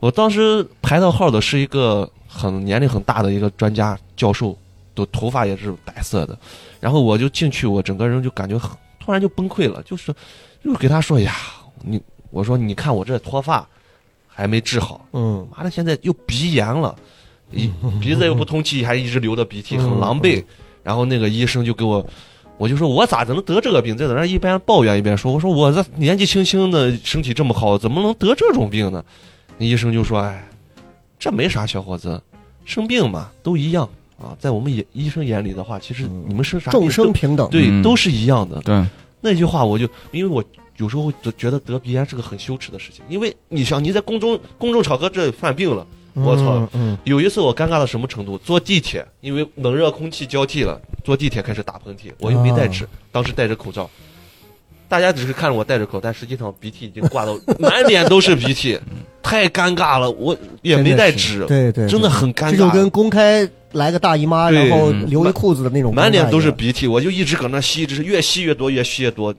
Speaker 6: 我当时排到号的是一个很年龄很大的一个专家教授，都头发也是白色的。然后我就进去，我整个人就感觉很突然就崩溃了，就是就是给他说呀，你我说你看我这脱发还没治好，
Speaker 3: 嗯
Speaker 6: 妈的现在又鼻炎了，一鼻子又不通气，还一直流着鼻涕，很狼
Speaker 3: 嗯
Speaker 6: 狈。然后那个医生就给我，我就说我咋能得这个病？在那儿一边抱怨一边说，我说我这年纪轻轻的，身体这么好，怎么能得这种病呢？那医生就说，哎，这没啥，小伙子，生病嘛都一样啊，在我们眼医生眼里的话，其实
Speaker 3: 嗯
Speaker 6: 你们生啥病
Speaker 3: 众生
Speaker 6: 都
Speaker 3: 平等，
Speaker 6: 对
Speaker 4: 嗯
Speaker 6: 都是一样的。
Speaker 4: 对，
Speaker 6: 那句话我就因为我有时候会觉得得鼻炎是个很羞耻的事情，因为你想你在公众公众场合这犯病了。我操
Speaker 3: 嗯，嗯，
Speaker 6: 有一次我尴尬到什么程度？坐地铁，因为冷热空气交替了，坐地铁开始打喷嚏，我又没带
Speaker 3: 啊
Speaker 6: 纸，当时戴着口罩，大家只是看着我戴着口罩，但实际上鼻涕已经挂到满脸都是鼻 涕，太尴尬了，我也没带纸，
Speaker 3: 对对，
Speaker 6: 真的
Speaker 3: 对
Speaker 6: 很尴
Speaker 3: 这就
Speaker 6: 尬
Speaker 3: 跟。公开来个大姨妈，
Speaker 6: 对
Speaker 3: 然后
Speaker 4: 嗯
Speaker 3: 流一裤子的那种，
Speaker 6: 满脸都是，鼻涕，我就一直搁那吸，只是越吸越多，越吸越多。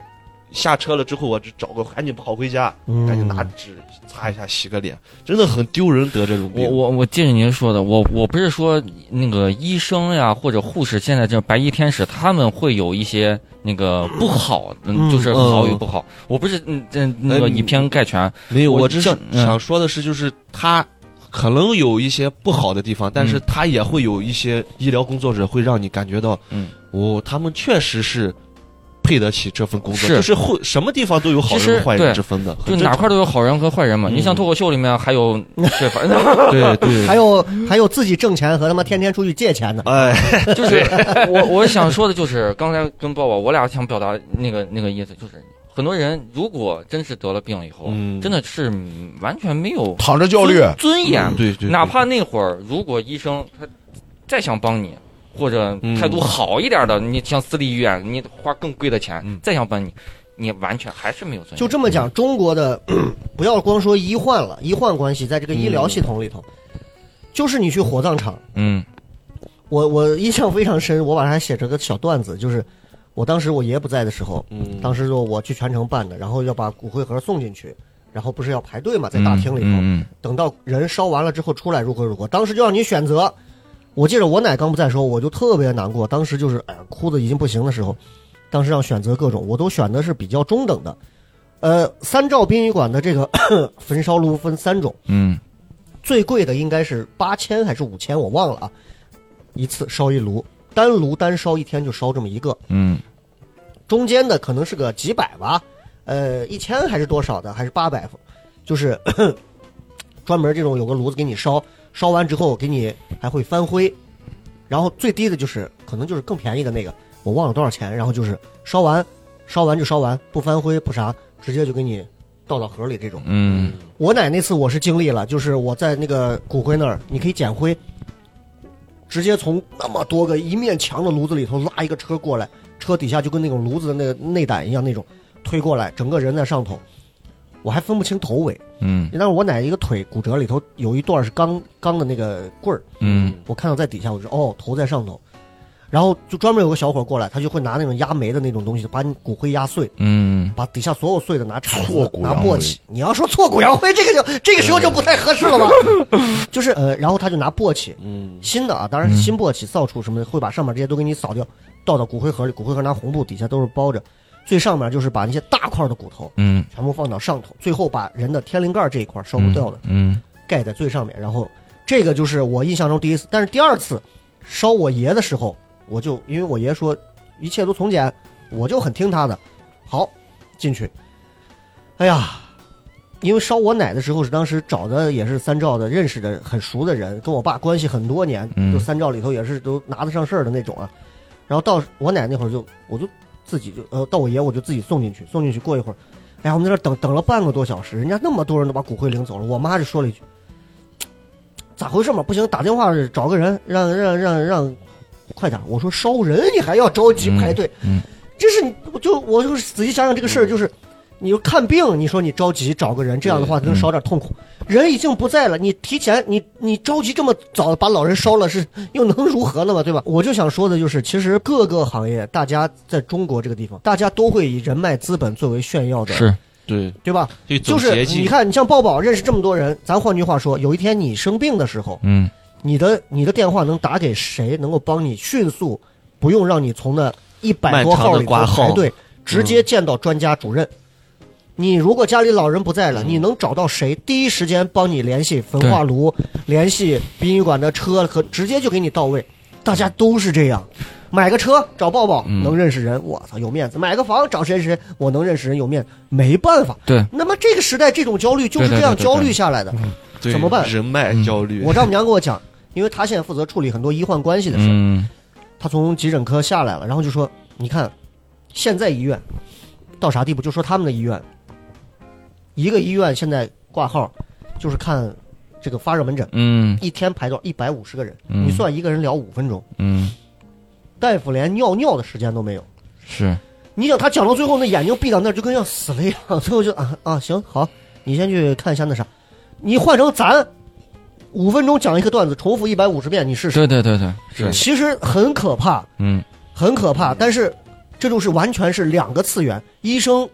Speaker 6: 下车了之后，我就找个赶紧跑回家，
Speaker 3: 嗯
Speaker 6: 赶紧拿纸擦一下，洗个脸，真的很丢人得这种病。
Speaker 4: 我我我记着您说的，我我不是说那个医生呀或者护士，现在这白衣天使他们会有一些那个不好，
Speaker 3: 嗯
Speaker 4: 嗯，就是好与
Speaker 6: 嗯
Speaker 4: 不好。我不是嗯嗯那个
Speaker 6: 嗯
Speaker 4: 以偏概全，
Speaker 6: 没有，
Speaker 4: 我
Speaker 6: 我只是
Speaker 4: 正嗯
Speaker 6: 想说的是，就是他可能有一些不好的地方，但
Speaker 4: 嗯
Speaker 6: 是他也会有一些医疗工作者会让你感觉到，
Speaker 4: 嗯，
Speaker 6: 哦，他们确实是配得起这份工作，
Speaker 4: 是
Speaker 6: 就是会什么地方都有好
Speaker 4: 其实
Speaker 6: 人坏人
Speaker 4: 对
Speaker 6: 之分的，
Speaker 4: 就
Speaker 6: 很正
Speaker 4: 哪
Speaker 6: 常
Speaker 4: 块都有好人和坏人嘛。
Speaker 6: 嗯
Speaker 4: 你像脱口秀里面还有对，反正
Speaker 6: 对对，
Speaker 3: 还有还有自己挣钱和他妈天天出去借钱的，
Speaker 6: 哎，
Speaker 4: 就是我我想说的就是刚才跟抱抱我俩想表达那个那个意思，就是很多人如果真是得了病以后，
Speaker 6: 嗯
Speaker 4: 真的是完全没有
Speaker 5: 躺着焦虑，
Speaker 4: 尊严，
Speaker 6: 嗯对对，
Speaker 4: 哪怕那会儿，如果医生他再想帮你，或者
Speaker 6: 嗯
Speaker 4: 态度好一点的，你像私立医院，你花更贵的钱，
Speaker 5: 嗯
Speaker 4: 再想帮你，你完全还是没有尊严。
Speaker 3: 就这么讲，中国的 不要光说医患了，医患关系在这个医疗系统里头，就是你去火葬场，
Speaker 4: 嗯
Speaker 3: 我我印象非常深，我晚上还写着个小段子，就是我当时我爷不在的时候，
Speaker 6: 嗯，
Speaker 3: 当时就我去全程办的，然后要把骨灰盒送进去，然后不是要排队嘛，在大厅里头，
Speaker 4: 嗯
Speaker 3: 等到人烧完了之后出来如何如何，当时就让你选择。我记得我奶刚不在的时候，我就特别难过，当时就是哎呀哭的已经不行的时候，当时让选择各种，我都选的是比较中等的。呃，三兆殡仪馆的这个 焚烧炉分三种，
Speaker 4: 嗯
Speaker 3: 最贵的应该是八千还是五千，我忘了啊。一次烧一炉，单炉单烧一天就烧这么一个，
Speaker 4: 嗯
Speaker 3: 中间的可能是个几百吧，呃，一千还是多少的，还是八百，就是 专门这种有个炉子给你烧，烧完之后给你还会翻灰，然后最低的就是可能就是更便宜的那个，我忘了多少钱，然后就是烧完，烧完就烧完，不翻灰不啥，直接就给你倒到盒里这种。
Speaker 4: 嗯
Speaker 3: 我奶那次我是经历了，就是我在那个骨灰那儿，你可以捡灰，直接从那么多个一面墙的炉子里头拉一个车过来，车底下就跟那种炉子的那个内胆一样那种推过来，整个人在上头，我还分不清头尾。
Speaker 4: 嗯
Speaker 3: 但是我奶一个腿骨折里头有一段是钢钢的那个棍儿，我看到在底下，我说哦，头在上头，然后就专门有个小伙过来，他就会拿那种压煤的那种东西把你骨灰压碎，
Speaker 4: 嗯
Speaker 3: 把底下所有碎的拿铲
Speaker 5: 挫
Speaker 3: 子、
Speaker 5: 骨
Speaker 3: 拿
Speaker 5: 扬
Speaker 3: 簸
Speaker 5: 灰
Speaker 3: 箕。你要说挫骨扬灰，这个就这个时候就不太合适了吧？ 就是呃，然后他就拿簸箕，
Speaker 6: 嗯
Speaker 3: 新的啊，当然是新簸箕、扫帚什么的，会把上面这些都给你扫掉，倒到骨灰盒里，骨灰盒拿红布，底下都是包着，最上面就是把那些大块的骨头
Speaker 4: 嗯，
Speaker 3: 全部放到上头，最后把人的天灵盖这一块烧不掉的
Speaker 4: 嗯
Speaker 3: 盖在最上面，然后这个就是我印象中第一次，但是第二次烧我爷的时候，我就因为我爷说一切都从简，我就很听他的，好进去，哎呀，因为烧我奶的时候是当时找的也是三兆的认识的很熟的人，跟我爸关系很多年，
Speaker 4: 嗯
Speaker 3: 就三兆里头也是都拿得上事儿的那种啊。然后到我奶那会儿就我就自己就呃到我爷我就自己送进去，送进去过一会儿，哎呀我们在那儿等等了半个多小时，人家那么多人都把骨灰领走了，我妈就说了一句：“咋回事嘛？不行，打电话找个人，让让让让，快点儿！”我说烧人你还要着急排队，
Speaker 4: 嗯
Speaker 3: 这是你我就我就是仔细想想这个事儿，就是你看病，你说你着急找个人，这样的话能
Speaker 4: 嗯
Speaker 3: 少点痛苦。人已经不在了，你提前你你着急这么早把老人烧了，是又能如何呢嘛，对吧？我就想说的就是，其实各个行业，大家在中国这个地方，大家都会以人脉资本作为炫耀的，
Speaker 4: 是
Speaker 6: 对，
Speaker 3: 对吧？
Speaker 6: 就
Speaker 3: 就
Speaker 6: 走
Speaker 3: 是
Speaker 6: 捷
Speaker 3: 你
Speaker 6: 径，
Speaker 3: 看，你像抱抱认识这么多人，咱换句话说，有一天你生病的时候，
Speaker 4: 嗯
Speaker 3: 你的你的电话能打给谁，能够帮你迅速，不用让你从那一百多号里头
Speaker 6: 漫长的挂
Speaker 3: 排
Speaker 6: 号
Speaker 4: 嗯
Speaker 3: 队，直接见到专家主任。你如果家里老人不在
Speaker 4: 嗯
Speaker 3: 了，你能找到谁？第一时间帮你联系焚化炉，联系殡仪馆的车和直接就给你到位。大家都是这样，买个车找抱抱
Speaker 4: 嗯
Speaker 3: 能认识人，我操有面子；买个房找谁谁谁我能认识人有面子，没办法。
Speaker 4: 对，
Speaker 3: 那么这个时代这种焦虑就是这样
Speaker 4: 对对对对
Speaker 3: 焦虑
Speaker 4: 对
Speaker 3: 下来的。
Speaker 6: 对
Speaker 3: 怎么办
Speaker 6: 人脉
Speaker 5: 嗯
Speaker 6: 焦虑，
Speaker 3: 我丈 母娘跟我讲，因为她现在负责处理很多医患关系的事儿，
Speaker 4: 嗯
Speaker 3: 她从急诊科下来了，然后就说：“你看，现在医院到啥地步？就说他们的医院，一个医院现在挂号就是看这个发热门诊，
Speaker 4: 嗯
Speaker 3: 一天排到一百五十个人，
Speaker 4: 嗯
Speaker 3: 你算一个人聊五分钟，
Speaker 4: 嗯
Speaker 3: 大夫连尿尿的时间都没有。
Speaker 4: 是
Speaker 3: 你想他讲到最后，那眼睛闭到那儿就跟要死了一样， 最后就啊啊行好，你先去看一下那啥，你换成咱。”五分钟讲一个段子，重复一百五十遍，你试试。
Speaker 4: 对对对对
Speaker 6: 是
Speaker 3: 其实很可怕，
Speaker 4: 嗯
Speaker 3: 很可怕。但是这就是完全是两个次元。医生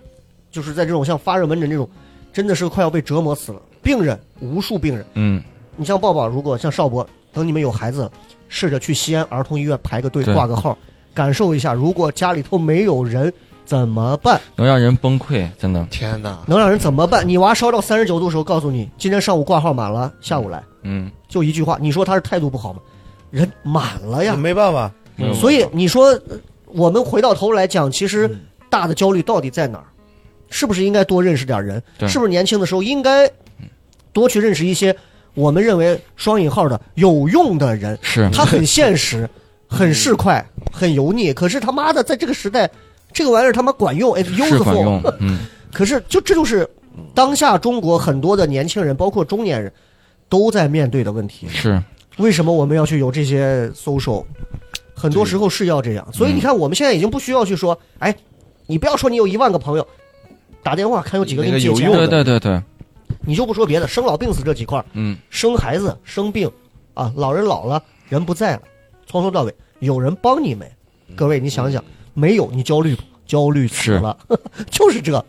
Speaker 3: 就是在这种像发热门诊这种，真的是快要被折磨死了。病人无数病人，
Speaker 4: 嗯
Speaker 3: 你像抱抱，如果像邵博，等你们有孩子了，试着去西安儿童医院排个队，
Speaker 4: 对
Speaker 3: 挂个号，感受一下，如果家里头没有人怎么办？
Speaker 4: 能让人崩溃，真的
Speaker 6: 天哪，
Speaker 3: 能让人怎么办？你娃烧到三十九度的时候，告诉你今天上午挂号满了，下午来，
Speaker 4: 嗯
Speaker 3: 就一句话，你说他是态度不好吗？人满了呀，
Speaker 5: 没办法，
Speaker 4: 没有
Speaker 3: 所以你说，呃我们回到头来讲，其实
Speaker 4: 嗯
Speaker 3: 大的焦虑到底在哪儿？是不是应该多认识点人？
Speaker 4: 对
Speaker 3: 是不是年轻的时候应该多去认识一些我们认为双引号的有用的人？
Speaker 4: 是
Speaker 3: 他很现 实，很市侩，
Speaker 4: 嗯
Speaker 3: 很油腻。可是他妈的，在这个时代，这个玩意儿他妈管用，it's 哎
Speaker 4: 是管
Speaker 3: useful
Speaker 4: 用。，嗯
Speaker 3: 可是就这就是当下中国很多的年轻人，包括中年人，都在面对的问题。
Speaker 4: 是
Speaker 3: 为什么我们要去有这些 social？很多时候是要这样，所以你
Speaker 4: 嗯
Speaker 3: 看，我们现在已经不需要去说，哎，你不要说你有一万个朋友，打电话看有几个给你借
Speaker 6: 那个
Speaker 3: 钱
Speaker 6: 有用
Speaker 4: 对
Speaker 3: 的，
Speaker 4: 对对对，
Speaker 3: 你就不说别的，生老病死这几块儿，
Speaker 4: 嗯
Speaker 3: 生孩子、生病啊，老人老了，人不在了，从头到尾有人帮你没？各位，你想想，没有你焦虑不？焦虑死了， 就是这，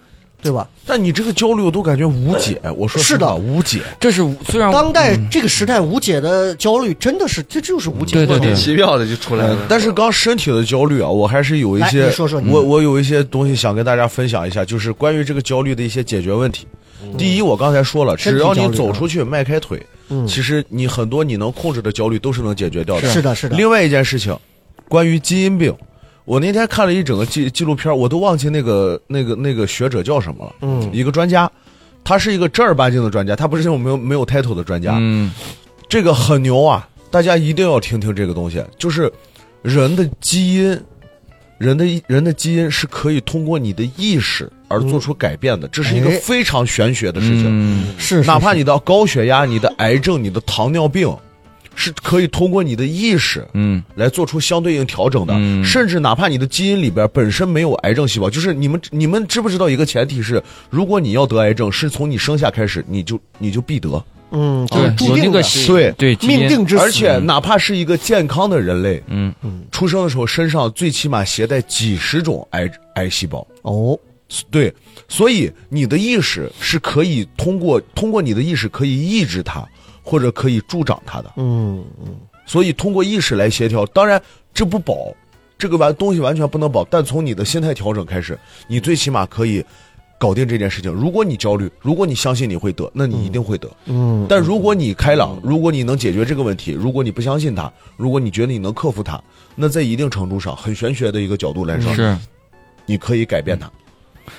Speaker 3: 对吧？
Speaker 5: 但你这个焦虑我都感觉无解。我说
Speaker 3: 哎是的
Speaker 5: 实话无解。
Speaker 4: 这是虽然
Speaker 3: 当代这个时代无解的焦虑，真的是这就是无解
Speaker 4: 对
Speaker 3: 的
Speaker 4: 对
Speaker 3: 问题。
Speaker 4: 对
Speaker 6: 奇妙的就
Speaker 3: 嗯
Speaker 6: 出来了，
Speaker 5: 嗯但是刚身体的焦虑啊，我还是有一
Speaker 3: 来
Speaker 5: 些，
Speaker 3: 你说说你
Speaker 5: 我我有一些东西想跟大家分享一下，就是关于这个焦虑的一些解决问题。
Speaker 3: 嗯
Speaker 5: 第一，我刚才说了，
Speaker 3: 身体
Speaker 5: 只要
Speaker 3: 焦
Speaker 5: 你
Speaker 3: 虑
Speaker 5: 走
Speaker 3: 啊
Speaker 5: 出去迈开腿，
Speaker 3: 嗯，
Speaker 5: 其实你很多你能控制的焦虑都是能解决掉的。
Speaker 3: 是的，是的，
Speaker 5: 另外一件事情，关于基因病，我那天看了一整个纪纪录片，我都忘记那个那个那个学者叫什么了，
Speaker 3: 嗯
Speaker 5: 一个专家，他是一个正儿八经的专家，他不是那种没有没有 title 的专家，
Speaker 4: 嗯
Speaker 5: 这个很牛啊！大家一定要听听这个东西，就是人的基因，人的人的基因是可以通过你的意识而做出改变的，这是一个
Speaker 3: 哎
Speaker 5: 非常玄学的事情。
Speaker 4: 嗯
Speaker 3: 是，是
Speaker 5: 哪怕
Speaker 3: 是
Speaker 5: 你的高血压、你的癌症、你的糖尿病，是可以通过你的意识
Speaker 4: 嗯
Speaker 5: 来做出相对应调整的。
Speaker 4: 嗯
Speaker 5: 甚至哪怕你的基因里边本身没有癌症细胞，就是你们你们知不知道一个前提是，如果你要得癌症，是从你生下开始你就你就必得。
Speaker 3: 嗯，就是
Speaker 4: 对
Speaker 3: 注
Speaker 4: 有
Speaker 3: 定
Speaker 4: 那
Speaker 3: 的
Speaker 4: 个
Speaker 5: 对
Speaker 4: 对基因
Speaker 3: 命定之死，
Speaker 5: 而且哪怕是一个健康的人类，
Speaker 4: 嗯
Speaker 5: 出生的时候身上最起码携带几十种癌癌细胞。
Speaker 3: 哦，
Speaker 5: 对，所以你的意识是可以通过通过你的意识可以抑制它，或者可以助长它的。
Speaker 3: 嗯，
Speaker 5: 所以通过意识来协调，当然这不保，这个完东西完全不能保，但从你的心态调整开始，你最起码可以。搞定这件事情。如果你焦虑，如果你相信你会得，那你一定会得。
Speaker 3: 嗯，
Speaker 5: 但如果你开朗，如果你能解决这个问题，如果你不相信它，如果你觉得你能克服它，那在一定程度上，很玄学的一个角度来说，
Speaker 4: 是
Speaker 5: 你可以改变它。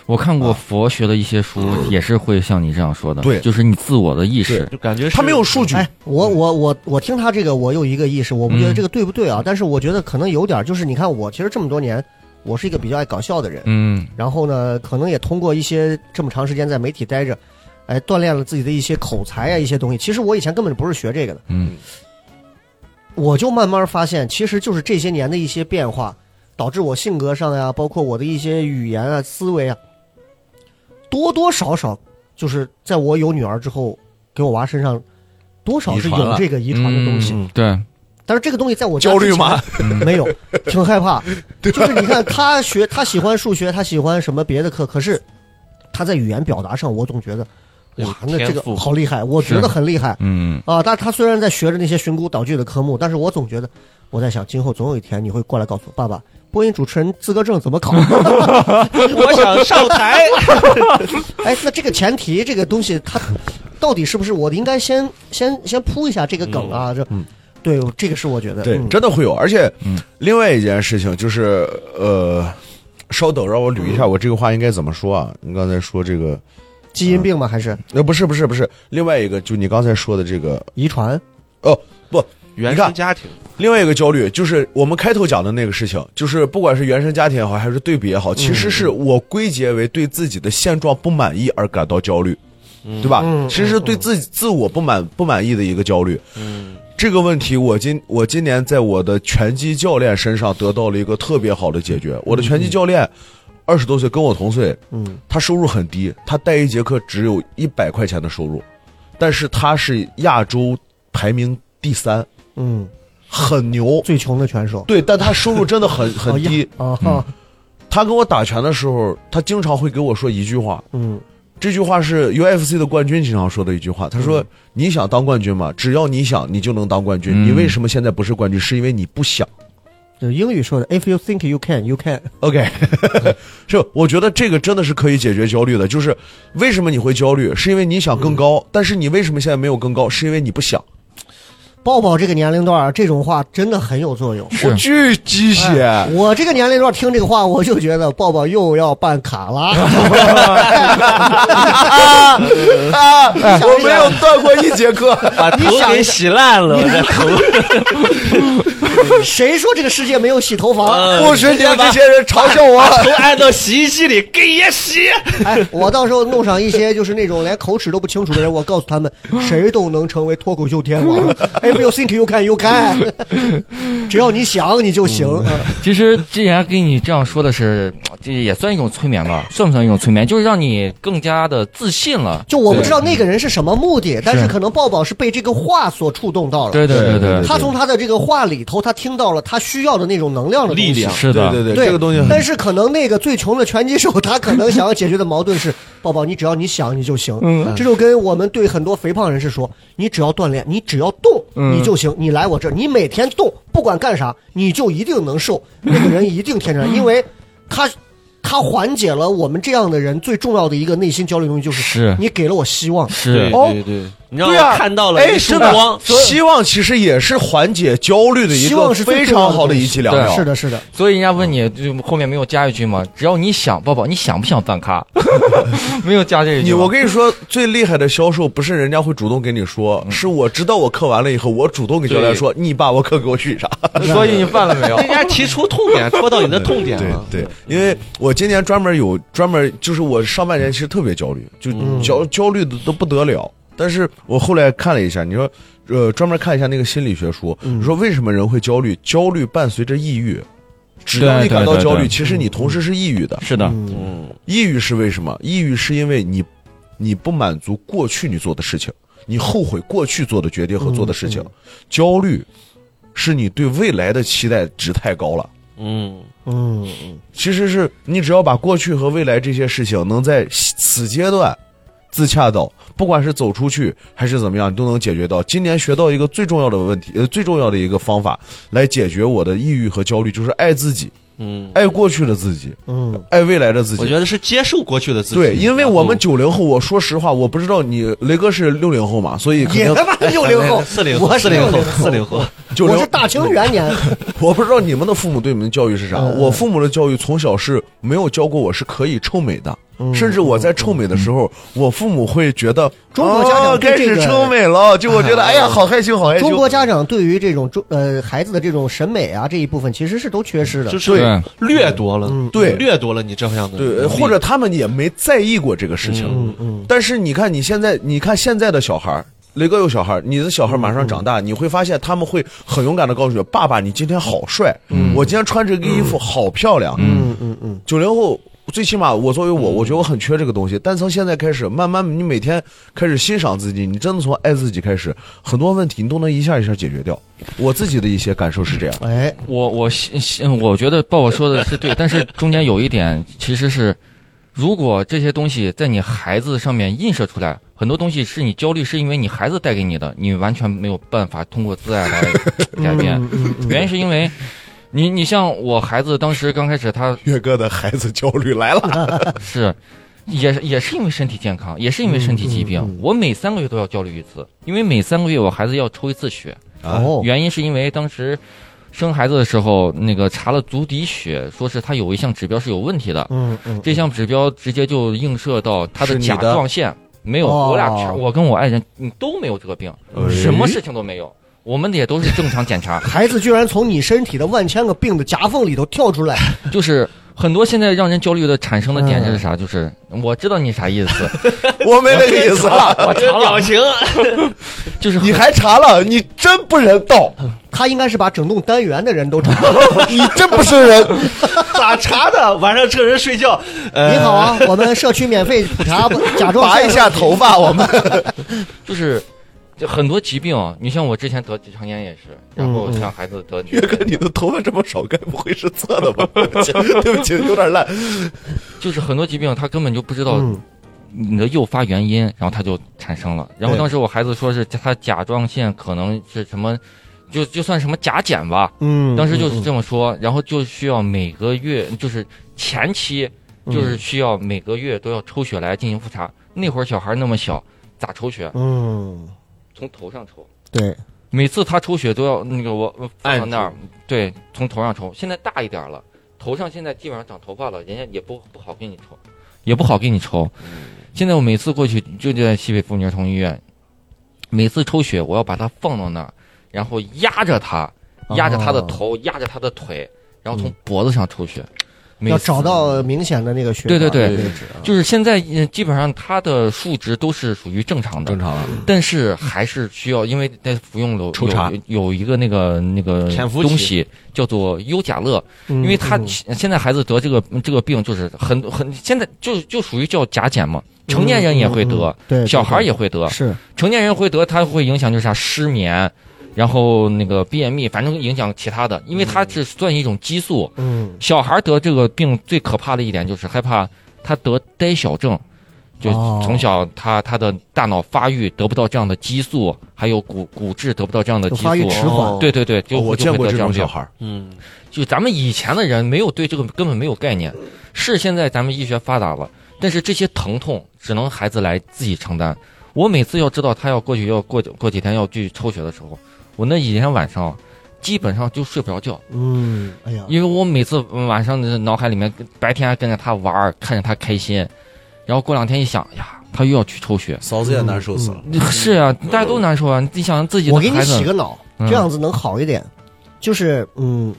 Speaker 4: 我看过
Speaker 5: 啊
Speaker 4: 佛学的一些书，
Speaker 3: 啊
Speaker 4: 也是会像你这样说的，
Speaker 5: 对
Speaker 4: 就是你自我的意识
Speaker 5: 对，
Speaker 6: 就感觉是
Speaker 5: 他没有数据，
Speaker 3: 哎，我我我我听他这个，我有一个意识，我不觉得这个对不对啊，但是我觉得可能有点儿，就是你看我其实这么多年，我是一个比较爱搞笑的人，
Speaker 4: 嗯，
Speaker 3: 然后呢，可能也通过一些这么长时间在媒体待着，哎，锻炼了自己的一些口才啊，一些东西。其实我以前根本不是学这个的，
Speaker 4: 嗯，
Speaker 3: 我就慢慢发现，其实就是这些年的一些变化，导致我性格上呀、包括我的一些语言啊、思维啊，多多少少就是在我有女儿之后，给我娃身上多少是
Speaker 5: 遗传
Speaker 3: 有
Speaker 5: 了
Speaker 3: 这个遗传的东西。
Speaker 4: 嗯对，
Speaker 3: 但是这个东西在我家
Speaker 5: 焦虑吗
Speaker 3: 之前？ 没有，挺害 怕。就是你看他学，他喜欢数学，他喜欢什么别的课，可是他在语言表达上，我总觉得，
Speaker 6: 有
Speaker 3: 哇，那这
Speaker 6: 天
Speaker 3: 个
Speaker 6: 赋
Speaker 3: 好厉害，我觉得很厉害
Speaker 4: 嗯，
Speaker 3: 啊。但是他虽然在学着那些寻古导句的科目，但是我总觉得，我在想，今后总有一天你会过来告诉我，爸爸，播音主持人资格证怎么考？
Speaker 6: 哎我想上台，
Speaker 3: 哎，那这个前提，这个东西它到底是不是我应该先先先铺一下这个梗
Speaker 6: 嗯
Speaker 3: 啊？这，对，这个是我觉得，
Speaker 5: 对，
Speaker 3: 嗯
Speaker 5: 真的会有。而且，另外一件事情就是，呃，稍等，让我捋一下我这个话应该怎么说啊？你刚才说这个，呃
Speaker 3: 基因病吗？还是
Speaker 5: 那、不是不是不是，另外一个就你刚才说的这个，
Speaker 3: 遗传？
Speaker 5: 哦不，
Speaker 6: 原
Speaker 5: 你看
Speaker 6: 生家庭，
Speaker 5: 另外一个焦虑就是我们开头讲的那个事情，就是不管是原生家庭也好，还是对比也
Speaker 3: 嗯
Speaker 5: 好，其实是我归结为对自己的现状不满意而感到焦虑，对吧？
Speaker 3: 嗯嗯
Speaker 5: 其实是对自己自我不满不满意的一个焦虑。这个问题我今我今年在我的拳击教练身上得到了一个特别好的解决。我的拳击教练二十多岁，跟我同岁，
Speaker 3: 嗯，
Speaker 5: 他收入很低，他带一节课只有一百块钱的收入，但是他是亚洲排名第三，
Speaker 3: 嗯，
Speaker 5: 很牛。
Speaker 3: 最穷的拳手，
Speaker 5: 对，但他收入真的 很
Speaker 4: 哎
Speaker 5: 很低。
Speaker 3: 啊哈，
Speaker 5: 他跟我打拳的时候，他经常会给我说一句话，
Speaker 3: 嗯
Speaker 5: 这句话是 UFC 的冠军经常说的一句话。他说：“你想当冠军吗？只要你想，你就能当冠军。
Speaker 4: 嗯
Speaker 5: 你为什么现在不是冠军？是因为你不 想。
Speaker 3: 就英语说的，If you think you can, you can。”
Speaker 5: OK，是，我觉得这个真的是可以解决焦虑的。就是为什么你会焦虑，是因为你
Speaker 4: 嗯
Speaker 5: 想更高，但是你为什么现在没有更高，是因为你不想。
Speaker 3: 抱抱这个年龄段儿，这种话真的很有作用。
Speaker 4: 是哎
Speaker 5: 巨鸡血，
Speaker 3: 我这个年龄段听这个话，我就觉得抱抱又要办卡拉。
Speaker 5: 我没有断过一节课。
Speaker 6: 把头给洗烂了，我这头。
Speaker 3: 谁说这个世界没有洗头房？
Speaker 5: 不许你们这些人嘲笑我。
Speaker 6: 头按到洗衣机里给也洗。
Speaker 3: 哎，我到时候弄上一些就是那种连口齿都不清楚的人，我告诉他们，谁都能成为脱口秀天王。If 哎 you think you can, you can。只要你想，你就行。嗯
Speaker 4: 其实既然跟你这样说的是，这也算一种催眠吧，算不算一种催眠？就是让你更加的自信了。
Speaker 3: 就我不知道那个人是什么目的，但是可能抱抱是被这个话所触动到了。
Speaker 4: 对对
Speaker 5: 对
Speaker 4: 对对，
Speaker 3: 他从他的这个话里头，他听到了他需要的那种能量的东西
Speaker 6: 力量
Speaker 4: 是的，
Speaker 5: 对对
Speaker 3: 对
Speaker 5: 这个东
Speaker 6: 嗯
Speaker 5: 西很
Speaker 3: 但是可能那个最穷的拳击手，他可能想要解决的矛盾是：宝宝，你只要你想，你就行。嗯，这就跟我们对很多肥胖人士说，你只要锻炼，你只要动，你就行。你来我这儿，你每天动，不管干啥，你就一定能瘦。那个人一定天然，因为他他缓解了我们这样的人最重要的一个内心焦虑的东西，就是
Speaker 4: 是
Speaker 3: 你给了我希望。
Speaker 4: 是
Speaker 5: 哦
Speaker 6: 对对，你让
Speaker 5: 对啊
Speaker 6: 我看到了
Speaker 5: 哎，
Speaker 6: 一束
Speaker 5: 真的
Speaker 6: 光，。
Speaker 5: 希望其实也是缓解焦虑的一
Speaker 3: 希
Speaker 5: 个
Speaker 3: 望是
Speaker 5: 非
Speaker 3: 最重要
Speaker 5: 常
Speaker 3: 的
Speaker 5: 好的
Speaker 3: 东
Speaker 5: 一
Speaker 3: 西
Speaker 5: 剂良
Speaker 6: 啊
Speaker 5: 药。
Speaker 3: 是，的，是的。
Speaker 4: 所以人家问你，就后面没有加一句吗？只要你想，抱抱，你想不想办卡？ 没有加这一句吗。
Speaker 5: 你我跟你说，最厉害的销售不是人家会主动跟你说，是我知道我课完了以后，我主动给教练说：“你把我课给我续上。
Speaker 4: 所以你犯了没 有
Speaker 6: 人？家提出痛点，戳到你的痛”点
Speaker 5: 对
Speaker 4: 啊
Speaker 6: 了。
Speaker 5: 对，因为我今年专门有专门，就是我上半年其实特别焦虑，就
Speaker 4: 嗯
Speaker 5: 焦焦虑的都不得了。但是我后来看了一下，你说，呃，专门看一下那个心理学书，
Speaker 4: 嗯
Speaker 5: 你说为什么人会焦虑？焦虑伴随着抑郁，只要
Speaker 4: 对
Speaker 5: 你感
Speaker 4: 对
Speaker 5: 到
Speaker 4: 对
Speaker 5: 焦虑，
Speaker 4: 对嗯
Speaker 5: 其实你嗯同时是抑郁的。
Speaker 4: 是的，
Speaker 5: 抑郁是为什么？抑郁是因为你，你不满足过去你做的事情，你后悔过去做的决定和做的
Speaker 4: 嗯
Speaker 5: 事情。焦虑，是你对未来的期待值太高了。
Speaker 6: 嗯，
Speaker 3: 嗯，
Speaker 5: 其实是你只要把过去和未来这些事情能在此阶段自洽到，不管是走出去还是怎么样，你都能解决到。今年学到一个最重要的问题，呃，最重要的一个方法来解决我的抑郁和焦虑，就是爱自己，
Speaker 6: 嗯，
Speaker 5: 爱过去的自己，
Speaker 3: 嗯，
Speaker 5: 爱未来的自己
Speaker 6: 我。觉得是接受过去的自己。啊
Speaker 5: 对，因为
Speaker 6: 然后
Speaker 5: 我们九零后，我说实话，我不知道你雷哥是六零后嘛，所以肯
Speaker 3: 也
Speaker 5: 定
Speaker 3: 他妈六零后，
Speaker 6: 哎四零
Speaker 3: 我
Speaker 6: 后，
Speaker 3: 是
Speaker 6: 四零后
Speaker 3: 60，
Speaker 6: 四零后，
Speaker 5: 就
Speaker 3: 我
Speaker 5: 聊
Speaker 3: 是大清元年，
Speaker 5: 我不知道你们的父母对你们的教育是啥，
Speaker 3: 嗯嗯
Speaker 5: 我父母的教育从小是没有教过我是可以臭美的，
Speaker 3: 嗯
Speaker 5: 甚至我在臭美的时候，我父母会觉得
Speaker 3: 中国家长
Speaker 5: 哦
Speaker 3: 对
Speaker 5: 开
Speaker 3: 这个
Speaker 5: 始臭美了，就我觉 得哎呀好害羞，好害羞。
Speaker 3: 中国家长对于这种中呃孩子的这种审美啊这一部分其实是都缺失的
Speaker 6: 就。是掠夺了，
Speaker 5: 对
Speaker 6: 掠夺了你这样的
Speaker 5: 对，
Speaker 6: 能
Speaker 5: 呃
Speaker 6: 力
Speaker 5: 或者他们也没在意过这个事情。
Speaker 3: 嗯嗯，
Speaker 5: 但是你看你现在，你看现在的小孩儿雷哥有小孩儿，你的小孩儿马
Speaker 3: 嗯
Speaker 5: 上长大，你会发现他们会很勇敢的告诉你：“爸爸，你今天好帅，我今天穿这个衣服好漂亮。”
Speaker 3: 嗯嗯嗯，
Speaker 5: 九零后，最起码我作为我，我觉得我很缺这个东西。但从现在开始，慢慢你每天开始欣赏自己，你真的从爱自己开始，很多问题你都能一下一下解决掉。我自己的一些感受是这样。
Speaker 3: 哎，
Speaker 4: 我我信信，我觉得鲍勃说的是对，但是中间有一点其实是，如果这些东西在你孩子上面映射出来，很多东西是你焦虑，是因为你孩子带给你的，你完全没有办法通过自爱来改 变。
Speaker 5: 嗯
Speaker 4: 原因是因为你你像我孩子当时刚开始他
Speaker 5: 岳哥的孩子焦虑来 了，
Speaker 4: 是。也是也是因为身体健康，也是因为身体疾病。我每三个月都要焦虑一次，因为每三个月我孩子要抽一次血。
Speaker 3: 哦，
Speaker 4: 原因是因为当时生孩子的时候，那个查了足底血，说是他有一项指标是有问题的，
Speaker 3: 嗯嗯，
Speaker 4: 这项指标直接就映射到他
Speaker 5: 是你
Speaker 4: 甲
Speaker 5: 的
Speaker 4: 状腺没有。
Speaker 3: 哦，
Speaker 4: 我俩查，我跟我爱人你都没有这个病，什么事情都没有，我们也都是正常检查
Speaker 3: 孩子居然从你身体的万千个病的夹缝里头跳出来，
Speaker 4: 就是。很多现在让人焦虑的产生的点是啥？就是我知道你啥意思，
Speaker 5: 我没那个意思啊了，
Speaker 4: 我查了，
Speaker 6: 情，啊
Speaker 4: 就是
Speaker 5: 你还查了，你真不人道，
Speaker 3: 他应该是把整栋单元的人都找了。
Speaker 5: 你真不是人。
Speaker 6: 咋查的？晚上趁人睡觉，呃
Speaker 3: 你好啊，我们社区免费普查甲状
Speaker 5: 拔
Speaker 3: 腺
Speaker 5: 一下头发，我们
Speaker 4: 就是，就很多疾病啊。你像我之前得结肠炎也是，然
Speaker 3: 嗯
Speaker 4: 后像孩子 得
Speaker 5: 岳哥，你的头发这么少，该不会是测 的吧？对不起，有点烂。
Speaker 4: 就是很多疾病啊他根本就不知道
Speaker 3: 嗯
Speaker 4: 你的诱发原因，然后它就产生了。然后当时我孩子说是他甲状腺可能是什么，就就算什么甲减吧，
Speaker 3: 嗯，
Speaker 4: 当时就是这么说。然后就需要每个月，就是前期
Speaker 3: 嗯
Speaker 4: 就是需要每个月都要抽血来进行复查。那会儿小孩那么小，咋抽血？啊
Speaker 3: 嗯，
Speaker 4: 从头上抽。
Speaker 3: 对，
Speaker 4: 每次他抽血都要那个我我放
Speaker 6: 按
Speaker 4: 到
Speaker 6: 住
Speaker 4: 那儿，对，从头上抽。现在大一点儿了，头上现在基本上长头发了，人家也不不好给你抽，也不好给你抽。现在我每次过去就在西北妇女儿童医院，每次抽血我要把它放到那儿，然后压着他，压着他的头，压着他的腿，然后从脖子上抽血。
Speaker 3: 嗯
Speaker 4: 每
Speaker 3: 要
Speaker 4: 次
Speaker 3: 找到明显的那个血
Speaker 4: 对对
Speaker 3: 管的
Speaker 4: 对
Speaker 3: 位置啊
Speaker 4: 就是现在，嗯，基本上它的数值都是属于正常的，
Speaker 5: 常了，
Speaker 3: 嗯
Speaker 4: 但是还是需要，因为在服用了
Speaker 5: 抽查
Speaker 4: 有有一个那个那个
Speaker 6: 潜伏期
Speaker 4: 东西叫做优甲乐，
Speaker 3: 嗯
Speaker 4: 因为他
Speaker 3: 嗯
Speaker 4: 现在孩子得这个这个病就是很很现在就就属于叫甲减嘛，成年人也会
Speaker 3: 嗯嗯
Speaker 4: 得
Speaker 3: 嗯，对，对
Speaker 4: 小孩也会得
Speaker 3: 对，是
Speaker 4: 成年人会得，它会影响就是啥失眠，然后那个便秘，反正影响其他的，因为它是算一种激素。
Speaker 3: 嗯，
Speaker 4: 小孩得这个病最可怕的一点就是害怕他得呆小症，就
Speaker 3: 哦
Speaker 4: 从小他他的大脑发育得不到这样的激素，还有骨骨质得不到这样的
Speaker 3: 就
Speaker 4: 激
Speaker 3: 发育迟
Speaker 4: 素。
Speaker 3: 缓
Speaker 6: 哦，
Speaker 4: 对对对，就
Speaker 5: 我
Speaker 4: 就
Speaker 5: 见
Speaker 4: 会
Speaker 5: 过
Speaker 4: 得
Speaker 5: 这
Speaker 4: 这样
Speaker 5: 种
Speaker 4: 病
Speaker 5: 小。孩儿，
Speaker 6: 嗯，
Speaker 4: 就咱们以前的人没有对这个根本没有概念，是现在咱们医学发达了，但是这些疼痛只能孩子来自己承担。我每次要知道他要过去要过过几天要去抽血的时候，我那几天晚上基本上就睡不着觉。
Speaker 3: 嗯，哎呀，
Speaker 4: 因为我每次嗯晚上的脑海里面，白天还跟着他玩儿，看着他开心，然后过两天一想，呀，他又要去抽 血。
Speaker 5: 嫂子也难受死了。
Speaker 4: 是啊，大家都难受啊！你想自己的
Speaker 3: 我给你
Speaker 4: 孩
Speaker 3: 洗
Speaker 4: 子，
Speaker 3: 个脑，
Speaker 4: 嗯
Speaker 3: 这样子能好一点。就是嗯，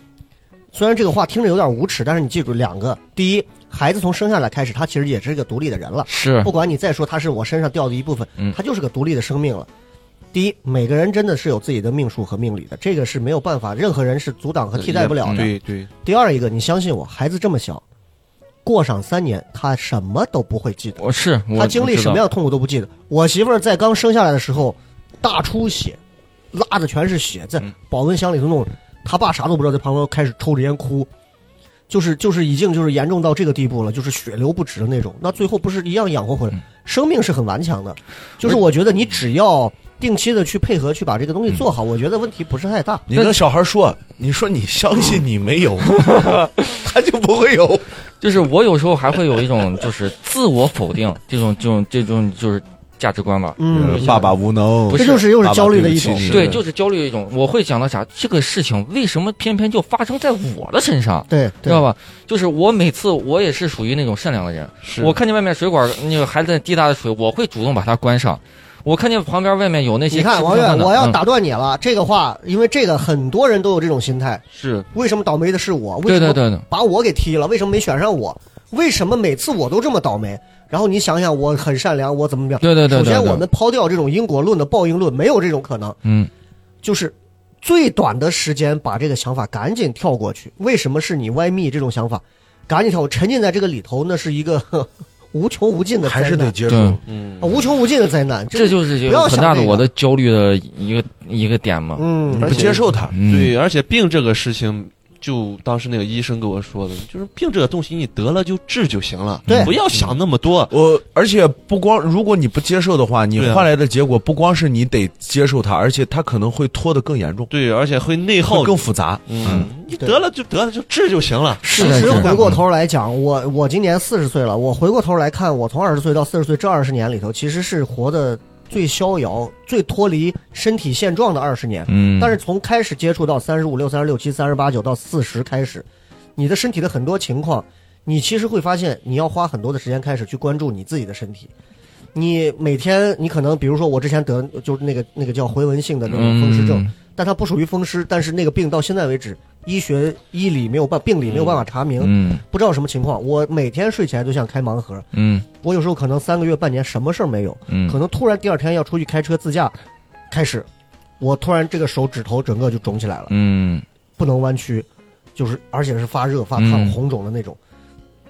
Speaker 3: 虽然这个话听着有点无耻，但是你记住两个：第一，孩子从生下来开始，他其实也是一个独立的人了，
Speaker 4: 是
Speaker 3: 不管你再说他是我身上掉的一部分
Speaker 4: 嗯，
Speaker 3: 他就是个独立的生命了。第一，每个人真的是有自己的命数和命理的，这个是没有办法，任何人是阻挡和替代不了的。
Speaker 6: 对对，
Speaker 3: 第二一个，你相信我，孩子这么小，过上三年，他什么都不会记得，
Speaker 4: 我是我
Speaker 3: 他经历
Speaker 4: 我知
Speaker 3: 什
Speaker 4: 道
Speaker 3: 么样的痛苦都不记得。我媳妇儿在刚生下来的时候，大出血，拉的全是血，在
Speaker 4: 嗯
Speaker 3: 保温箱里头弄着，他爸啥都不知道，在旁边开始抽着烟哭，就是就是已经就是严重到这个地步了，就是血流不止的那种。那最后不是一样养活
Speaker 4: 嗯
Speaker 3: 回来？生命是很顽强的，就是我觉得你只要定期的去配合去把这个东西做
Speaker 4: 嗯
Speaker 3: 好，我觉得问题不是太大。
Speaker 5: 你跟小孩说，你说你相信你没有，他就不会有。
Speaker 4: 就是我有时候还会有一种就是自我否定，这种这种这种就是价值观吧。
Speaker 3: 嗯，
Speaker 5: 爸爸无能，
Speaker 4: 呃不
Speaker 3: 这
Speaker 4: 是
Speaker 3: 就是又是
Speaker 5: 爸爸
Speaker 3: 焦虑的
Speaker 5: 对
Speaker 3: 一
Speaker 5: 不起
Speaker 3: 种。
Speaker 5: 你
Speaker 4: 对，就是焦虑一种。我会想到啥？这个事情为什么偏偏就发生在我的身上？
Speaker 3: 对，
Speaker 4: 知道吧？就是我每次我也是属于那种善良的人，
Speaker 6: 是
Speaker 4: 我看见外面水管那个孩子在滴答的水，我会主动把它关上。我看见旁边外面有那些
Speaker 3: 你看
Speaker 4: 吃不
Speaker 3: 王
Speaker 4: 上饭
Speaker 3: 远，
Speaker 4: 的
Speaker 3: 我要
Speaker 4: 嗯
Speaker 3: 打断你了。这个话，因为这个很多人都有这种心态。
Speaker 6: 是
Speaker 3: 为什么倒霉的是我？为
Speaker 4: 对
Speaker 3: 什
Speaker 4: 对
Speaker 3: 么
Speaker 4: 对对，
Speaker 3: 把我给踢了？为什么没选上我？为什么每次我都这么倒霉？然后你想想，我很善良，我怎么样？
Speaker 4: 对对对对
Speaker 3: 首先，
Speaker 4: 对
Speaker 3: 我们抛掉这种因果论的报应论，没有这种可能，
Speaker 4: 嗯，
Speaker 3: 就是最短的时间把这个想法赶紧跳过去。为什么是你歪密这种想法？赶紧跳过，沉浸在这个里头，那是一个 呵无穷无尽的灾
Speaker 5: 还
Speaker 3: 难，
Speaker 5: 是得接
Speaker 4: 对
Speaker 5: 受。，
Speaker 6: 嗯
Speaker 3: 啊无穷无尽的灾难。
Speaker 4: 这就是
Speaker 3: 不要
Speaker 4: 有
Speaker 3: 想
Speaker 4: 很大的
Speaker 3: 这个
Speaker 4: 我的焦虑的一个一个点嘛。
Speaker 3: 嗯，
Speaker 6: 而
Speaker 3: 而
Speaker 6: 且
Speaker 3: 且
Speaker 6: 接受它。
Speaker 4: 嗯
Speaker 6: 对，而且病这个事情，就当时那个医生跟我说的，就是病这个东西，你得了就治就行了，
Speaker 3: 对
Speaker 6: 不要想那么多。
Speaker 5: 我而且不光，如果你不接受的话，你
Speaker 6: 对啊
Speaker 5: 换来的结果不光是你得接受它，而且它可能会拖得更严重，
Speaker 6: 对，而且会内耗
Speaker 5: 会
Speaker 6: 你
Speaker 5: 更复杂。
Speaker 6: 嗯，你得了就得了，就治就行了。
Speaker 3: 其
Speaker 4: 是
Speaker 3: 实
Speaker 4: 的
Speaker 3: 回过头来讲，我我今年四十岁了，我回过头来看，我从二十岁到四十岁这二十年里头，其实是活得最逍遥、最脱离身体现状的二十年。
Speaker 4: 嗯，
Speaker 3: 但是从开始接触到三十五六、三十六七、三十八九到四十开始，你的身体的很多情况，你其实会发现你要花很多的时间开始去关注你自己的身体。你每天，你可能比如说我之前得就是那个那个叫回纹性的那种风湿症，
Speaker 4: 嗯
Speaker 3: 但它不属于风湿，但是那个病到现在为止，医学医理没有办病理没有办法查明，
Speaker 4: 嗯
Speaker 3: 不知道什么情况。我每天睡前都像开盲盒，
Speaker 4: 嗯
Speaker 3: 我有时候可能三个月半年什么事儿没有，
Speaker 4: 嗯，
Speaker 3: 可能突然第二天要出去开车自驾，开始，我突然这个手指头整个就肿起来了，
Speaker 4: 嗯
Speaker 3: 不能弯曲，就是而且是发热发烫
Speaker 4: 嗯
Speaker 3: 红肿的那种，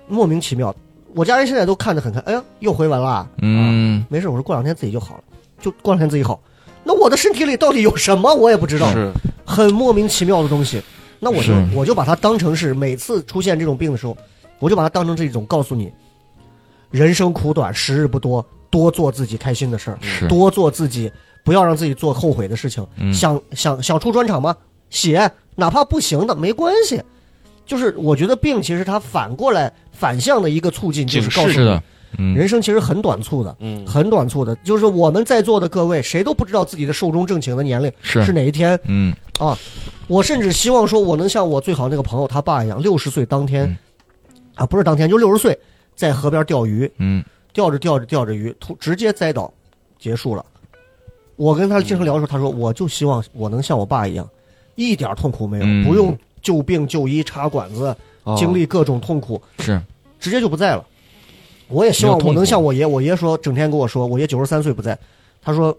Speaker 3: 莫名其妙。我家人现在都看得很开，哎呀，又回完了，啊，
Speaker 4: 嗯，
Speaker 3: 没事，我说过两天自己就好了，就过两天自己好。那我的身体里到底有什么，我也不 知道。
Speaker 6: 是，
Speaker 3: 很莫名其妙的东西。那我就是我就把它当成是每次出现这种病的时候，我就把它当成是一种告诉你，人生苦短，时日不多，多做自己开心的事儿，
Speaker 4: 是
Speaker 3: 多做自己，不要让自己做后悔的事情。
Speaker 4: 嗯
Speaker 3: 想想想出专场吗？写，哪怕不行的没关系。就是我觉得病其实它反过来反向的一个促进，就是告
Speaker 6: 警
Speaker 3: 诉
Speaker 4: 是
Speaker 3: 你，
Speaker 4: 的，嗯
Speaker 3: 人生其实很短促的，
Speaker 6: 嗯，
Speaker 3: 很短促的。就是我们在座的各位，谁都不知道自己的寿终正寝的年龄是
Speaker 4: 是
Speaker 3: 哪一天，
Speaker 4: 嗯
Speaker 3: 啊我甚至希望说，我能像我最好那个朋友他爸一样，六十岁当天，
Speaker 4: 嗯
Speaker 3: 啊，不是当天，就六十岁，在河边钓鱼，
Speaker 4: 嗯
Speaker 3: 钓着钓着钓着鱼，突直接栽倒，结束了。我跟他经常聊的时候，他说，我就希望我能像我爸一样，一点痛苦没有，
Speaker 4: 嗯哦
Speaker 3: 不用就病就医、插管子，经历各种痛苦，
Speaker 4: 是
Speaker 3: 直接就不在了。我也希望我能像我爷，我爷说整天跟我说，我爷九十三岁不在，他说，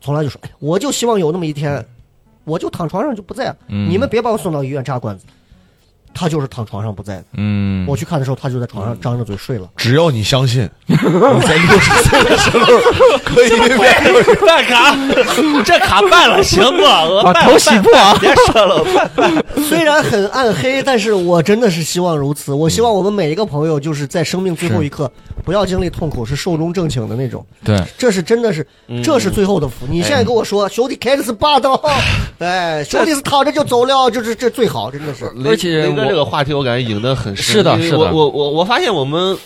Speaker 3: 从来就说，哎，我就希望有那么一天，我就躺床上就不在了。
Speaker 4: 嗯
Speaker 3: 你们别把我送到医院扎管子。他就是躺床上不在的。
Speaker 4: 嗯
Speaker 3: 我去看的时候，他就在床上张着嘴睡了。
Speaker 5: 只要你相信，你在六十岁的时候可以
Speaker 6: 办卡，这卡办了，行不？我
Speaker 4: 头洗不啊？
Speaker 6: 别说了，
Speaker 3: 虽然很暗黑，但是我真的是希望如此。我希望我们每一个朋友，就是在生命最后一刻，
Speaker 4: 嗯
Speaker 3: 不要经历痛苦，是寿终正寝的那种。
Speaker 4: 对，
Speaker 3: 这是真的是，这是最后的福。你现在跟我说，兄弟开的是霸道，哎，兄弟是躺着就走了，就是这最好，真的是。
Speaker 4: 而且
Speaker 6: 雷哥
Speaker 4: 我
Speaker 6: 这个话题我感觉引得很深。
Speaker 4: 是的
Speaker 6: 因为
Speaker 4: 是的
Speaker 6: 我我我我发现我们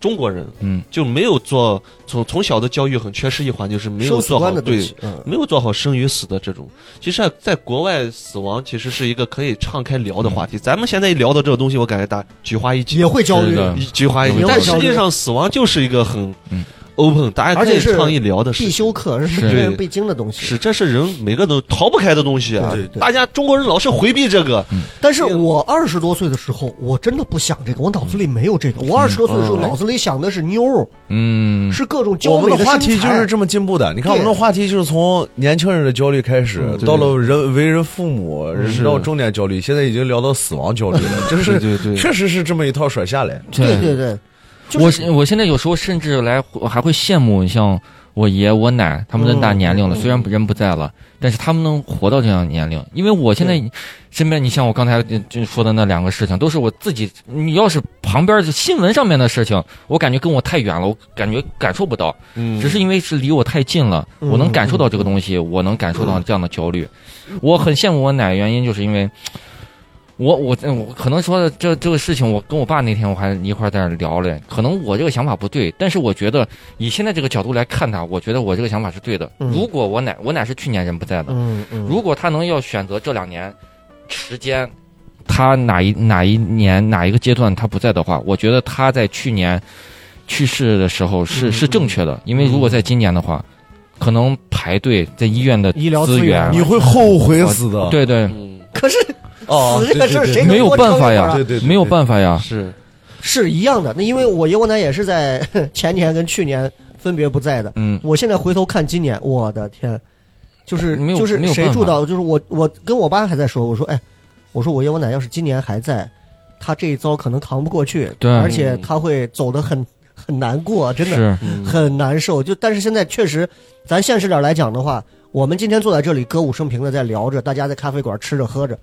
Speaker 6: 中国人
Speaker 4: 嗯
Speaker 6: 就没有做从从小的教育很缺失一环，就是没有
Speaker 3: 生死
Speaker 6: 做好
Speaker 3: 观的东
Speaker 6: 对
Speaker 3: 西，嗯，
Speaker 6: 没有做好生与死的这种。其实，啊在国外，死亡其实是一个可以敞开聊
Speaker 4: 嗯
Speaker 6: 的话题。咱们现在一聊到这个东西，我感觉大家菊花一紧，
Speaker 3: 也会焦
Speaker 4: 是
Speaker 3: 虑，
Speaker 4: 的
Speaker 6: 一菊花一紧
Speaker 3: 也。会
Speaker 6: 但
Speaker 3: 焦
Speaker 6: 实
Speaker 3: 虑
Speaker 6: 际上，死亡就是一个很
Speaker 4: 嗯
Speaker 6: open，大家
Speaker 3: 而
Speaker 6: 可
Speaker 3: 且
Speaker 6: 以
Speaker 3: 是
Speaker 6: 创意聊的事
Speaker 3: 必
Speaker 6: 情。
Speaker 3: 修课是
Speaker 4: 是
Speaker 3: 每个人
Speaker 6: 对
Speaker 3: 必经的东西。
Speaker 6: 是，这是人每个都逃不开的东西啊
Speaker 3: 对对！
Speaker 6: 大家中国人老是回避这个，
Speaker 4: 嗯
Speaker 3: 但是我二十多岁的时候，我真的不想这个，我脑子里没有这个。我二十多岁的时候，
Speaker 6: 嗯
Speaker 3: 脑子里想的是妞儿，
Speaker 4: 嗯
Speaker 3: 是各种
Speaker 5: 我
Speaker 3: 娇美
Speaker 5: 们的话
Speaker 3: 身
Speaker 5: 题就
Speaker 3: 材
Speaker 5: 是。这么进步的。你看，我们的话题就是从年轻人的焦虑开始，
Speaker 6: 对
Speaker 5: 到了人为人父母，人
Speaker 6: 是
Speaker 5: 到中年焦虑，现在已经聊到死亡焦虑了，就是
Speaker 6: 对对对
Speaker 5: 确实是这么一套甩下来。
Speaker 3: 对对对，
Speaker 4: 我是我现在有时候甚至来我还会羡慕像我爷我奶他们这大年龄了，虽然人不在了，但是他们能活到这样的年龄。因为我现在身边，你像我刚才呃就说的那两个事情，都是我自己。你要是旁边是新闻上面的事情，我感觉跟我太远了，我感觉感受不到，
Speaker 6: 嗯
Speaker 4: 只是因为是离我太近了，
Speaker 3: 嗯
Speaker 4: 我能感受到这个东西，我能感受到这样的焦虑。我很羡慕我奶，原因就是因为。我我嗯我可能说的这这个事情，我跟我爸那天我还一块儿在那儿聊嘞。可能我这个想法不对，但是我觉得以现在这个角度来看他，我觉得我这个想法是对的。
Speaker 3: 嗯
Speaker 4: 如果我奶我奶是去年人不在的，
Speaker 3: 嗯嗯，
Speaker 4: 如果他能要选择这两年时间，他哪一哪一年哪一个阶段他不在的话，我觉得他在去年去世的时候是、
Speaker 3: 嗯
Speaker 4: 是正确的，因为如果在今年的话，可能排队在医院的
Speaker 3: 医疗
Speaker 4: 资
Speaker 3: 资源
Speaker 5: 你会后悔死的。
Speaker 4: 对对，
Speaker 6: 嗯，
Speaker 3: 可是
Speaker 5: 哦
Speaker 3: 死这个事儿
Speaker 5: 对对对
Speaker 3: 谁能
Speaker 4: 没有
Speaker 3: 多
Speaker 4: 办
Speaker 3: 撑
Speaker 4: 法
Speaker 3: 一会儿
Speaker 4: 呀
Speaker 3: 啊
Speaker 5: 对对，对
Speaker 4: 没有办法呀，
Speaker 6: 是
Speaker 3: 是一样的。那因为我爷我奶也是在 前年跟去年分别不在的。
Speaker 4: 嗯，
Speaker 3: 我现在回头看今年，我的天，就是
Speaker 4: 没有
Speaker 3: 就是
Speaker 4: 没有
Speaker 3: 谁
Speaker 4: 办法
Speaker 3: 住到，就是我我跟我爸还在说，我说哎，我说我爷我奶要是今年还在，他这一遭可能扛不过去，
Speaker 4: 对
Speaker 3: 而且他会走得很很难过，真的
Speaker 4: 是
Speaker 6: 嗯
Speaker 3: 很难受。就但是现在确实，咱现实点来讲的话，我们今天坐在这里歌舞升平的在聊着，大家在咖啡馆吃着喝着，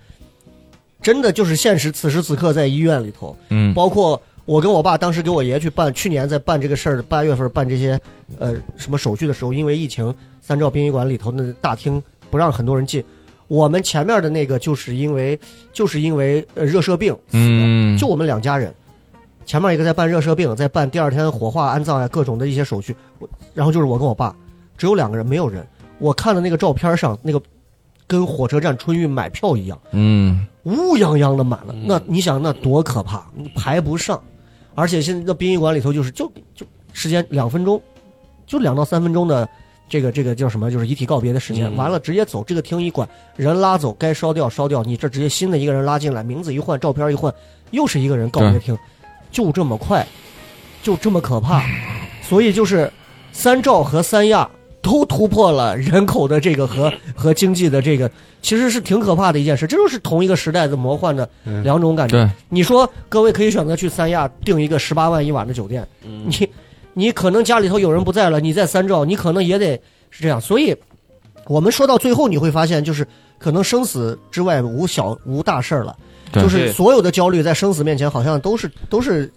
Speaker 3: 真的就是现实，此时此刻在医院里头，
Speaker 4: 嗯
Speaker 3: 包括我跟我爸当时给我爷去办，去年在办这个事儿，八月份办这些呃什么手续的时候，因为疫情，三兆殡仪馆里头那大厅不让很多人进。我们前面的那个就是因为就是因为呃热射病死的，
Speaker 4: 嗯，
Speaker 3: 就我们两家人，前面一个在办热射病，在办第二天火化、安葬呀各种的一些手续，我然后就是我跟我爸，只有两个人，没有人。我看的那个照片上，那个跟火车站春运买票一样，
Speaker 4: 嗯
Speaker 3: 乌泱泱的满了。那你想，那多可怕，你排不上，而且现在那殡仪馆里头就是就就时间两分钟，就两到三分钟的。这个这个叫什么？就是遗体告别的时间，
Speaker 6: 嗯
Speaker 3: 完了直接走。这个厅一管，人拉走，该烧掉烧掉，你这直接新的一个人拉进来，名字一换，照片一换，又是一个人告别厅，就这么快，就这么可怕，所以就是三兆和三亚都突破了人口的这个和和经济的这个，其实是挺可怕的一件事。这就是同一个时代的魔幻的两种感觉。
Speaker 4: 对，
Speaker 3: 你说各位可以选择去三亚订一个十八万一晚的酒店，
Speaker 6: 嗯
Speaker 3: 你你可能家里头有人不在了，你在三兆，你可能也得是这样。所以，我们说到最后，你会发现就是可能生死之外无小无大事儿了，
Speaker 4: 对
Speaker 3: 就是
Speaker 6: 对
Speaker 3: 所有的焦虑在生死面前好像都是都是，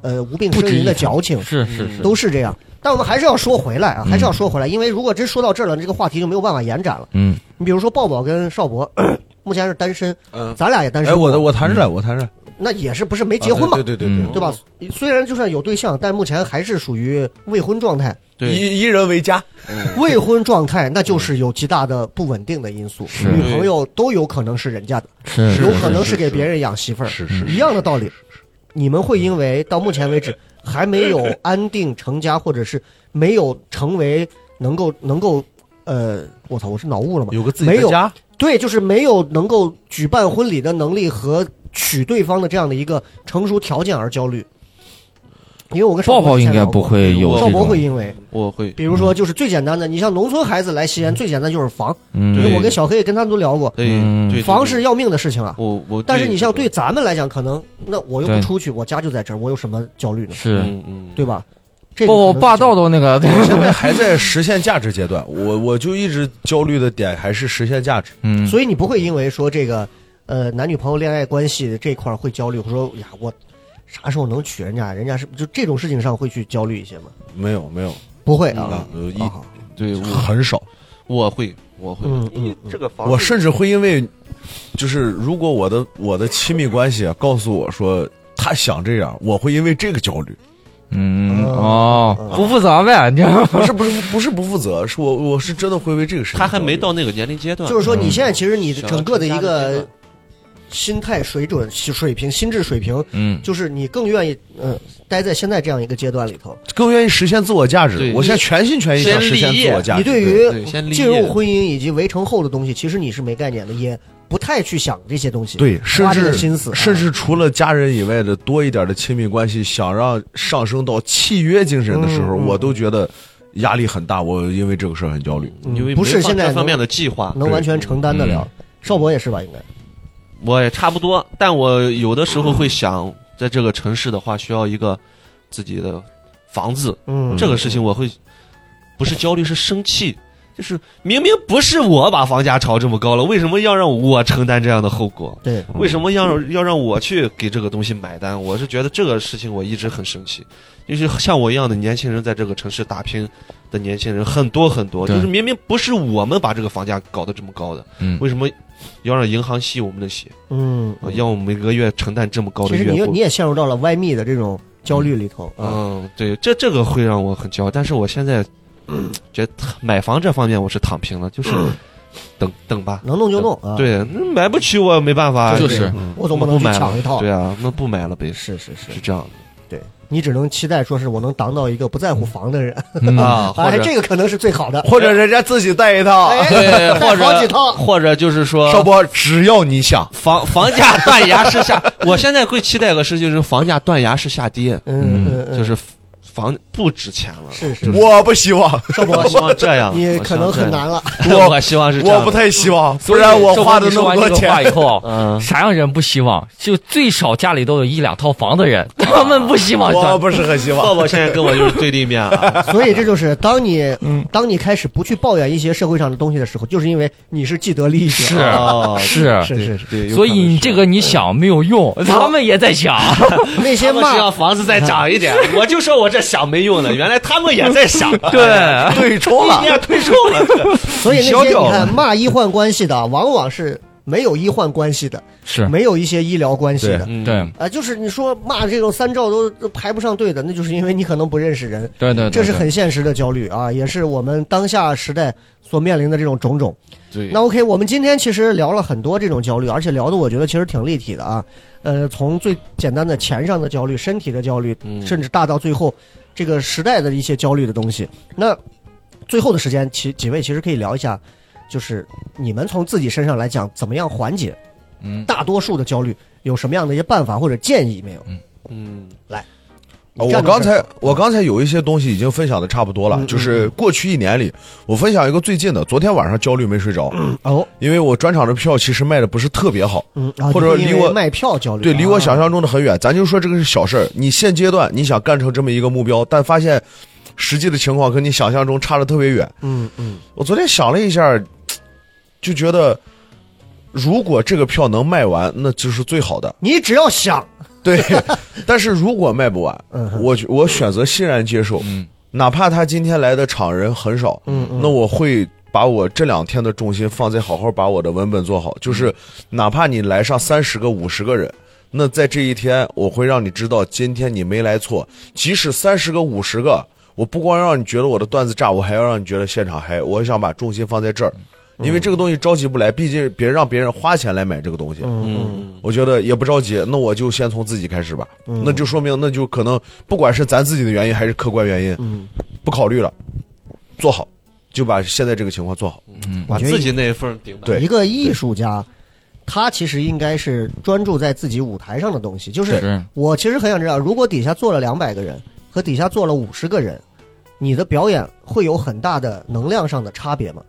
Speaker 3: 呃无病呻
Speaker 4: 不值
Speaker 3: 吟
Speaker 4: 一
Speaker 3: 的
Speaker 4: 提
Speaker 3: 矫情。
Speaker 4: 是是是，
Speaker 3: 都是这样。但我们还是要说回来啊，
Speaker 5: 嗯
Speaker 3: 还是要说回来，因为如果真说到这儿了，这个话题就没有办法延展了。
Speaker 4: 嗯
Speaker 3: 你比如说，抱抱跟邵博 目前是单身，
Speaker 5: 嗯，
Speaker 3: 咱俩也单身
Speaker 5: 哎，
Speaker 3: 过，
Speaker 5: 我的我谈着来，我谈着来，
Speaker 3: 那也是不是没结婚嘛，
Speaker 5: 啊对对
Speaker 4: 嗯
Speaker 5: 对
Speaker 3: 对吧？虽然就算有对象，但目前还是属于未婚状 态。
Speaker 5: 对，
Speaker 6: 对，
Speaker 5: 一一人为家，
Speaker 3: 未婚状态那就是有极大的不稳定的因素，
Speaker 4: 是
Speaker 3: 女朋友都有可能是人家的，
Speaker 4: 是
Speaker 3: 有可能是给别人养媳妇儿，
Speaker 5: 是是
Speaker 3: 一样的道理。你们会因为到目前为止还没有安定成家，或者是没有成为能够能够，呃，我操，我是脑雾了吗？
Speaker 5: 有个自己
Speaker 3: 没有
Speaker 5: 的家，
Speaker 3: 对，就是没有能够举办婚礼的能力和娶对方的这样的一个成熟条件而焦虑。因为我跟邵
Speaker 4: 抱
Speaker 3: 博
Speaker 4: 抱
Speaker 3: 之前
Speaker 4: 应该
Speaker 3: 聊过
Speaker 4: 不，会嗯有
Speaker 3: 邵
Speaker 4: 这
Speaker 3: 博会
Speaker 4: 种，
Speaker 3: 因为，
Speaker 6: 我会
Speaker 3: 比如说就是最简单的，你像农村孩子来西安，最简单就是房。因
Speaker 4: 嗯
Speaker 3: 为
Speaker 6: 对
Speaker 3: 我跟小黑也跟他们都聊过，
Speaker 6: 对
Speaker 4: 嗯
Speaker 6: 对
Speaker 3: 房是要命的事情啊。
Speaker 6: 我我，
Speaker 3: 但是你像对咱们来讲，可能那我又不
Speaker 4: 对
Speaker 3: 出去，我家就在这儿，我有什么焦虑呢？
Speaker 4: 是
Speaker 6: 嗯嗯，
Speaker 3: 对吧？这个可能
Speaker 4: 抱抱
Speaker 3: 是
Speaker 4: 霸道的那个，
Speaker 5: 现在还在实现价值阶段，我我就一直焦虑的点还是实现价值，
Speaker 4: 嗯，
Speaker 3: 所以你不会因为说这个，呃，男女朋友恋爱关系这块儿会焦虑，或者说呀，我啥时候能娶人家？人家是就这种事情上会去焦虑一些吗？
Speaker 5: 没有没有
Speaker 3: 不会啊
Speaker 5: 啊，，
Speaker 6: 嗯
Speaker 5: 有一
Speaker 3: 啊
Speaker 6: 对我
Speaker 5: 很少，
Speaker 6: 我会我会，
Speaker 3: 嗯嗯嗯，
Speaker 6: 这个房
Speaker 5: 我甚至会因为，就是如果我的我的亲密关系啊告诉我说他想这样，我会因为这个焦虑，
Speaker 4: 嗯
Speaker 3: 嗯
Speaker 4: 哦
Speaker 3: 嗯，
Speaker 4: 不负责呗，你知道吗？
Speaker 5: 不是不是不是不负责，是我我是真的会为这个事情焦虑。
Speaker 6: 他还没到那个年龄阶段，
Speaker 3: 就是说你现在其实你
Speaker 6: 想要
Speaker 3: 整个的一
Speaker 6: 嗯成家阶
Speaker 3: 个
Speaker 6: 段
Speaker 3: 心态水准、水平、心智水平，
Speaker 4: 嗯，
Speaker 3: 就是你更愿意嗯、呃待在现在这样一个阶段里头。
Speaker 5: 更愿意实现自我价值
Speaker 6: 对，
Speaker 5: 我现在全心全意想实现自我价值。
Speaker 3: 你对
Speaker 6: 对先
Speaker 3: 于
Speaker 6: 立业
Speaker 3: 呃进入婚姻以及围城后的东西，其实你是没概念的，也不太去想这些东西，
Speaker 5: 对，甚
Speaker 3: 花这个
Speaker 5: 至
Speaker 3: 心思，啊
Speaker 5: 甚至除了家人以外的多一点的亲密关系，想让上升到契约精神的时候，
Speaker 3: 嗯嗯
Speaker 5: 我都觉得压力很大。我因为这个事儿很焦虑。
Speaker 3: 嗯
Speaker 6: 因为
Speaker 3: 不是
Speaker 6: 没放
Speaker 3: 现在嗯
Speaker 6: 这方
Speaker 3: 能
Speaker 6: 面的计划，
Speaker 3: 啊能完全承担得了。
Speaker 6: 嗯
Speaker 3: 邵博也是吧？应该
Speaker 6: 我也差不多，但我有的时候会想，在这个城市的话，需要一个自己的房子，
Speaker 3: 嗯
Speaker 6: 这个事情我会不是焦虑，是生气。就是明明不是我把房价炒这么高了，为什么要让我承担这样的后果？
Speaker 3: 对，
Speaker 6: 为什么要要让我去给这个东西买单？我是觉得这个事情我一直很生气，就是像我一样的年轻人在这个城市打拼的年轻人很多很多，
Speaker 4: 对
Speaker 6: 就是明明不是我们把这个房价搞得这么高的，
Speaker 4: 嗯，
Speaker 6: 为什么要让银行吸我们的血，
Speaker 3: 嗯，
Speaker 6: 啊要我们每个月承担这么高的
Speaker 3: 其实
Speaker 6: 月
Speaker 3: 你
Speaker 6: 供
Speaker 3: 你？也陷入到了歪密的这种焦虑里头啊。
Speaker 6: 嗯，对，这这个会让我很骄傲，但是我现 在、觉得买房这方面我是躺平了，就是等等吧。
Speaker 3: 能弄就弄啊！，
Speaker 6: 对，那买不起我也没办法，
Speaker 4: 就是
Speaker 3: 我总
Speaker 6: 不
Speaker 3: 能去
Speaker 6: 买了
Speaker 3: 抢一套。
Speaker 6: 对啊，那不买了呗，
Speaker 3: 是是是
Speaker 6: 是，这样
Speaker 3: 对你只能期待说是我能当到一个不在乎房的人，
Speaker 6: 的
Speaker 4: 嗯
Speaker 6: 啊，或
Speaker 3: 哎，
Speaker 6: 者
Speaker 3: 这个可能是最好的。
Speaker 5: 或者人家自己带一套。
Speaker 3: 哎 带
Speaker 6: 对，或
Speaker 3: 好几
Speaker 6: 者
Speaker 3: 套，
Speaker 6: 或者就是
Speaker 5: 少
Speaker 6: 说
Speaker 5: 波，只要你想，
Speaker 6: 房房价 断崖式下，我现在会期待个事就是房价断崖式下跌，
Speaker 3: 嗯嗯嗯，
Speaker 6: 就是房不值钱了。
Speaker 3: 是是，
Speaker 5: 我不希望，
Speaker 3: 少博
Speaker 6: 我希望这样，
Speaker 3: 你
Speaker 6: 我希
Speaker 3: 可
Speaker 6: 望
Speaker 3: 能
Speaker 6: 这
Speaker 3: 很
Speaker 6: 样
Speaker 3: 难了。
Speaker 5: 我
Speaker 6: 我希望是这样
Speaker 5: 我
Speaker 6: 的
Speaker 5: 不太希望，不
Speaker 4: 所以
Speaker 5: 然我
Speaker 4: 这
Speaker 5: 花
Speaker 4: 回
Speaker 5: 的
Speaker 4: 你
Speaker 5: 那
Speaker 4: 说
Speaker 5: 么
Speaker 4: 完这
Speaker 5: 多
Speaker 4: 个话
Speaker 5: 钱，
Speaker 4: 以 后，
Speaker 6: 嗯，
Speaker 4: 啥样人不希望？就最少家里都有一两套房的人，他们不希望
Speaker 5: 我
Speaker 4: 上。
Speaker 5: 不是很希
Speaker 6: 抱
Speaker 5: 望。
Speaker 6: 抱现在跟我就是对立面啊，
Speaker 3: 所以这就是当你
Speaker 6: 嗯
Speaker 3: 当你开始不去抱怨一些社会上的东西的时候，就是因为你是既得利益者。
Speaker 4: 是
Speaker 6: 哦，
Speaker 4: 是，
Speaker 3: 是是是，
Speaker 6: 对，有
Speaker 4: 所
Speaker 6: 可能
Speaker 4: 以你
Speaker 6: 是
Speaker 4: 这个你想没有用，他们也在想。
Speaker 3: 那些
Speaker 6: 他们希
Speaker 3: 骂
Speaker 6: 望房子再涨 一点，我就说我这想没用的，原来他们也在想，哎
Speaker 4: 对，啊
Speaker 5: 对冲了
Speaker 6: 一，年退出了，
Speaker 3: 所以那
Speaker 6: 消
Speaker 3: 些
Speaker 6: 掉
Speaker 3: 你
Speaker 6: 了
Speaker 3: 看骂医患关系的，往往是没有医患关系的，
Speaker 4: 是
Speaker 3: 没有一些医疗关系的。
Speaker 6: 嗯
Speaker 4: 对，
Speaker 3: 啊，就是你说骂这种三兆都都排不上队的，那就是因为你可能不认识人，
Speaker 4: 对对，对
Speaker 3: 这是很现实的焦虑啊，也是我们当下时代所面临的这种种种。
Speaker 6: 对
Speaker 3: 那 OK，我们今天其实聊了很多这种焦虑，而且聊的我觉得其实挺立体的啊。呃，从最简单的钱上的焦虑、身体的焦虑，
Speaker 6: 嗯
Speaker 3: 甚至大到最后这个时代的一些焦虑的东西。那最后的时间，其几位其实可以聊一下，就是你们从自己身上来讲，怎么样缓解
Speaker 4: 嗯
Speaker 3: 大多数的焦虑，有什么样的一些办法或者建议没有？
Speaker 6: 嗯
Speaker 3: 你
Speaker 5: 哦我
Speaker 3: 干的
Speaker 5: 刚
Speaker 3: 事儿
Speaker 5: 才我刚才有一些东西已经分享的差不多了，
Speaker 3: 嗯
Speaker 5: 就是过去一年里，我分享一个最近的，昨天晚上焦虑没睡着，
Speaker 3: 哦，
Speaker 5: 因为我专场的票其实卖的不是特别好，
Speaker 3: 嗯，啊、
Speaker 5: 或者
Speaker 3: 你是因
Speaker 5: 离
Speaker 3: 为
Speaker 5: 我
Speaker 3: 卖票焦虑，
Speaker 5: 对，离我想
Speaker 3: 啊
Speaker 5: 象中的很远。咱就说这个是小事儿，你现阶段你想干成这么一个目标，但发现实际的情况跟你想象中差的特别远。
Speaker 3: 嗯嗯
Speaker 5: 我昨天想了一下，就觉得如果这个票能卖完，那就是最好的。
Speaker 3: 你只要想，
Speaker 5: 对，但是如果卖不完，
Speaker 3: 嗯哼
Speaker 5: 我我选择欣然接受，
Speaker 4: 嗯
Speaker 5: 哪怕他今天来的场人很少，
Speaker 3: 嗯嗯，
Speaker 5: 那我会把我这两天的重心放在好好把我的文本做好，
Speaker 3: 嗯
Speaker 5: 就是哪怕你来上三十个、五十个人。那在这一天，我会让你知道，今天你没来错。即使三十个、五十个，我不光让你觉得我的段子炸，我还要让你觉得现场嗨。我想把重心放在这儿，因为这个东西着急不来，毕竟别让别人花钱来买这个东西。
Speaker 6: 嗯
Speaker 5: 我觉得也不着急，那我就先从自己开始吧。那就说明，那就可能不管是咱自己的原因还是客观原因，
Speaker 3: 嗯，
Speaker 5: 不考虑了，做好，就把现在这个情况做好。
Speaker 4: 嗯，
Speaker 6: 把
Speaker 3: 我觉得
Speaker 6: 自己那一份儿顶满，
Speaker 5: 对
Speaker 3: 一个艺术家，他其实应该是专注在自己舞台上的东西。就是
Speaker 4: 是
Speaker 3: 我其实很想知道，如果底下坐了两百个人和底下坐了五十个人，你的表演会有很大的能量上的差别吗？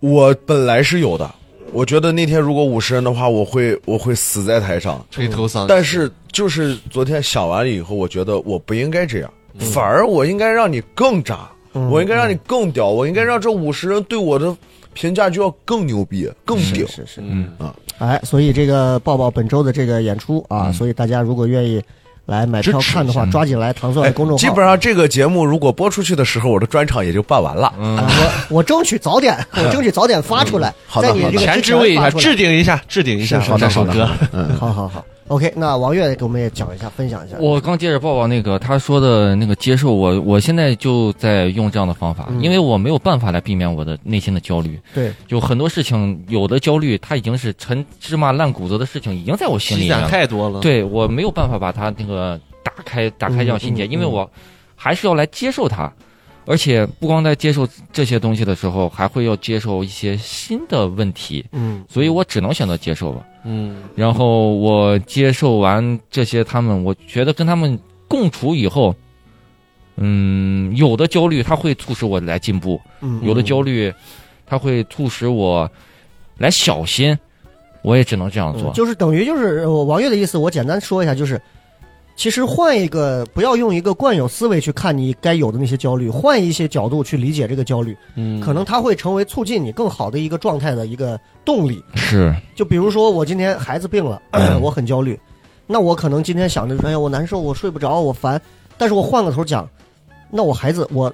Speaker 5: 我本来是有的，我觉得那天如果五十人的话，我会我会死在台上。
Speaker 6: 垂头丧气。
Speaker 5: 但是就是昨天想完了以后，我觉得我不应该这样，反而我应该让你更炸，我应该让你更屌，我应该让这五十人对我的评价就要更牛逼、更顶。
Speaker 3: 是是。
Speaker 6: 嗯，
Speaker 3: 哎，所以这个抱抱本周的这个演出啊，
Speaker 4: 嗯
Speaker 3: 所以大家如果愿意来买票
Speaker 5: 支持嗯哎
Speaker 3: 看的话，抓紧来糖蒜的公众号。
Speaker 5: 基本上这个节目如果播出去的时候，我的专场也就办完了。
Speaker 3: 啊我我争取早点， 我争取早点发出来，
Speaker 5: 嗯好的
Speaker 3: 在你这个
Speaker 6: 前
Speaker 3: 之
Speaker 6: 置位一
Speaker 3: 前发
Speaker 6: 下，
Speaker 3: 出来。
Speaker 6: 置顶一下，置顶一下
Speaker 3: 是是好的
Speaker 6: 这首歌。
Speaker 5: 嗯
Speaker 3: 好好好，OK，那王悦给我们也讲一下，分享一下。
Speaker 4: 我刚接着抱抱那个他说的那个接受我，我现在就在用这样的方法，
Speaker 3: 嗯
Speaker 4: 因为我没有办法来避免我的内心的焦虑。
Speaker 3: 对，
Speaker 4: 有很多事情，有的焦虑它已经是陈芝麻烂谷子的事情，已经在我心里
Speaker 6: 积攒
Speaker 4: 面了。
Speaker 6: 太多了，，
Speaker 4: 对我没有办法把它那个打开打开这样心结，
Speaker 3: 嗯嗯
Speaker 4: 因为我还是要来接受它，而且不光在接受这些东西的时候，还会要接受一些新的问题，
Speaker 3: 嗯，
Speaker 4: 所以我只能选择接受吧。
Speaker 6: 嗯，
Speaker 4: 然后我接受完这些，他们我觉得跟他们共处以后，嗯，有的焦虑它会促使我来进步，
Speaker 3: 嗯
Speaker 4: 有的焦虑它会促使我来小心，我也只能这样做
Speaker 3: 嗯。就是等于就是呃王悦的意思，我简单说一下，就是其实换一个，不要用一个惯有思维去看你该有的那些焦虑，换一些角度去理解这个焦虑，
Speaker 6: 嗯，
Speaker 3: 可能它会成为促进你更好的一个状态的一个动力。
Speaker 4: 是，
Speaker 3: 就比如说我今天
Speaker 4: 嗯
Speaker 3: 孩子病了，我很焦虑，那我可能今天想着，哎呀，我难受，我睡不着，我烦。但是我换个头讲，那我孩子我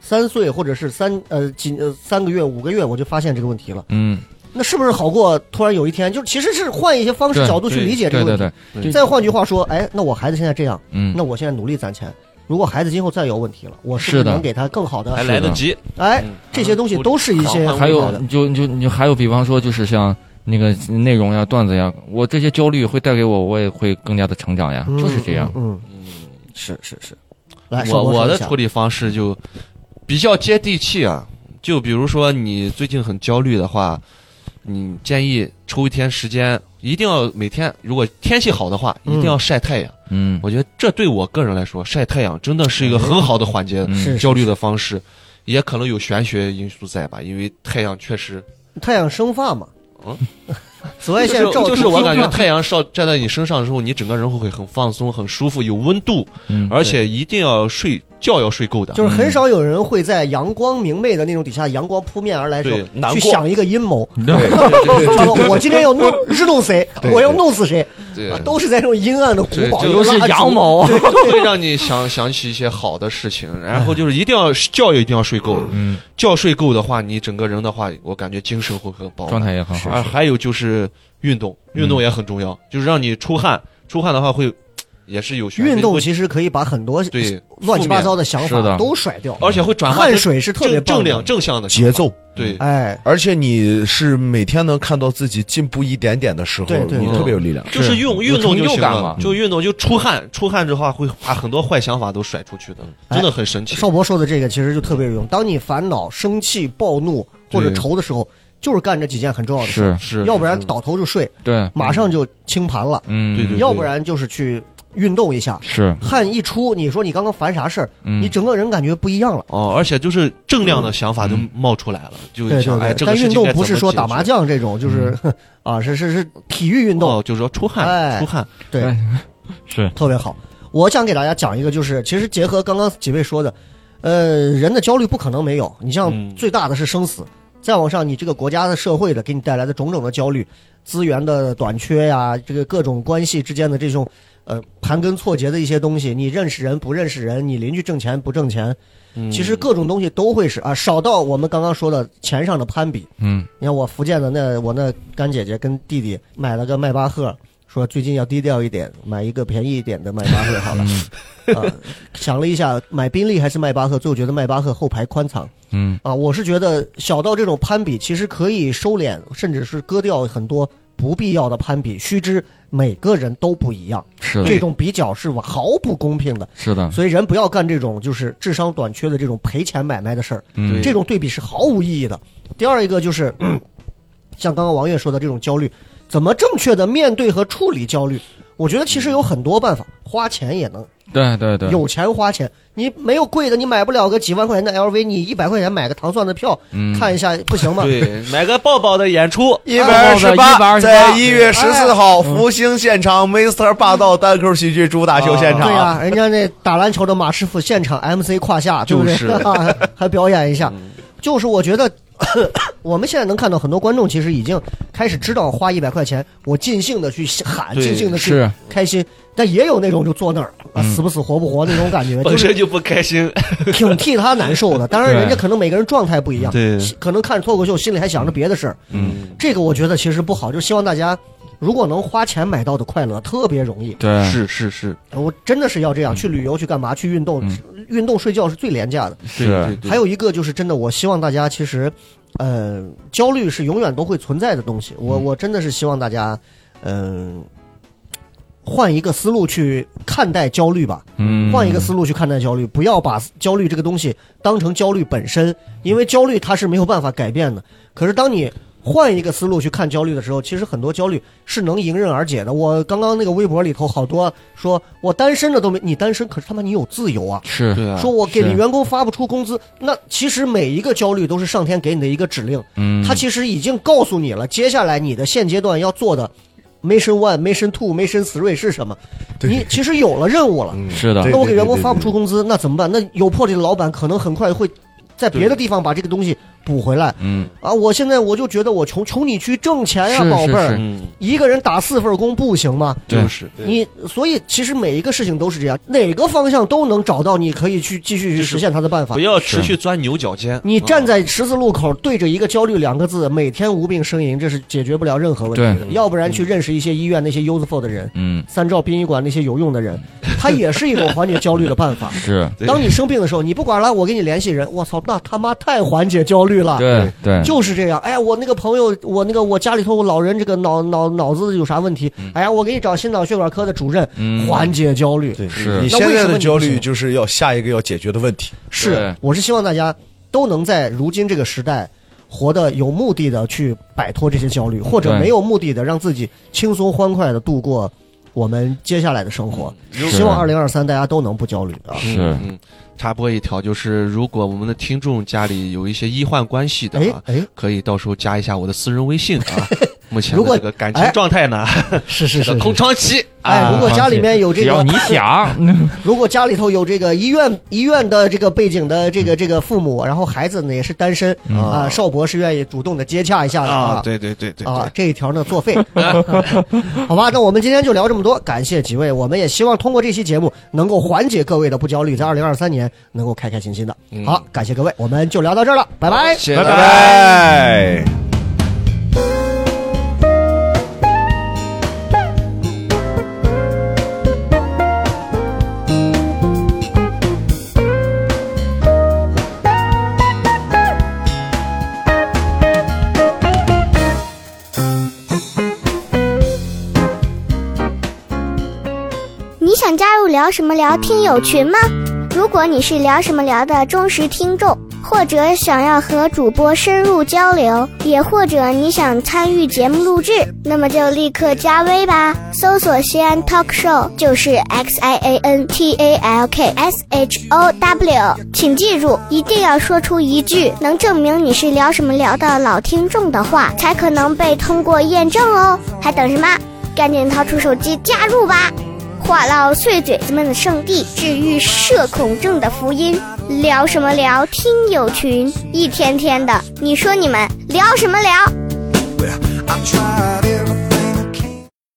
Speaker 3: 三岁或者是三呃几呃三个月五个月我就发现这个问题了，
Speaker 4: 嗯，
Speaker 3: 那是不是好过突然有一天？就是其实是换一些方式
Speaker 4: 对
Speaker 3: 角度去理解这个
Speaker 4: 对
Speaker 3: 问
Speaker 4: 对
Speaker 3: 题。
Speaker 4: 对，
Speaker 6: 对
Speaker 3: 再换句话说，哎，那我孩子现在这样，
Speaker 4: 嗯，
Speaker 3: 那我现在努力攒钱。如果孩子今后再有问题了，我是不
Speaker 4: 是
Speaker 3: 是
Speaker 4: 的
Speaker 3: 能给他更好的？
Speaker 6: 还来得及。
Speaker 3: 哎
Speaker 6: 嗯，
Speaker 3: 这些东西都是一些
Speaker 6: 还
Speaker 4: 还
Speaker 3: 很好
Speaker 4: 有
Speaker 3: 的
Speaker 4: 你就你就你就还有，比方说就是像那个内容呀、段子呀，我这些焦虑会带给我，我也会更加的成长呀，就是这样。。
Speaker 3: 嗯，嗯嗯是是是。来，
Speaker 6: 我我的处
Speaker 3: 处理
Speaker 6: 理方式就比较接地气啊，就比如说你最近很焦虑的话，你建议抽一天时间，一定要每天，如果天气好的话，一定要晒太阳。
Speaker 4: 嗯，
Speaker 6: 我觉得这对我个人来说，晒太阳真的是一个很好的缓解
Speaker 4: 嗯
Speaker 3: 是
Speaker 6: 焦虑的方式，也可能有玄学因素在吧，因为太阳确实。
Speaker 3: 太阳生发嘛。
Speaker 6: 嗯，
Speaker 3: 紫外线
Speaker 6: 就是
Speaker 3: 照
Speaker 6: 就是我感觉
Speaker 3: 射
Speaker 6: 太阳照站在你身上之后，你整个人会很放松、很舒服、有温度，
Speaker 4: 嗯
Speaker 6: 而且一定要睡觉要睡够的。
Speaker 3: 就是很少有人会在阳光明媚的那种底下，阳光扑面而来的时
Speaker 6: 对
Speaker 3: 候，
Speaker 6: 难
Speaker 3: 去
Speaker 6: 过
Speaker 3: 想一个阴谋。
Speaker 5: 对
Speaker 3: 他说我今天要弄日弄 谁，
Speaker 5: 对
Speaker 3: 我要弄死谁，
Speaker 6: 对
Speaker 3: 啊， 都是在这种阴暗的古堡，
Speaker 6: 对
Speaker 3: 又
Speaker 6: 就是
Speaker 3: 蜡烛
Speaker 6: 阳谋，会让你想想起一些好的事情，然后就是一定要觉一定要睡够，
Speaker 4: 嗯，
Speaker 6: 觉睡够的话，你整个人的话，我感觉精神会很饱满
Speaker 4: 状态也很好。嗯
Speaker 6: 而还有就是运动，运动也很重要，就是让你出汗，出汗的话会也是有玄学
Speaker 3: 运动
Speaker 6: 会
Speaker 3: 其实可以把很多
Speaker 6: 对
Speaker 3: 乱七八糟
Speaker 6: 的，
Speaker 3: 的想
Speaker 4: 是
Speaker 3: 法
Speaker 4: 的
Speaker 3: 都甩掉，
Speaker 6: 而且会转化
Speaker 3: 汗
Speaker 6: 成
Speaker 3: 水是特别
Speaker 6: 正
Speaker 3: 棒
Speaker 6: 正
Speaker 3: 的
Speaker 6: 量。正向的
Speaker 5: 节奏。
Speaker 6: 对。
Speaker 3: 哎，
Speaker 5: 而且你是每天能看到自己进步一点点的时候，
Speaker 3: 对对
Speaker 5: 你
Speaker 6: 对
Speaker 5: 特别有力量。
Speaker 6: 就是运
Speaker 4: 有
Speaker 6: 运动就
Speaker 4: 成就
Speaker 6: 行
Speaker 4: 感
Speaker 6: 了
Speaker 4: 嘛，
Speaker 6: 就运动就出汗，出汗的话会把很多坏想法都甩出去的，真的很神奇。
Speaker 3: 哎少博说的这个其实就特别有用。当你烦恼、生气、暴怒或者
Speaker 6: 对
Speaker 3: 愁的时候，就是干这几件很重要的事，
Speaker 4: 是，
Speaker 6: 是，
Speaker 3: 要不然倒头就睡，
Speaker 4: 对，
Speaker 3: 马上就清盘了；
Speaker 4: 嗯，
Speaker 6: 对对
Speaker 3: 要不然就是去运动一下，
Speaker 4: 是，
Speaker 3: 汗一出，你说你刚刚烦啥事儿，
Speaker 4: 嗯
Speaker 3: 你整个人感觉不一样了。
Speaker 6: 哦，而且就是正量的想法都冒出来了，就
Speaker 3: 对
Speaker 6: 想
Speaker 3: 对
Speaker 6: 哎，
Speaker 3: 对，
Speaker 6: 这个
Speaker 3: 但
Speaker 6: 事
Speaker 3: 运
Speaker 6: 情
Speaker 3: 动
Speaker 6: 该怎
Speaker 3: 不
Speaker 6: 么嗯
Speaker 3: 是说打麻将这种，就是、啊，是是是体育运
Speaker 6: 运
Speaker 3: 动，
Speaker 6: 哦，就是说出汗，
Speaker 3: 哎
Speaker 6: 出汗，
Speaker 3: 对，
Speaker 4: 哎是，
Speaker 3: 特别好。我想给大家讲一个，就是其实结合刚刚几位说的，呃，人的焦虑不可能没有。你像
Speaker 6: 嗯
Speaker 3: 最大的是生死，再往上，你这个国家的社会的给你带来的种种的焦虑，资源的短缺呀、这个各种关系之间的这种呃盘根错节的一些东西，你认识人不认识人，你邻居挣钱不挣钱，其实各种东西都会是啊，少到我们刚刚说的钱上的攀比，
Speaker 4: 嗯，
Speaker 3: 你看我福建的那我那干姐姐跟弟弟买了个迈巴赫，说最近要低调一点，买一个便宜一点的迈巴赫好了。 啊，想了一下，买宾利还是迈巴赫，最后觉得迈巴赫后排宽敞
Speaker 4: 嗯，
Speaker 3: 啊。我是觉得小到这种攀比，其实可以收敛，甚至是割掉很多不必要的攀比。须知每个人都不一样，
Speaker 4: 是
Speaker 3: 这
Speaker 4: 的，
Speaker 3: 种比较是毫不公平的，
Speaker 4: 是的，
Speaker 3: 所以人不要干这种就是智商短缺的这种赔钱买卖的事儿。
Speaker 4: 嗯，
Speaker 3: 这种对比是毫无意义的。第二一个就是，嗯像刚刚王悦说的这种焦虑，怎么正确的面对和处理焦虑？我觉得其实有很多办法，花钱也能，
Speaker 4: 对对对，
Speaker 3: 有钱花钱。你没有贵的，你买不了个几万块钱的 LV，你一百块钱买个糖蒜的票、
Speaker 4: 嗯
Speaker 3: 看一下，不行吗？
Speaker 6: 对，买个抱抱的演 出，
Speaker 5: 一百二十八，啊
Speaker 4: 128
Speaker 5: 在一月十四号福星现场，Mr. 霸道单口喜剧主打秀现
Speaker 6: 啊
Speaker 3: 对呀、
Speaker 5: 场。
Speaker 3: 人家那打篮球的马师傅现场 MC 胯下，对不对？
Speaker 6: 就是嗯
Speaker 3: 还 还表演一下，就是我觉得 我们现在能看到很多观众其实已经开始知道花一百块钱，我尽兴的去喊，
Speaker 6: 对
Speaker 3: 尽兴的去
Speaker 4: 是
Speaker 3: 开心，但也有那种就坐那儿啊，
Speaker 6: 嗯
Speaker 3: 死不死活不活那种感 觉，就
Speaker 6: 本
Speaker 3: 是
Speaker 6: 身就不开心，
Speaker 3: 挺替他难受的。当然，
Speaker 4: 对
Speaker 3: 人家可能每个人状态不一样，
Speaker 6: 对
Speaker 3: 可能看脱口秀心里还想着别的事儿，
Speaker 6: 嗯，
Speaker 3: 这个我觉得其实不好，就希望大家。如果能花钱买到的快乐特别容易，
Speaker 4: 对
Speaker 6: 是是是，
Speaker 3: 我真的是要这样去旅游、去干嘛、去运动、运动睡觉是最廉价的。
Speaker 4: 是，
Speaker 6: 对
Speaker 3: 还有一个就是真的，我希望大家其实，呃，焦虑是永远都会存在的东西。我我真的是希望大家，嗯、换一个思路去看待焦虑吧，
Speaker 4: 嗯，
Speaker 3: 换一个思路去看待焦虑，不要把焦虑这个东西当成焦虑本身，因为焦虑它是没有办法改变的。可是当你换一个思路去看焦虑的时候，其实很多焦虑是能迎刃而解的。我刚刚那个微博里头好多说我单身的都没，你单身，可是他妈你有自由啊！
Speaker 4: 是，
Speaker 6: 对啊，
Speaker 3: 说我给你
Speaker 4: 是
Speaker 3: 员工发不出工资，那其实每一个焦虑都是上天给你的一个指令，
Speaker 4: 嗯，
Speaker 3: 他其实已经告诉你了，接下来你的现阶段要做的 mission one、mission two、mission three 是什么？你其实有了任务了。
Speaker 5: 嗯
Speaker 4: 是的，
Speaker 5: 对
Speaker 3: 那我给员工
Speaker 5: 对
Speaker 3: 发不出工资，那怎么办？那有魄力的老板可能很快会在别的地方把这个东西补回来
Speaker 4: 嗯，
Speaker 3: 啊！我现在我就觉得我穷穷你去挣钱呀、
Speaker 4: 是
Speaker 3: 宝贝
Speaker 4: 是
Speaker 3: 儿，
Speaker 6: 嗯，
Speaker 3: 一个人打四份工不行吗？
Speaker 6: 对
Speaker 5: 就是
Speaker 3: 你所以其实每一个事情都是这样，哪个方向都能找到你可以去继续去
Speaker 6: 就是
Speaker 3: 实现它的办法
Speaker 6: 不。要嗯持续钻牛角尖。
Speaker 3: 你站
Speaker 6: 在
Speaker 3: 在十字路口对着一个焦虑两个字，每天无病呻吟，这是解决不了任何问题的。
Speaker 6: 对
Speaker 3: 要不然去认识一些医院那些 useful 的人，
Speaker 4: 嗯，
Speaker 3: 三兆殡仪馆那些有用的人，他也是一种缓解焦虑的办法。
Speaker 4: 是，
Speaker 6: 对
Speaker 3: 当你生病的时候，你不管了，我给你联系人，我操，那他妈太缓解焦虑了。
Speaker 4: 对对，
Speaker 3: 就是这样，哎呀，我那个朋友，我那个我家里头我老人这个脑脑脑子有啥问题？哎呀，我给你找心脑血管科的主任，
Speaker 4: 嗯
Speaker 3: 缓解焦虑。
Speaker 5: 对，
Speaker 4: 是
Speaker 5: 你
Speaker 3: 那
Speaker 5: 现
Speaker 3: 为
Speaker 5: 在
Speaker 3: 什么
Speaker 5: 的
Speaker 3: 你
Speaker 5: 焦
Speaker 3: 不行
Speaker 5: 虑就是要下一个要解决的问题。
Speaker 3: 是
Speaker 4: 对，
Speaker 3: 我是希望大家都能在如今这个时代活得有目的的去摆脱这些焦虑，或者
Speaker 4: 对
Speaker 3: 没有目的的让自己轻松欢快的度过我们接下来的生活。
Speaker 4: 嗯是
Speaker 3: 希望二零二三大家都能不焦虑啊！
Speaker 4: 是
Speaker 6: 嗯，插播一条，就是如果我们的听众家里有一些医患关系的
Speaker 3: 哎
Speaker 6: 啊，
Speaker 3: 哎，
Speaker 6: 可以到时候加一下我的私人微信 啊。目前
Speaker 3: 如果
Speaker 6: 的这个感情状态呢，
Speaker 3: 是是是
Speaker 6: 这个空
Speaker 3: 是。
Speaker 6: 窗期
Speaker 3: 哎，
Speaker 6: 啊
Speaker 3: 如果家里面有这
Speaker 4: 只要
Speaker 3: 个
Speaker 4: 你， 想，
Speaker 3: 如果家里头有这个医院医院的这个背景的这个这个父母，然后孩子呢也是单身啊，邵博是愿意主动的接洽一下的
Speaker 6: 嗯啊，对对对对对
Speaker 3: 啊，这一条呢作 废， 好吧？那我们今天就聊这么多，感谢几位，我们也希望通过这期节目能够缓解各位的不焦虑，在二零二三年能够开开心心的。
Speaker 6: 嗯
Speaker 3: 好，感谢各位，我们就聊到这儿了，拜拜。
Speaker 6: 谢谢
Speaker 5: 拜
Speaker 6: 大家
Speaker 5: 拜。
Speaker 1: 你想加入聊什么聊听友群吗？如果你是聊什么聊的忠实听众，或者想要和主播深入交流，也或者你想参与节目录制，那么就立刻加微吧，搜索西安 Talk Show 就是 X I A N T A L K S H O W，请记住，一定要说出一句能证明你是聊什么聊的老听众的话，才可能被通过验证哦。还等什么？赶紧掏出手机加入吧！话唠碎嘴子们的圣地，治愈社恐症的福音。聊什么聊？听友群，一天天的，你说你们聊什么聊？
Speaker 7: I'm trying.